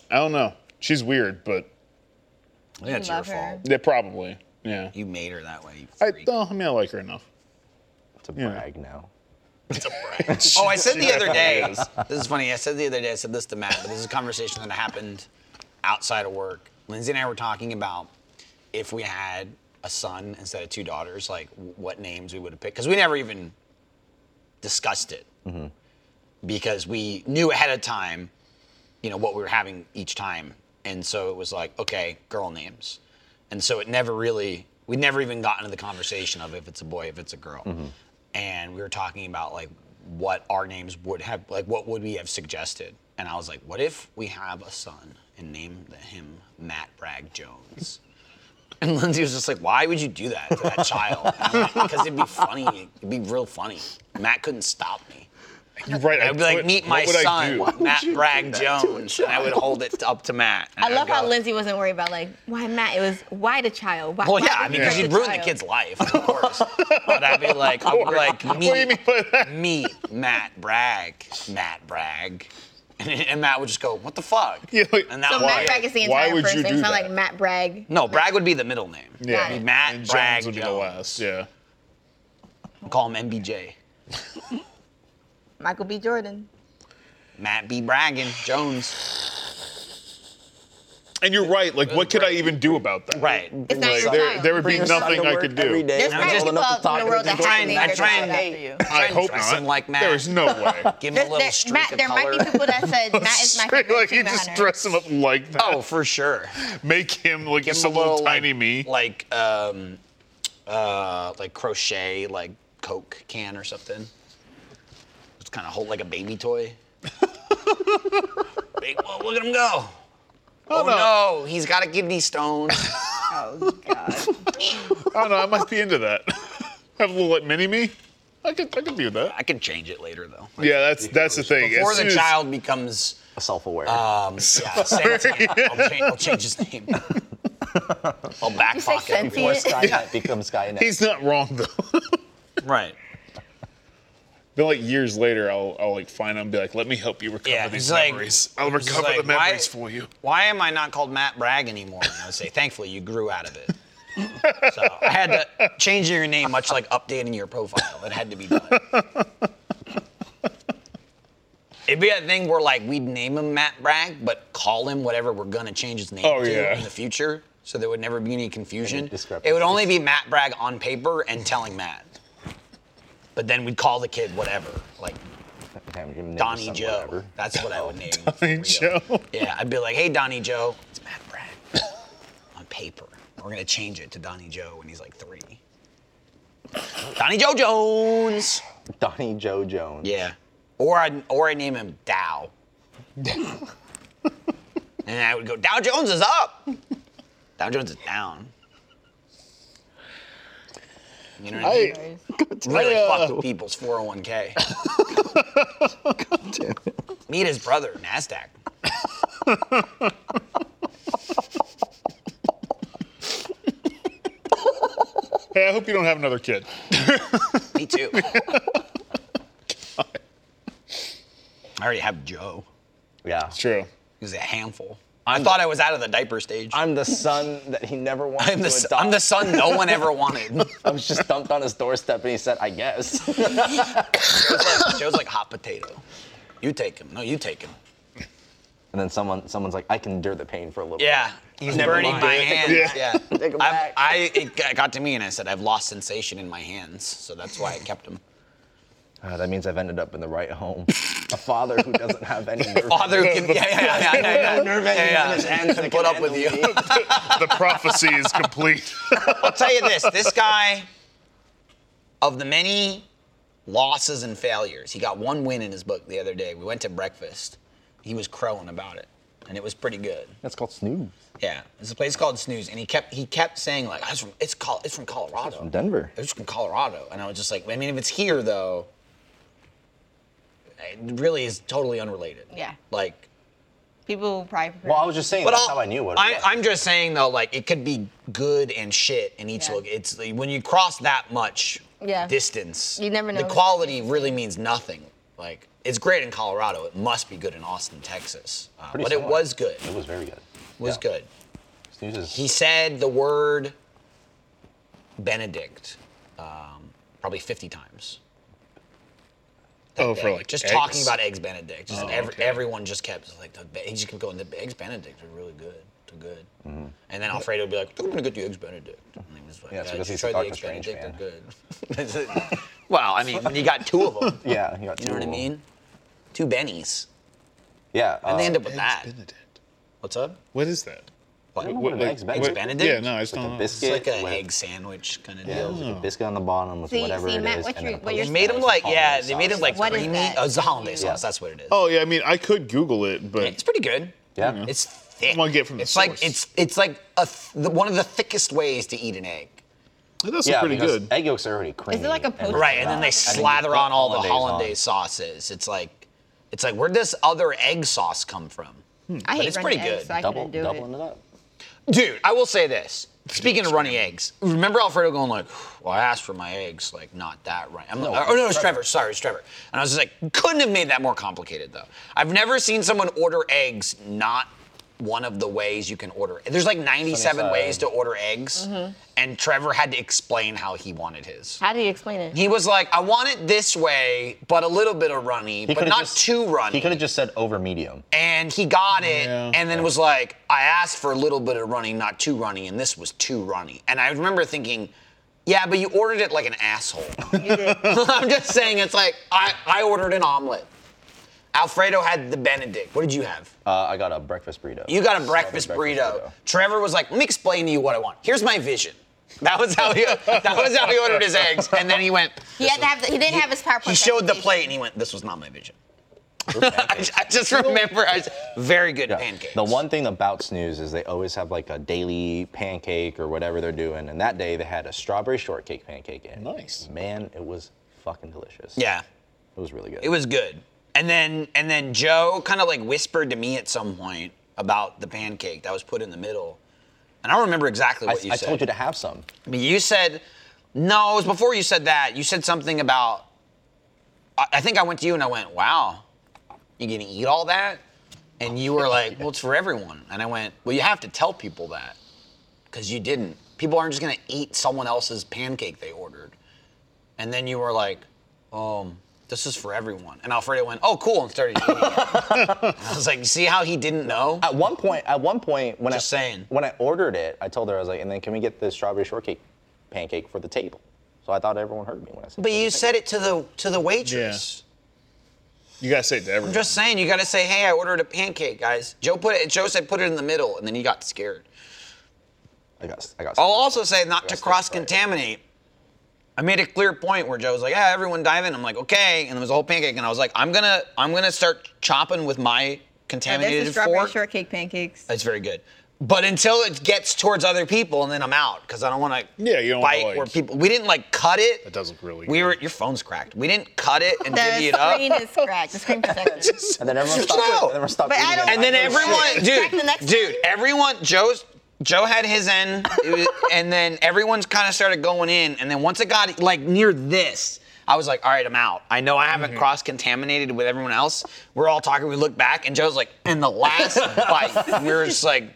D: I don't know. She's weird, but
C: Yeah, it's your
F: Love her.
C: fault.
D: yeah, probably. Yeah.
C: You made her that way. You
D: I,
C: freak.
D: no, I mean, I like her enough.
E: It's a brag now.
C: Oh, I said the other day. This is funny. I said the other day. I said this to Matt, but this is a conversation that happened outside of work. Lindsay and I were talking about if we had a son instead of two daughters, like w- what names we would have picked, because we never even discussed it, because we knew ahead of time, you know, what we were having each time, and so it was like, okay, girl names, and so it never really, we never even got into the conversation of if it's a boy, if it's a girl and we were talking about like what our names would have like what would we have suggested and i was like what if we have a son and name the- him matt bragg jones and lindsay was just like why would you do that to that child because it'd be funny it'd be real funny matt couldn't stop me
D: You're right.
C: i'd be like
D: could-
C: meet my
D: what would I
C: son
D: do?
C: matt bragg jones and i would hold it up to matt and
B: I love
C: I'd
B: how
C: go,
B: Lindsay wasn't worried about like why Matt. It was why the child. Why,
C: well,
B: why
C: yeah, I
B: did
C: mean,
B: you
C: because
B: birth
C: you'd ruin the
B: child?
C: kid's life, of course. but I'd be like, I would like meet,
D: you mean by that?
C: meet Matt Bragg, Matt Bragg, and, and Matt wott just go, what the fuck?
D: Yeah, like-
C: and that
B: So
C: was
D: Why?
B: Matt Bragg is the
D: Why
B: entire
D: would
B: first
D: you
B: name.
D: do
B: It's not
D: that?
B: like Matt Bragg.
C: no, Bragg would be the middle name.
D: Yeah.
B: Got it.
C: Matt
D: and Jones
C: Bragg
D: would be the
C: Jones.
D: last. Yeah.
C: Call him MBJ.
F: Michael B. Jordan.
C: Matt B. Braggin Jones.
D: And you're right. Like, what could I even do about that?
C: Right.
B: It's not
D: Like,
B: your
D: there,
B: child.
D: there would be nothing I could do.
B: There's
C: Now
B: probably
C: just
B: people out in the world that
C: try
B: have
C: and-
B: named
C: I
B: their
C: try
B: child
C: and
B: after
C: date
B: you.
D: I
C: Try and
D: hope
C: dress
D: not.
C: him like Matt.
D: There is no way.
C: Give him a
B: There's-
C: little
B: there-
C: streak
B: Matt,
C: of
B: there
C: color.
B: might be people that said Matt is my favorite
D: like you
B: female
D: just
B: hunter.
D: dress him up like that.
C: Oh, for sure.
D: Make him like
C: Give
D: just a
C: him
D: little, tiny
C: like,
D: me.
C: like um, uh, like crochet, like Coke can or something. Just kind of hold like a baby toy. Big, well, look at him go. Oh, no. he's got a kidney stone.
F: Oh God.
D: I don't know. I might be into that. Have a little like mini me. I could, I could do that.
C: I can change it later though. Like,
D: Yeah, that's that's the thing.
C: Before
D: As
C: the
D: soon as-
C: child becomes,
E: Self-aware.
C: um, yeah, sentient, I'll, change, I'll change his name. I'll back
F: you say
C: pocket him.
E: Before
F: sentient?
E: Skynet becomes Skynet.
D: he's not wrong though.
C: Right.
D: then like years later, I'll, I'll like find him and be like, let me help you recover
C: Yeah,
D: these
C: he's like-
D: memories. I'll
C: he's
D: recover
C: like,
D: the memories
C: "Why-
D: for you.
C: Why am I not called Matt Bragg anymore? And I would say, thankfully, you grew out of it. so I had to change your name, much like updating your profile. It had to be done. It'd be a thing where like we'd name him Matt Bragg, but call him whatever we're gonna change his name
D: Oh,
C: to
D: yeah.
C: in the future, so there would never be any confusion. It
E: discrepancies.
C: would only be Matt Bragg on paper and telling Matt. But then we'd call the kid whatever, like
E: Damn, your name is
C: Donnie
E: some
C: Joe.
E: whatever.
C: That's what I would name.
D: Donnie
C: him for real.
D: Joe.
C: Yeah, I'd be like, hey, Donnie Joe. It's Matt Bragg. On paper. We're gonna change it to Donnie Joe when he's like three. Donnie Joe Jones.
E: Donnie Joe Jones.
C: Yeah. Or I or I name him Dow. and I would go, Dow Jones is up. Dow Jones is down. You know what I, mean?
D: I,
C: really
D: I, uh,
C: fucked with people's 401k. Meet his brother, NASDAQ.
D: hey, I hope you don't have another kid.
C: Me too. I already have Joe.
E: Yeah.
D: True.
C: He's a handful. I thought I was out of the diaper stage.
E: I'm the son that he never wanted
C: I'm
E: to
C: the, s-
E: adopt.
C: I'm the son no one ever wanted.
E: I was just dumped on his doorstep and he said, I guess.
C: Joe's like, Joe's like hot potato. You take him. No, you take him.
E: And then someone someone's like, I can endure the pain for a little
C: Yeah. He's
E: Never
C: burning
E: mind.
C: my hands. Yeah.
E: Take him
C: I've-
E: back.
C: I, it got- got to me and I said, I've lost sensation in my hands. So that's why I kept him.
E: Uh, that means I've ended up in the right home. a father who doesn't have any. nerve-
C: Father can, yeah, yeah, yeah, yeah, yeah, yeah.
E: nerve endings
C: yeah.
E: in his hands that
C: put
E: can
C: up with you.
E: handle me.
D: The prophecy is complete.
C: I'll tell you this: this guy, of the many losses and failures, he got one win in his book the other day. We went to breakfast. He was crowing about it, and it was pretty good.
E: That's called snooze.
C: Yeah, there's a place called Snooze, and he kept he kept saying like, "Oh, it's from, it's, Col- it's from Colorado,
E: From Denver.
C: it's from Colorado," and I was just like, "I mean, if it's here though, it really is totally unrelated."
B: Yeah.
C: like
B: People will probably prefer.
E: Well, I was just saying that's how I knew what it was.
C: I, am just saying though, like it could be good and shit in each
B: Yeah.
C: look. It's like, when you cross that much
F: Yeah.
C: distance,
B: You never
C: The
B: know.
C: quality really means nothing. Like it's great in Colorado, it must be good in Austin, Texas. Uh,
E: Pretty
C: but it
E: similar.
C: was good.
E: It was very good.
C: was
E: Yeah.
C: good.
E: Snooze is.
C: He said the word Benedict um, probably 50 times.
D: oh, for
C: Yeah,
D: like
C: just
D: eggs?
C: talking about eggs Benedict.
E: Oh,
C: Just every,
D: okay.
C: everyone just kept like the, he just kept going. The eggs Benedict are really good. They're good. And then Alfredo would be like, "I'm gonna get the eggs Benedict." And he was like,
E: Mm-hmm. Yeah, it's because
C: you
E: he's
C: tried
E: a Doctor
C: the eggs
E: Strange
C: Benedict. They're good." well, I mean, you got two of them.
E: Yeah, you got
C: You know
E: two
C: what I
E: of 'em.
C: mean? Two Bennies,
E: Yeah.
C: and
E: uh,
C: they end up with
D: Eggs
C: that.
D: Benedict.
C: What's up?
D: What is that?
C: What?
E: know what an
D: Like,
E: eggs Benedict-
D: what-
C: Benedict?
D: Yeah, no, I just
E: Like a
D: don't know.
C: It's
E: biscuit.
C: like an
E: with-
C: egg sandwich kind of
E: Yeah, it was
C: deal.
E: like a biscuit on the bottom with
F: See-
E: whatever
F: see,
E: it
F: Matt,
E: is,
F: what
E: and
F: you-
E: then a
F: what you're
C: They
E: potato
C: made them
E: salad
C: like
E: with
C: yeah,
E: hollandaise
C: they made them
E: sauce.
C: like
F: What is
C: creamy.
F: that?
C: uh, It's a hollandaise
E: Yeah.
C: sauce. That's what it is.
D: Oh yeah, I mean I could Google it, but
C: It's pretty good.
E: Yeah. You know.
C: It's thick.
D: wanna get from the
C: it's
D: source.
C: like it's it's like a th- the, one of the thickest ways to eat an egg.
D: it does look
E: yeah,
D: pretty
E: because
D: good.
E: Egg yolks are already creamy.
F: like a
E: and
F: poached
C: Right, and then they
F: And then
C: slather on all the hollandaise
E: hollandaise
C: sauces. It's like it's like where'd this other egg sauce come from?
D: Hmm.
F: I hate
C: it's
F: running
C: pretty
F: eggs,
C: good.
F: so I
E: Double,
F: couldn't do
E: doubling
F: it.
E: it up.
C: Dude, I will say this. Speaking of runny eggs, remember Alfredo going like, "Well, I asked for my eggs, like not that right." I'm like, "Oh no, it's Trevor. Sorry, it's Trevor." And I was just like, "Couldn't have made that more complicated though." I've never seen someone order eggs not one of the ways you can order. There's like 97
E: Sunny side. Mm-hmm.
C: ways to order eggs, and Trevor had to explain how he wanted his.
B: How do you explain it?
C: He was like, "I want it this way, but a little bit of runny,
E: He
C: but
E: could've
C: not
E: just-
C: too runny."
E: He could have just said over medium.
C: and he got it
D: Yeah.
C: and then was like i asked for a little bit of running not too runny and this was too runny and i remember thinking yeah but you ordered it like an asshole i'm just saying it's like i, I ordered an omelet alfredo had the benedict what did you have
E: Uh, I got a breakfast burrito.
C: you got a
E: Southern
C: breakfast, burrito. Trevor was like, "Let me explain to you what I want. Here's my vision." That was how he. that was how he ordered his eggs, and then he went.
B: He had to have. The, he didn't have his PowerPoint.
C: He showed the
B: presentation.
C: plate, and he went, "This was not my vision." I, I just remember, I was very good
E: Yeah.
C: pancakes.
E: The one thing about Snooze is they always have like a daily pancake or whatever they're doing, and that day they had a strawberry shortcake pancake in.
D: Nice.
E: Man, it was fucking delicious.
C: Yeah,
E: It was really good.
C: it was good. And then and then Joe kind of like whispered to me at some point about the pancake that was put in the middle, and I don't remember exactly
E: I,
C: what you
E: I
C: said.
E: told you to have some.
C: But you said, no, it was before you said that. You said something about, I, I think I went to you and I went, wow, you gonna eat all that? And you were like, well, it's for everyone. And I went, well, you have to tell people that, because you didn't. People aren't just gonna eat someone else's pancake they ordered. And then you were like, um, this is for everyone. And Alfredo went, oh, cool, and started eating it. I was like, see how he didn't know?
E: At one point, at one point, when
C: Just
E: I
C: saying.
E: when I ordered it, I told her I was like, and then can we get the strawberry shortcake pancake for the table? So I thought everyone heard me when I said.
C: But you said it to the to the waitress.
D: You gotta say it to everyone.
C: I'm just saying, you gotta say, "Hey, I ordered a pancake, guys." Joe put it. Joe said, "Put it in the middle," and then he got scared.
E: I got. I got.
C: I'll also say, not to
E: That's
C: cross-contaminate. I made a clear point where Joe was like, "Yeah, everyone dive in." I'm like, "Okay," and there was a whole pancake, and I was like, "I'm gonna, I'm gonna start chopping with my
F: Yeah, This is
C: contaminated
F: strawberry
C: fork."
F: shortcake pancakes.
C: It's very good. But until it gets towards other people, and then I'm out because I don't want to
D: Yeah, you don't wanna,
C: bite
D: like-
C: where people. We didn't like cut it.
D: That does look really
C: We
D: good.
C: were your phone's cracked. We didn't cut it and divvy it
B: The
C: up.
B: screen is cracked. The screen protector.
E: and then everyone stopped.
C: No.
E: And everyone stopped.
B: But I
E: eating
B: don't-
E: it.
C: And then
E: I was like,
C: everyone,
B: shit.
C: dude,
B: Back the next
C: dude,
B: time?
C: everyone, Joe's, Joe had his end, it was- and then everyone's kind of started going in, and then once it got like near this, I was like, all right, I'm out. I know I haven't cross-contaminated with everyone else. We're all talking. We look back, and Joe's like, in the last bite, we were just like.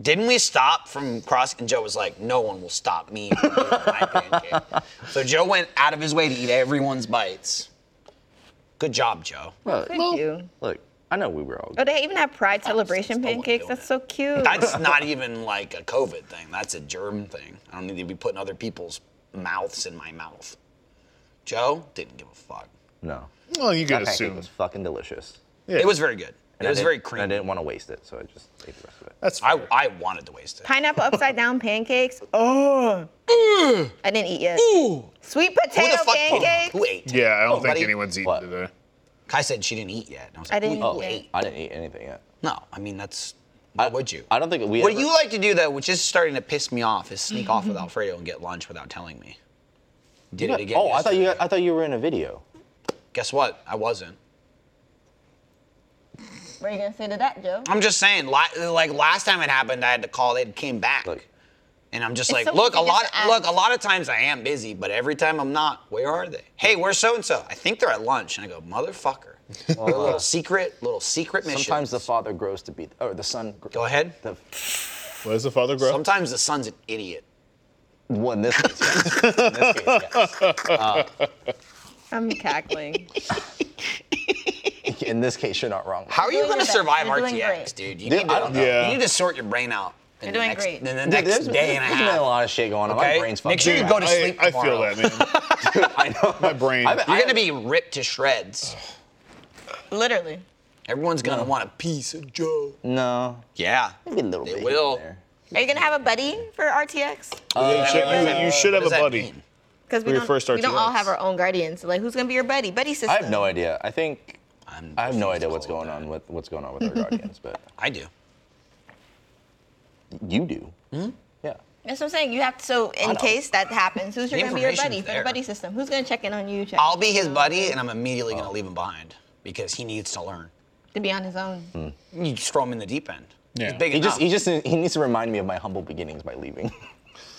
C: Didn't we stop from cross? And Joe was like, "No one will stop me." from eating my pancake." so Joe went out of his way to eat everyone's bites. Good job, Joe.
F: Thank you.
E: Look, I know we were all.
F: Oh, they even have Pride Celebration
C: someone
F: pancakes.
C: doing
F: That's
C: it.
F: so cute.
C: That's not even like a COVID thing. That's a germ thing. I don't need to be putting other people's mouths in my mouth. Joe didn't give a fuck.
E: No.
D: Well, you
E: That
D: could
E: pancake
D: assume.
E: was fucking delicious.
D: Yeah.
C: It was very good.
E: And
C: it
E: I
C: was
E: didn't-
C: very
E: And I
C: creamy.
E: didn't want to waste it, so I just ate the rest of it.
D: That's
C: I,
D: fair.
C: I wanted to waste it.
F: Pineapple upside down pancakes. Oh. I didn't eat yet. Sweet potato pancakes.
C: Who ate?
D: yeah, I don't
C: Oh,
D: think
C: buddy.
D: anyone's eaten
E: What?
D: today.
C: Kai said she didn't eat yet. And I was
F: I
C: like,
F: didn't
C: who, who
F: eat yet.
C: ate?
E: I didn't eat anything yet.
C: No, I mean that's. Why would you?
E: I don't think we.
C: What
E: ever-
C: you like to do though, which is starting to piss me off, is sneak off with Alfredo and get lunch without telling me. Did it again.
E: Oh, I thought you.
C: yesterday.
E: Got, I thought you were in a video.
C: Guess what? I wasn't.
F: What are you gonna say to that, Joe?
C: I'm just saying. Li- like last time it happened, I had to call. They came back,
E: Look.
C: and I'm just
F: It's
C: like,
F: so
C: look, a
F: easy just
C: lot.
F: to ask.
C: Look, a lot of times I am busy, but every time I'm not. Where are they? Hey, where's so and so? I think they're at lunch, and I go, motherfucker. Their little secret, little secret mission.
E: Sometimes the father grows to be, or the son. gr-
C: Go ahead.
E: The
D: Where's the father grow?
C: Sometimes the son's an idiot.
E: one. This. Case, yes. In this case, yes.
F: I'm cackling.
E: In this case, you're not wrong.
C: How are you
F: doing
C: going to
F: your best.
C: survive
F: You're doing
C: RTX,
F: great.
C: dude? You
E: Dude,
C: need, to,
E: I don't
D: know. Yeah.
C: you need to sort your brain out. in
F: You're
C: the
F: doing
C: next,
F: great.
C: In the
E: Dude,
C: next
E: there's-
C: day and a
E: there's
C: half.
E: been a lot of shit going on.
C: Okay?
E: My brain's fucking.
C: Make sure you
E: fried.
C: go to
D: I,
C: sleep
D: I feel
C: tomorrow.
D: that, man.
E: I know.
D: My brain.
E: I bet-
C: You're going to be ripped to shreds.
B: Literally.
C: Everyone's going to want a piece of Joe.
E: No.
C: Yeah.
E: Mm. Maybe a little
C: They
E: bit.
C: will.
E: here and
B: Are you gonna have a buddy for RTX?
D: you, should, you- you should
C: What
D: have a
C: does that
D: buddy.
C: mean?
B: Because we
D: For your
B: don't,
D: first
B: we don't all
D: RTX.
B: have our own guardians. So like, who's gonna be your buddy? Buddy
E: there.
B: system.
E: I have no idea. I think.
C: I'm
E: I have no
C: confused
E: idea
C: with
E: what's
C: all
E: going
C: that.
E: on with what's going on with our guardians, but
C: I do.
E: you do. Mm-hmm. Yeah.
B: That's what I'm saying. You have to, so
E: know.
B: in case that happens, who's
C: The
B: your gonna be your
C: information's
B: buddy for
C: there.
B: the buddy system? Who's gonna check in on you? Check
C: I'll be his buddy, and I'm immediately going to leave him behind because he needs to learn.
B: to be on his own.
E: Hmm.
C: You just throw him in the deep end.
D: Yeah.
C: He's big
E: He
C: enough.
E: just. He just. He needs to remind me of my humble beginnings by leaving.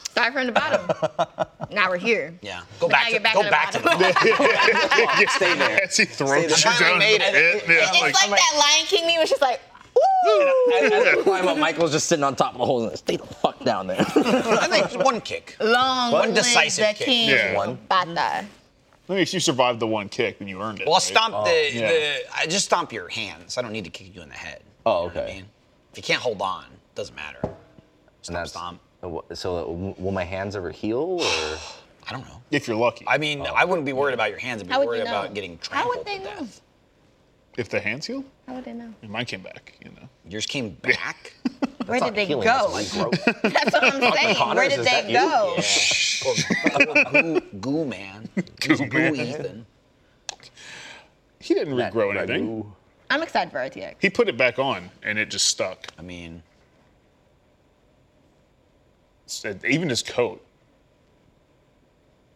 B: Start from the bottom. now we're here.
C: yeah. Go
B: Now
C: back to
B: you're back
C: go
B: at the
C: back to
B: bottom.
C: the
E: Stay there.
D: As he throws
C: Stay there.
D: you down
C: Finally
D: in the
C: made
D: pit.
C: it.
D: Yeah,
B: It's
D: like,
B: like, that Lion King meme, which is like, ooh,
E: As I climb up, Michael's just sitting on top of the hole and stay the fuck down there.
C: I think just one kick.
B: long
C: One
B: live
C: decisive
B: the
C: kick.
B: king.
D: Yeah.
E: One.
B: Bata.
D: I mean, if you survived the one kick, then you earned it.
C: Well, I'll
D: right?
C: stomp the,
D: yeah.
C: the. I just stomp your hands. I don't need to kick you in the head.
E: Oh,
C: You know what
E: okay.
C: I mean? If you can't hold on, it doesn't matter.
E: And
C: Stomp,
E: that's-
C: stomp.
E: So w- will my hands ever heal? Or
C: I don't know.
D: If you're lucky.
C: I mean, I wouldn't be worried about your hands. I'd be
B: How would
C: worried
B: you know?
C: about getting
B: How
C: trampled
B: would they
C: to
B: know?
C: death.
D: if the hands heal,
B: How would they know?
D: mine came back, you know.
C: Yours came back.
B: Where did they
E: healing,
B: go?
E: That's like growth.
B: That's what I'm saying.
E: Connors,
B: Where did
E: is that
B: they
E: you?
B: go?
C: Yeah. Or goo, goo man. Goo, goo
D: man.
C: Ethan.
D: He didn't regrow
E: Ragu.
D: anything.
F: I'm excited for RTX.
D: He put it back on and it just stuck.
C: I mean,
D: It's- uh, Even his coat.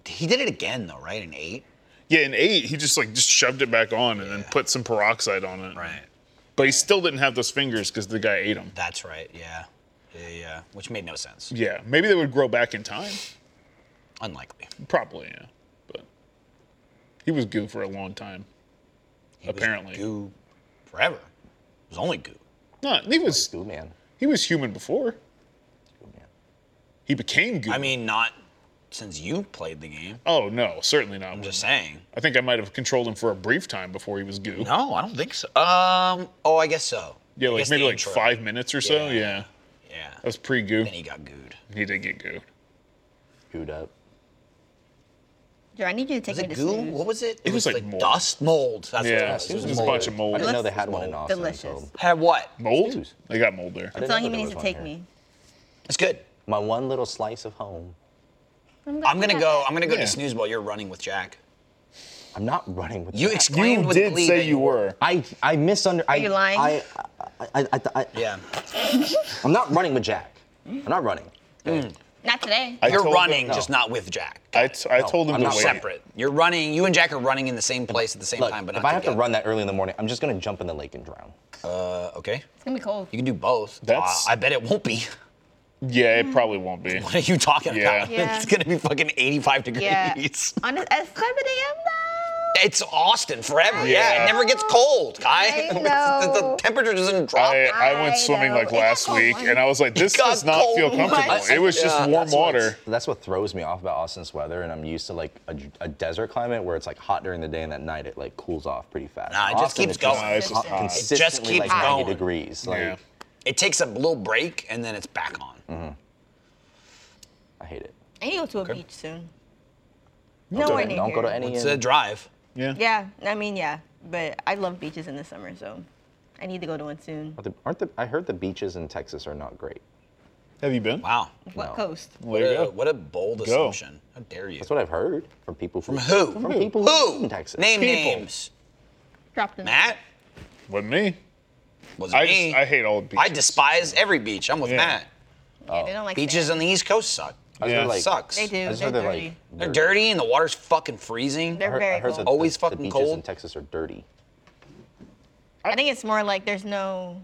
C: he did it again though, right? In eight.
D: Yeah, in eight, he just like just shoved it back on and then
C: Yeah.
D: put some peroxide on it. But he still didn't have those fingers because the guy ate them.
C: That's right. Yeah. Yeah, yeah. Which made no sense.
D: Yeah, maybe they would grow back in time.
C: Unlikely.
D: Probably, yeah. But he was goo for a long time.
C: He was
D: Apparently.
C: goo forever. It was only goo.
D: No, he was
E: Goo man.
D: he was human before.
E: Goo man.
D: He became goo.
C: I mean, not since you played the game.
D: oh no, certainly not.
C: I'm just saying.
D: I think I might have controlled him for a brief time before he was goo.
C: No, I don't think so. Um. Oh, I guess so.
D: Yeah,
C: I
D: like
C: guess the
D: maybe like
C: intro.
D: five minutes or so.
C: Yeah.
D: Yeah,
C: Yeah.
D: that was pre goo.
C: Then he got gooed.
D: He did get goo.
E: Gooed up.
F: Joe, I need you to take
C: Was
F: me
C: it
F: to
C: goo?
F: snooze.
C: What was it? It,
D: was, like, mold.
C: dust mold. That's
D: Yeah,
C: what
D: it
C: it was.
D: was just a bunch of mold.
E: I didn't know
F: It
E: they
F: looks
E: had one in Austin.
F: delicious.
E: So
C: Had what?
D: Mold?
E: Jeez.
D: They got mold there.
E: didn't
F: That's all
E: know
F: he
E: there
F: needs
E: was
F: to
E: one
F: take
E: here.
F: me.
C: It's good.
E: my one little slice of home.
C: I'm gonna go. I'm gonna go
D: Yeah.
C: to snooze while you're running with Jack.
E: I'm not running with
C: You
E: that.
C: exclaimed with glee that
D: were.
E: I I misunderstood. Are
F: you lying?
E: I I, I, I, I,
C: Yeah.
E: am not running with Jack. I'm not running.
B: Not today.
D: I
C: You're
D: told
C: running,
D: Him, no. Oh,
C: just not with Jack.
D: I, t- I told him
E: I'm
D: to
E: not
D: wait.
C: Separate. You're running. You and Jack are running in the same place at the same
E: Look,
C: time, but not
E: if I have to
C: together.
E: run that early in the morning, I'm just gonna jump in the lake and drown.
C: Uh, okay.
F: It's gonna be cold.
C: You can do both.
D: That's-
C: Wow, I bet it won't be.
D: Yeah, it probably won't be.
C: What are you talking
D: Yeah.
C: about?
F: Yeah.
C: It's gonna be fucking 85 degrees.
F: Yeah. On a, at 7 a.m. though.
C: It's Austin forever. Yeah.
D: Yeah.
C: It never gets cold, Kai.
F: I
C: It's- the,
F: know.
C: temperature doesn't drop.
D: I, I went
F: I
D: swimming
F: know.
D: like
F: It got
D: last
F: cold
D: week,
F: once.
D: and I was like, "This
C: got
D: does not feel
C: cold once.
D: comfortable."
C: I-
D: It was just
C: yeah,
D: warm
C: that's what it's-
D: water.
E: That's what throws me off about Austin's weather, and I'm used to like a, a desert climate where it's like hot during the day and at night it like cools off pretty fast.
C: Nah, it just
E: Austin,
C: keeps
E: it's
C: going.
E: just
D: Nah, it's
E: hot
D: just hot. It just
E: consistently,
C: keeps
E: like 90
C: going.
E: degrees. Like,
D: Yeah.
C: It takes a little break and then it's back on.
E: I hate it.
B: I need to go to a beach soon.
F: Nowhere near
E: Don't go to
F: here.
E: any.
C: It's
D: Mm-hmm.
E: in-
C: a drive.
D: Yeah.
B: Yeah, I mean, yeah, but I love beaches in the summer, so I need to go to one soon.
F: Aren't the, aren't the, I heard the beaches in Texas are not great.
D: Have you been?
C: Wow.
B: What
F: No.
B: coast?
D: Well,
C: what,
D: there you
C: a,
D: go.
C: what a bold
D: Go.
C: assumption. How dare you?
F: That's what I've heard from people
C: From who?
F: From people who live
C: Who?
F: in Texas.
C: Name
D: People.
C: names.
B: Dropped in.
C: Matt
D: Wasn't me.
C: was
D: I
C: me.
D: just, I hate all the beaches.
C: I despise every beach. I'm with
D: Yeah.
C: Matt.
B: Yeah, they don't like
C: Beaches
B: sand.
C: on the East Coast suck.
F: I just
D: Yeah.
F: heard, like,
C: Sucks.
B: They do.
F: I just
B: They're
F: heard they're
B: dirty.
F: like
C: They're dirty and the water's fucking freezing.
F: I
B: They're
F: heard- I
B: very
F: heard
B: cold.
F: that
C: Always
F: the,
C: fucking
F: the beaches in
C: cold.
F: Texas are dirty.
B: I think it's more like there's no,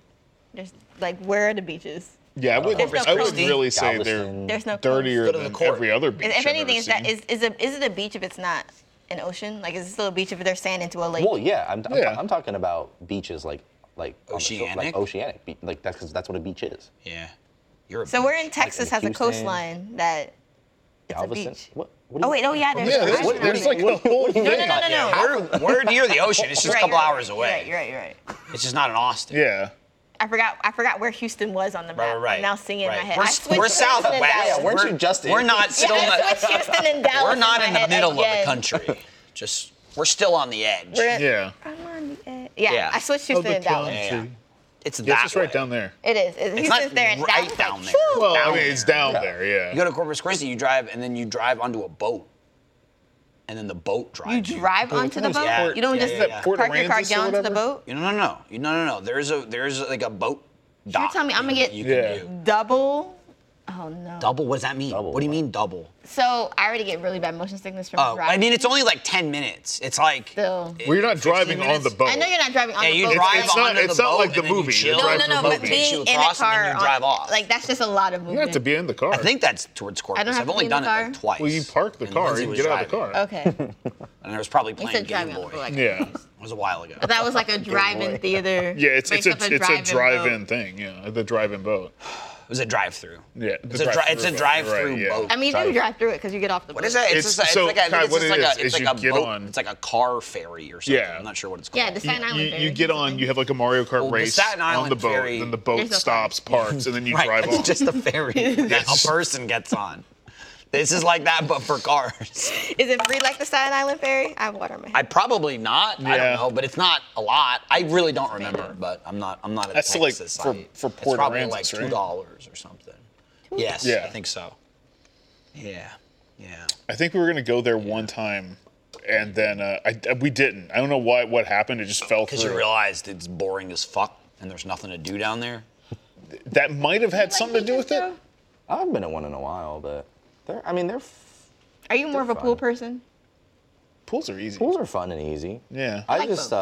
B: there's like where are the beaches?
D: yeah, I wouldn't,
B: There's no
D: I wouldn't
B: coast.
D: really say
F: Galveston.
B: There's no
D: they're
B: coast.
D: dirtier
C: Go to the
D: than
C: court.
D: every other beach.
B: And if
D: I've
B: anything,
D: ever
B: is that
D: seen.
B: is is a, is it a beach if it's not an ocean? Like is it still a beach if there's sand into a lake?
F: Well, yeah, I'm, I'm,
D: Yeah.
F: I'm talking about beaches like like on the shore-
C: Oceanic?
F: like oceanic, be- like that's 'cause that's what a beach is.
C: Yeah. You're a
B: so
C: beach.
B: we're in Texas has a
F: Houston.
B: coastline that it's a
F: Galveston.
B: beach.
F: What, what do
B: Oh
F: you-
B: wait, oh yeah, there's
D: Yeah, there's,
B: islands.
D: there's like a whole
F: do you
B: no,
F: mean
B: no, no, no,
F: by
B: no.
F: that?
C: We're, we're near the ocean. It's just
B: Right,
C: a couple
B: you're right,
C: hours
B: you're
C: away.
B: Right, you're right, you're right.
C: It's just not in Austin.
D: Yeah.
B: I forgot. I forgot where Houston was on the map.
C: Right, right, right.
B: I'm now seeing it
C: Right.
B: in my head.
C: We're,
B: I
C: s-
B: switched
C: we're
B: Houston and
C: southwest.
B: Dallas.
F: Yeah, we're- weren't you just in-
C: We're not still
B: yeah, I
C: in
B: switched Houston and Dallas.
C: the, We're not
B: my
C: in the
B: head
C: middle
B: again.
C: of the country. Just we're still on the edge.
B: We're in-
D: Yeah.
B: I'm on the edge. Yeah,
C: Yeah.
B: I switched Houston and Dallas.
C: Yeah, yeah. It's
D: Yeah,
C: that
D: it's just right
C: way.
D: down there.
B: It is. It's,
C: It's
B: Houston's
C: not
B: there and
C: right
B: Dallas.
C: down there.
B: Phew.
D: Well, I
C: Down
D: mean, it's
C: there.
D: down there, yeah.
C: You go to Corpus Christi, you drive, and then you drive onto a boat, and then the boat drives
B: You drive onto the boat.
C: Yeah,
B: you don't
C: yeah,
B: just
C: yeah, yeah.
B: park your car,
D: Aransas or
B: get onto the
D: whatever?
B: boat.
C: You no no no you no no no. There's a there's like a boat. Dock
B: telling me I'm gonna
C: thing
B: get-
C: that you
D: Yeah.
C: can do.
B: Double. Oh no.
C: double. What does that mean?
F: Double
C: what do you
F: what?
C: mean double?
B: So I already get really bad motion sickness from
C: Oh,
B: driving.
C: I mean it's only like ten minutes. It's like
B: Still.
D: Well, you're not
C: 15
D: driving on
C: minutes?
D: the boat.
B: I know you're not driving on
C: Yeah,
B: the
C: you
B: boat.
C: drive
B: but
D: It's
B: like-
D: not-
C: onto
D: it's
C: the
D: not
C: boat
D: like the
C: and then you
D: movie. You
C: chill.
B: No,
D: drive
B: no, no.
D: remotely.
B: But
D: It
C: takes you
B: being in a
C: across and then
B: car,
C: you
B: on-
C: drive off.
B: like that's just a lot of
D: You
B: movement.
D: don't have to be in the car.
C: I think that's towards Corpus.
B: I don't have
C: I've
B: to
C: only
B: be in
C: done
B: the
C: it
B: car?
C: like twice.
D: Well, you park the
C: and
D: car
C: Lindsay
D: and
C: was
D: get out of the
C: driving.
D: car.
B: Okay.
C: And I was probably
B: You
C: playing
B: said
C: Game
B: driving
C: Boy.
B: on the boat. I got
D: Yeah.
B: confused.
C: It was a while ago.
B: But that was like a drive-in
F: boy.
B: theater.
D: Yeah, it's it's
B: mixed
D: a
B: up
D: it's a
B: drive-in
D: drive-in
B: boat.
D: thing. Yeah, the drive-in boat.
C: It was a drive-through.
D: Yeah, the
C: it's a, dri-
D: drive-thru
C: it's a
D: boat,
C: drive-through
D: right, yeah.
C: boat.
B: I mean, you do drive through it because you get off the boat.
C: what is that? It's,
D: It's-
C: just a, it's
D: so,
C: like a, I think
D: Kai,
C: it's
D: what
C: just
D: it
C: like
D: is,
C: a, it's
D: is
C: like
D: you
C: a
D: get
C: boat.
D: on-
C: It's like a car ferry or something.
D: Yeah.
C: I'm not sure what it's called.
B: Yeah, the Staten
D: You-
B: Island
D: you,
B: ferry.
D: you get on, you have like a Mario Kart
C: Well, the
D: race
C: Staten
D: on the
C: Island
D: boat,
C: ferry-
D: then the boat
B: There's no
D: stops, parks, and then you
C: Right.
D: drive
C: it's
D: off.
C: just a ferry that a person gets on. This is like that, but for cars.
B: Is it free like the Staten Island ferry? I have water in my
C: I
B: head.
C: probably not. I
D: Yeah.
C: don't know, but it's not a lot. I really don't remember, but I'm not. I'm not a
D: That's like
C: Texas.
D: for-
C: I-
D: for
C: it's
D: Port
C: probably
D: Aransas,
C: like
D: right?
C: two dollars or something. Yes,
D: Yeah.
C: I think so. Yeah, yeah.
D: I think we were gonna go there one time, and then uh, I, I- we didn't. I don't know why what happened. It just fell
C: Because
D: through.
C: you realized it's boring as fuck, and there's nothing to do down there.
D: that might have had something to do with it.
F: I haven't been at one in a while, but they're. I mean, their f-
B: Are you more of a
F: They're
B: pool
F: fine.
B: person?
D: Pools are easy.
F: pools are fun and easy.
D: Yeah.
F: I,
B: like
F: just.
B: them.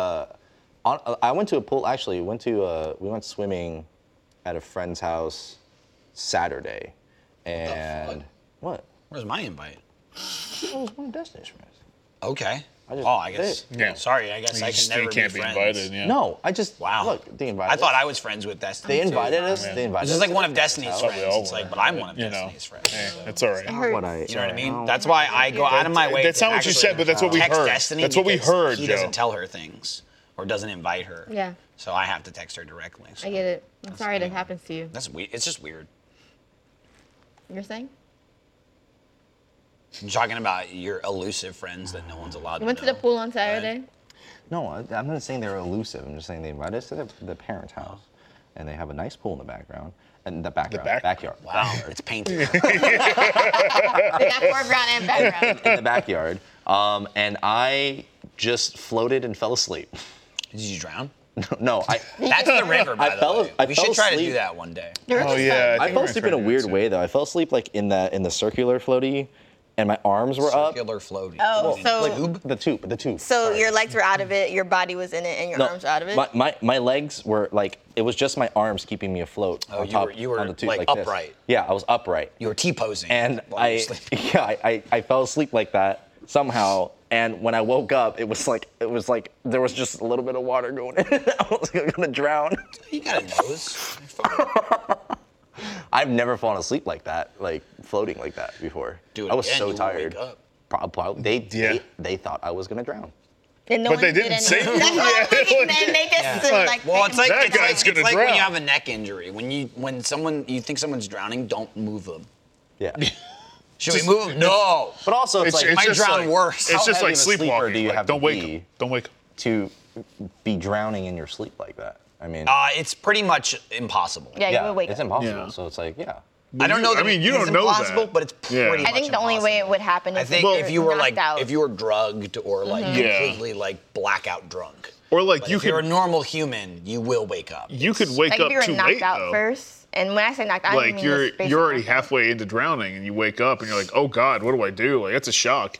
F: Uh, on, I went to a pool. Actually, went to. Uh, we went swimming at a friend's house Saturday, and what?
C: Where's my invite?
F: It was one of Destiny's friends.
C: Okay. oh,
F: just-
C: I guess.
D: Yeah.
C: Sorry, I guess I
D: you
C: can
D: just-
C: never
D: you can't be,
C: friends.
D: invited. Yeah.
E: Oh,
F: No, I just.
C: Wow.
F: Look, they invited.
C: I thought
F: us.
C: I was friends with Destiny.
F: They Oh,
C: too.
F: invited us. They
D: Yeah.
F: invited.
C: This is
F: us
C: like
F: to
C: one
F: their
C: of
F: friend's
C: Destiny's
F: house.
C: friends.
D: all
C: It's
D: were
C: like, but
D: invited,
C: I'm one of
D: you know.
C: Destiny's friends.
D: Eh,
C: so-
D: It's all right.
F: Not what I-
B: You
C: You know what I mean?
F: No.
C: That's why I go out of my way.
D: That's
C: to
D: not what you
C: actually
D: said, but that's what we
C: text
D: heard.
C: Destiny
D: That's what we
C: because
D: heard,
C: He
D: Joe.
C: doesn't tell her things or doesn't invite her.
B: Yeah.
C: So I have to text her directly. So
B: I get it. I'm sorry that happens to you.
C: That's weird. It's just weird.
B: You're saying?
C: I'm talking about your elusive friends that no one's allowed
B: You
C: to
B: went to the
C: know.
B: pool on Saturday?
F: No, I- I'm not saying they're elusive. I'm just saying they invited us to their, their parents' house, and they have a nice pool in the background and the background,
D: back-
F: backyard.
C: Wow, it's painted.
B: They got foreground and background.
F: in the backyard. Um, and I just floated and fell asleep.
C: Did you drown?
F: no, I
C: That's the river, by
F: I
C: the
F: fell-
C: way.
F: I
C: we
F: fell
C: should try to do
F: asleep.
C: that one day.
D: Oh yeah.
F: I
D: think
F: fell
D: we're
F: asleep
D: trying
F: in a
D: to do
F: weird
D: that
F: way though. I fell asleep like in the in the circular floaty, and my arms were up.
C: Circular floating.
B: Oh,
C: Floating.
B: so-
C: Tube?
F: The tube, the tube.
B: So your legs were out of it, your body was in it, and your
F: No,
B: arms were out of it?
F: My, my my legs were like it was just my arms keeping me afloat
C: Oh,
F: on
C: you
F: top
C: were- you were,
F: on the tube
C: like,
F: this.
C: upright.
F: Yeah, I was upright.
C: you were T-posing.
F: and
C: while you were
F: I
C: sleeping.
F: yeah I, I, I fell asleep like that somehow and when I woke up it was like it was like there was just a little bit of water going in I was like, I'm gonna drown
C: You got a nose.
F: I've never fallen asleep like that like floating like that before
C: Do it
F: I was
C: again,
F: so
C: you won't wake
F: tired
C: up.
F: Prob- prob- they,
D: Yeah.
F: they they thought I was gonna drown
B: And no
D: But
B: one
D: they
B: did
D: didn't
B: anything.
D: say-
B: That's what
D: Yeah,
B: I'm thinking.
D: like-
B: They, they just
C: Yeah.
B: stood
D: Right.
B: like,
C: Well, it's like
D: That
C: it's
D: guy's
C: like,
D: gonna
C: it's like when
D: drown.
C: you have a neck injury. When you when someone you think someone's drowning, don't move them.
F: yeah
C: Should we move him? No.
E: But also, it's, like
C: might
D: just
C: drown
D: like,
C: worse.
E: How
D: It's just
E: heavy
D: like
E: of a sleeper
D: sleepwalking.
E: do you
D: like,
E: have to
D: don't wake
E: be?
D: up. Don't wake up.
E: to be drowning in your sleep like that. I mean,
C: Uh, it's pretty much impossible.
F: Yeah, you would wake
E: it's
F: up.
E: impossible.
D: Yeah.
E: So it's like, yeah.
C: I don't know.
D: I
C: That
D: mean, you
C: it's
D: don't know that.
C: impossible, but it's
D: Yeah.
C: pretty.
D: I
F: I think
C: much
F: the only way it
C: impossible.
F: would happen is
C: I think
F: you're
C: if you were
F: knocked
C: like,
F: out. Mm-hmm.
C: if you were drugged or like
D: Yeah.
C: completely like blackout drunk,
D: Or like
C: But
D: you
C: if you're a
D: could
C: normal human, you will wake up.
D: you could wake
F: like
D: up
F: if you were
D: too
F: knocked
D: late
F: out
D: though.
F: first, and when I say knocked out, I
D: like
F: mean
D: you're
F: just
D: you're already
F: basically-
D: halfway into drowning and you wake up and you're like, oh god, what do I do? Like that's a shock.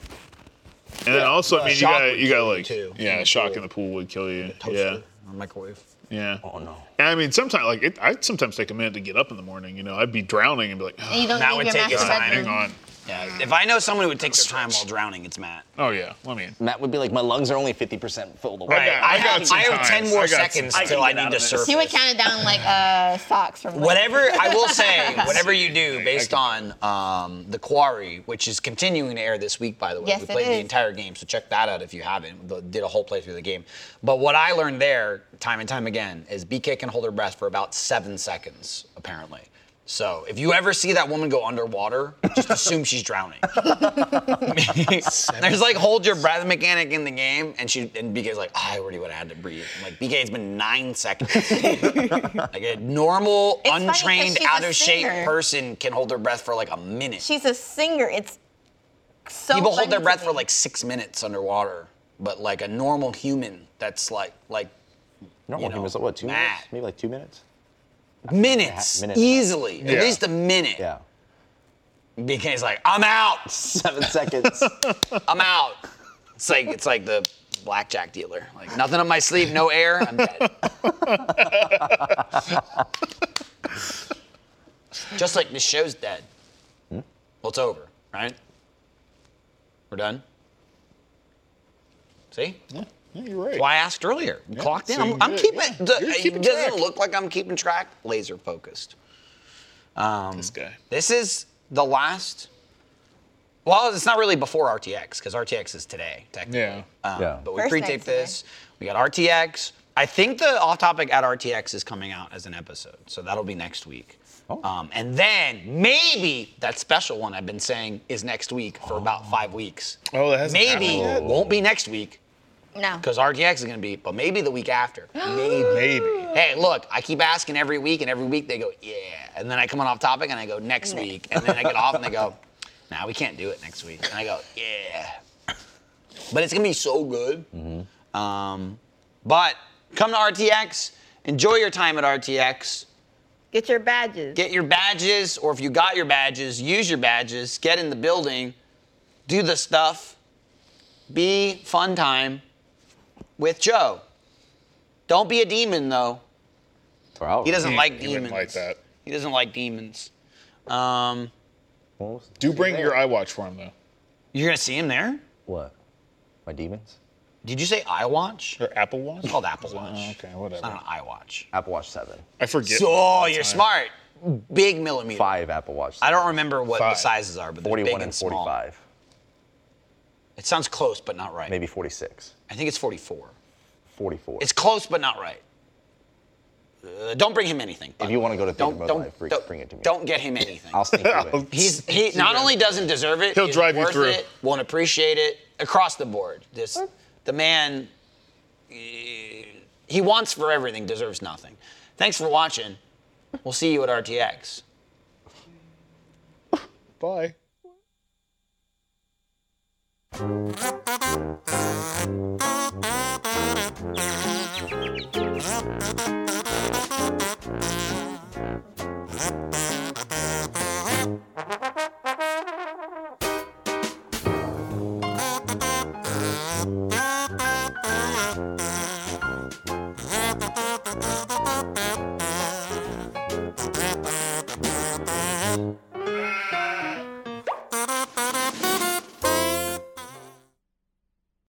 D: And then also, I mean, you
C: shock
D: got
C: would
D: you got
C: kill you,
D: like
C: too.
D: yeah,
C: In the
D: a shock
C: pool.
D: in the pool would kill you. Yeah,
C: Toaster or microwave.
D: yeah.
E: Oh no.
D: And I mean, sometimes like it, I sometimes take a minute to get up in the morning. You know, I'd be drowning and be like,
F: And you
D: oh,
F: don't
C: That
F: leave
C: would
F: your
C: take its
F: master
C: time.
F: bedroom.
D: hang on.
C: Yeah. If I know someone who would take their time while drowning, it's Matt.
D: Oh yeah, well, I mean,
E: Matt would be like, my lungs are only 50% filled. away."
D: got- I
C: I,
D: got
C: have,
D: some
C: I have
D: time.
C: ten more
D: I got some
C: seconds
D: time.
C: until
D: I
C: I
D: can get out
C: need to
D: of this.
C: surface.
F: He would count it down like uh, socks from like-
C: Whatever I will say, whatever you do, based on um, the quarry, which is continuing to air this week, by the way,
F: Yes,
C: we
F: it
C: played the
F: is.
C: entire game, so check that out if you haven't. The- Did a whole playthrough of the game. But what I learned there, time and time again, is BK can hold her breath for about seven seconds, apparently. So if you ever see that woman go underwater, just assume she's drowning. There's like hold your breath mechanic in the game, and she and BK's like, I already would have had to breathe. I'm like BK, it's been nine seconds. like a normal,
F: It's funny 'cause
C: untrained,
F: she's a
C: out of shape
F: singer.
C: person can hold their breath for like a minute.
F: She's a singer. It's so.
C: People
F: funny
C: hold their
F: to
C: breath
F: me.
C: for like six minutes underwater, but like a normal human, that's like like
E: Normal
C: you
E: humans,
C: know,
E: what, two minutes?
C: Matt.
E: Maybe like two minutes?
C: minutes,
E: minute.
C: easily,
D: Yeah.
C: at least a minute.
E: Yeah.
C: BK's like, I'm out.
E: Seven seconds.
C: I'm out. It's like it's like the blackjack dealer. Like nothing up my sleeve, no air. I'm dead. Just like this show's dead.
D: Hmm?
C: Well, it's over, right? We're done. See?
D: yeah, you're right.
C: Why I asked earlier. You Clocked in.
D: so
C: I'm,
D: you
C: I'm
D: did,
C: keeping.
D: yeah.
C: the-
D: You're
C: it
D: keeping
C: doesn't
D: track.
C: look like I'm keeping track. Laser focused.
D: This guy.
C: This is the last. Well, it's not really before RTX because RTX is today, technically.
D: Yeah.
C: Um,
E: Yeah.
C: But we
F: First
C: pre-taped
F: night's today.
C: this. We got RTX. I think the off-topic at RTX is coming out as an episode, so that'll be next week. Um, and then maybe that special one I've been saying is next week for about five weeks.
D: Oh, that hasn't happened
C: maybe
D: yet?
C: won't be next week
F: no.
C: because RTX is going to be, but maybe the week after. maybe.
D: Maybe.
C: Hey, look, I keep asking every week, and every week they go, yeah. And then I come on off topic and I go, next week. And then I get off and they go, nah, we can't do it next week. And I go, yeah. But it's gonna be so good. Um, but come to RTX, enjoy your time at RTX,
F: Get your badges.
C: get your badges, or if you got your badges, use your badges, get in the building, do the stuff, be fun time with Joe. Don't be a demon though.
E: Wow.
C: He doesn't like
D: He wouldn't
C: demons.
D: like that.
C: He doesn't like demons. Um,
E: What was-
D: Do bring your iWatch for him though.
C: you're gonna see him there.
E: What? My demons?
C: Did you say iWatch?
D: Or Apple Watch?
C: It's called Apple
D: Oh,
C: Watch.
D: okay,
C: It's
D: whatever.
C: not an iWatch.
E: Apple Watch 7.
D: I forget.
C: So
D: all
C: oh,
D: the
C: you're
D: time.
C: smart. Big millimeter.
E: Five Apple Watch.
C: I don't remember what the
D: Five.
C: sizes are, but they're
E: 41
C: big and,
E: and
C: small.
E: 45.
C: It sounds close, but not right.
E: Maybe 46.
C: I think it's 44.
E: 44.
C: It's close, but not right. Uh, don't bring him anything.
E: if you want to go to
C: don't
E: Think Mobile
C: don't,
E: Life, bring,
C: don't
E: bring it to me.
C: Don't get him anything.
E: I'll sneak you in.
C: He's he not only doesn't deserve it.
D: He'll
C: he's
D: drive you
C: worth
D: through.
C: It, won't appreciate it across the board. This the man. eh, He wants for everything, deserves nothing. Thanks for watching. We'll see you at RTX.
D: Bye.